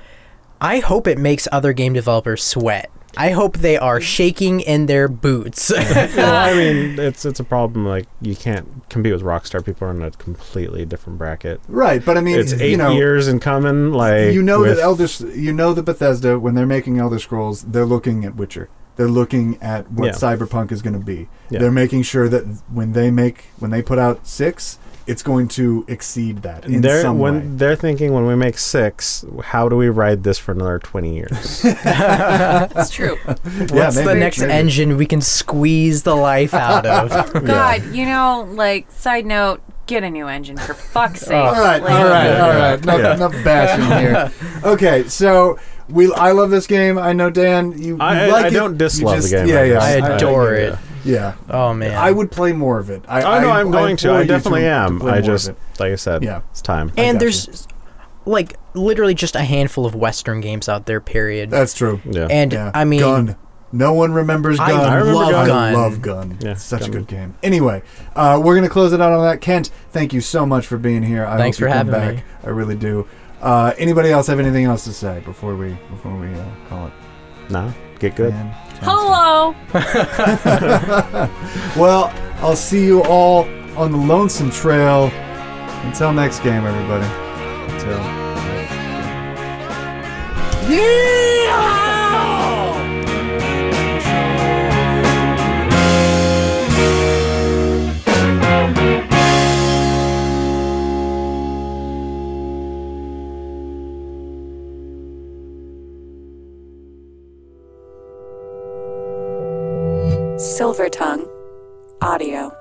S5: I hope it makes other game developers sweat. I hope they are shaking in their boots.
S4: well, I mean, it's it's a problem. Like you can't compete with Rockstar. People are in a completely different bracket.
S2: Right, but I mean,
S4: It's eight
S2: you know,
S4: years in coming. Like
S2: you know that
S4: with-
S2: Elder, S- you know that Bethesda when they're making Elder Scrolls, they're looking at Witcher. They're looking at what
S4: Yeah.
S2: Cyberpunk is going to be.
S4: Yeah.
S2: They're making sure that when they make when they put out six, it's going to exceed that in
S4: they're
S2: some
S4: when
S2: way.
S4: they're thinking when we make six, how do we ride this for another twenty years?
S1: That's true.
S5: What's the
S2: maybe,
S5: next
S2: maybe.
S5: engine we can squeeze the life out of?
S1: God, you know, like, side note,
S6: Get a new engine for fuck's sake.
S2: All right,
S6: Like,
S2: all right,
S4: Yeah,
S2: all
S4: yeah,
S2: right. Enough,
S3: yeah.
S2: enough bashing here. Okay, so we. I love this game. I know Dan. You, you
S4: I,
S2: like
S4: I
S2: it.
S4: don't
S2: You
S4: dislike
S2: just-
S4: the game.
S2: Yeah, yeah.
S5: I adore
S4: yeah.
S5: it.
S2: Yeah,
S5: Oh man.
S2: I would play more of it. I,
S4: Oh no,
S2: I,
S4: I'm going to.
S2: implore
S4: I
S2: you
S4: definitely
S2: to- to
S4: am.
S2: play more
S4: I
S2: of
S4: just,
S2: it.
S4: like I said,
S2: Yeah.
S4: it's time.
S2: got
S5: and there's like literally just a handful of Western games out there. Period.
S2: That's true.
S4: yeah.
S5: and
S2: Yeah.
S5: I mean,
S2: Gun. No one remembers
S5: I
S2: Gun.
S4: remember Gun.
S2: I love Gun.
S4: Yeah,
S2: Such
S4: Gun.
S2: a good game. Anyway, uh, we're going to close it out on that. Kent, thank you so much for being here. I
S5: Thanks
S2: hope you
S5: for
S2: come
S5: having
S2: back.
S5: me.
S2: I really do. Uh, anybody else have anything else to say before we before we uh, call it?
S4: nah, get good.
S2: Dan, Jensen?
S6: Hello.
S2: Well, I'll see you all on the lonesome trail. Until next game, everybody. Until.
S8: Silvertongue Audio.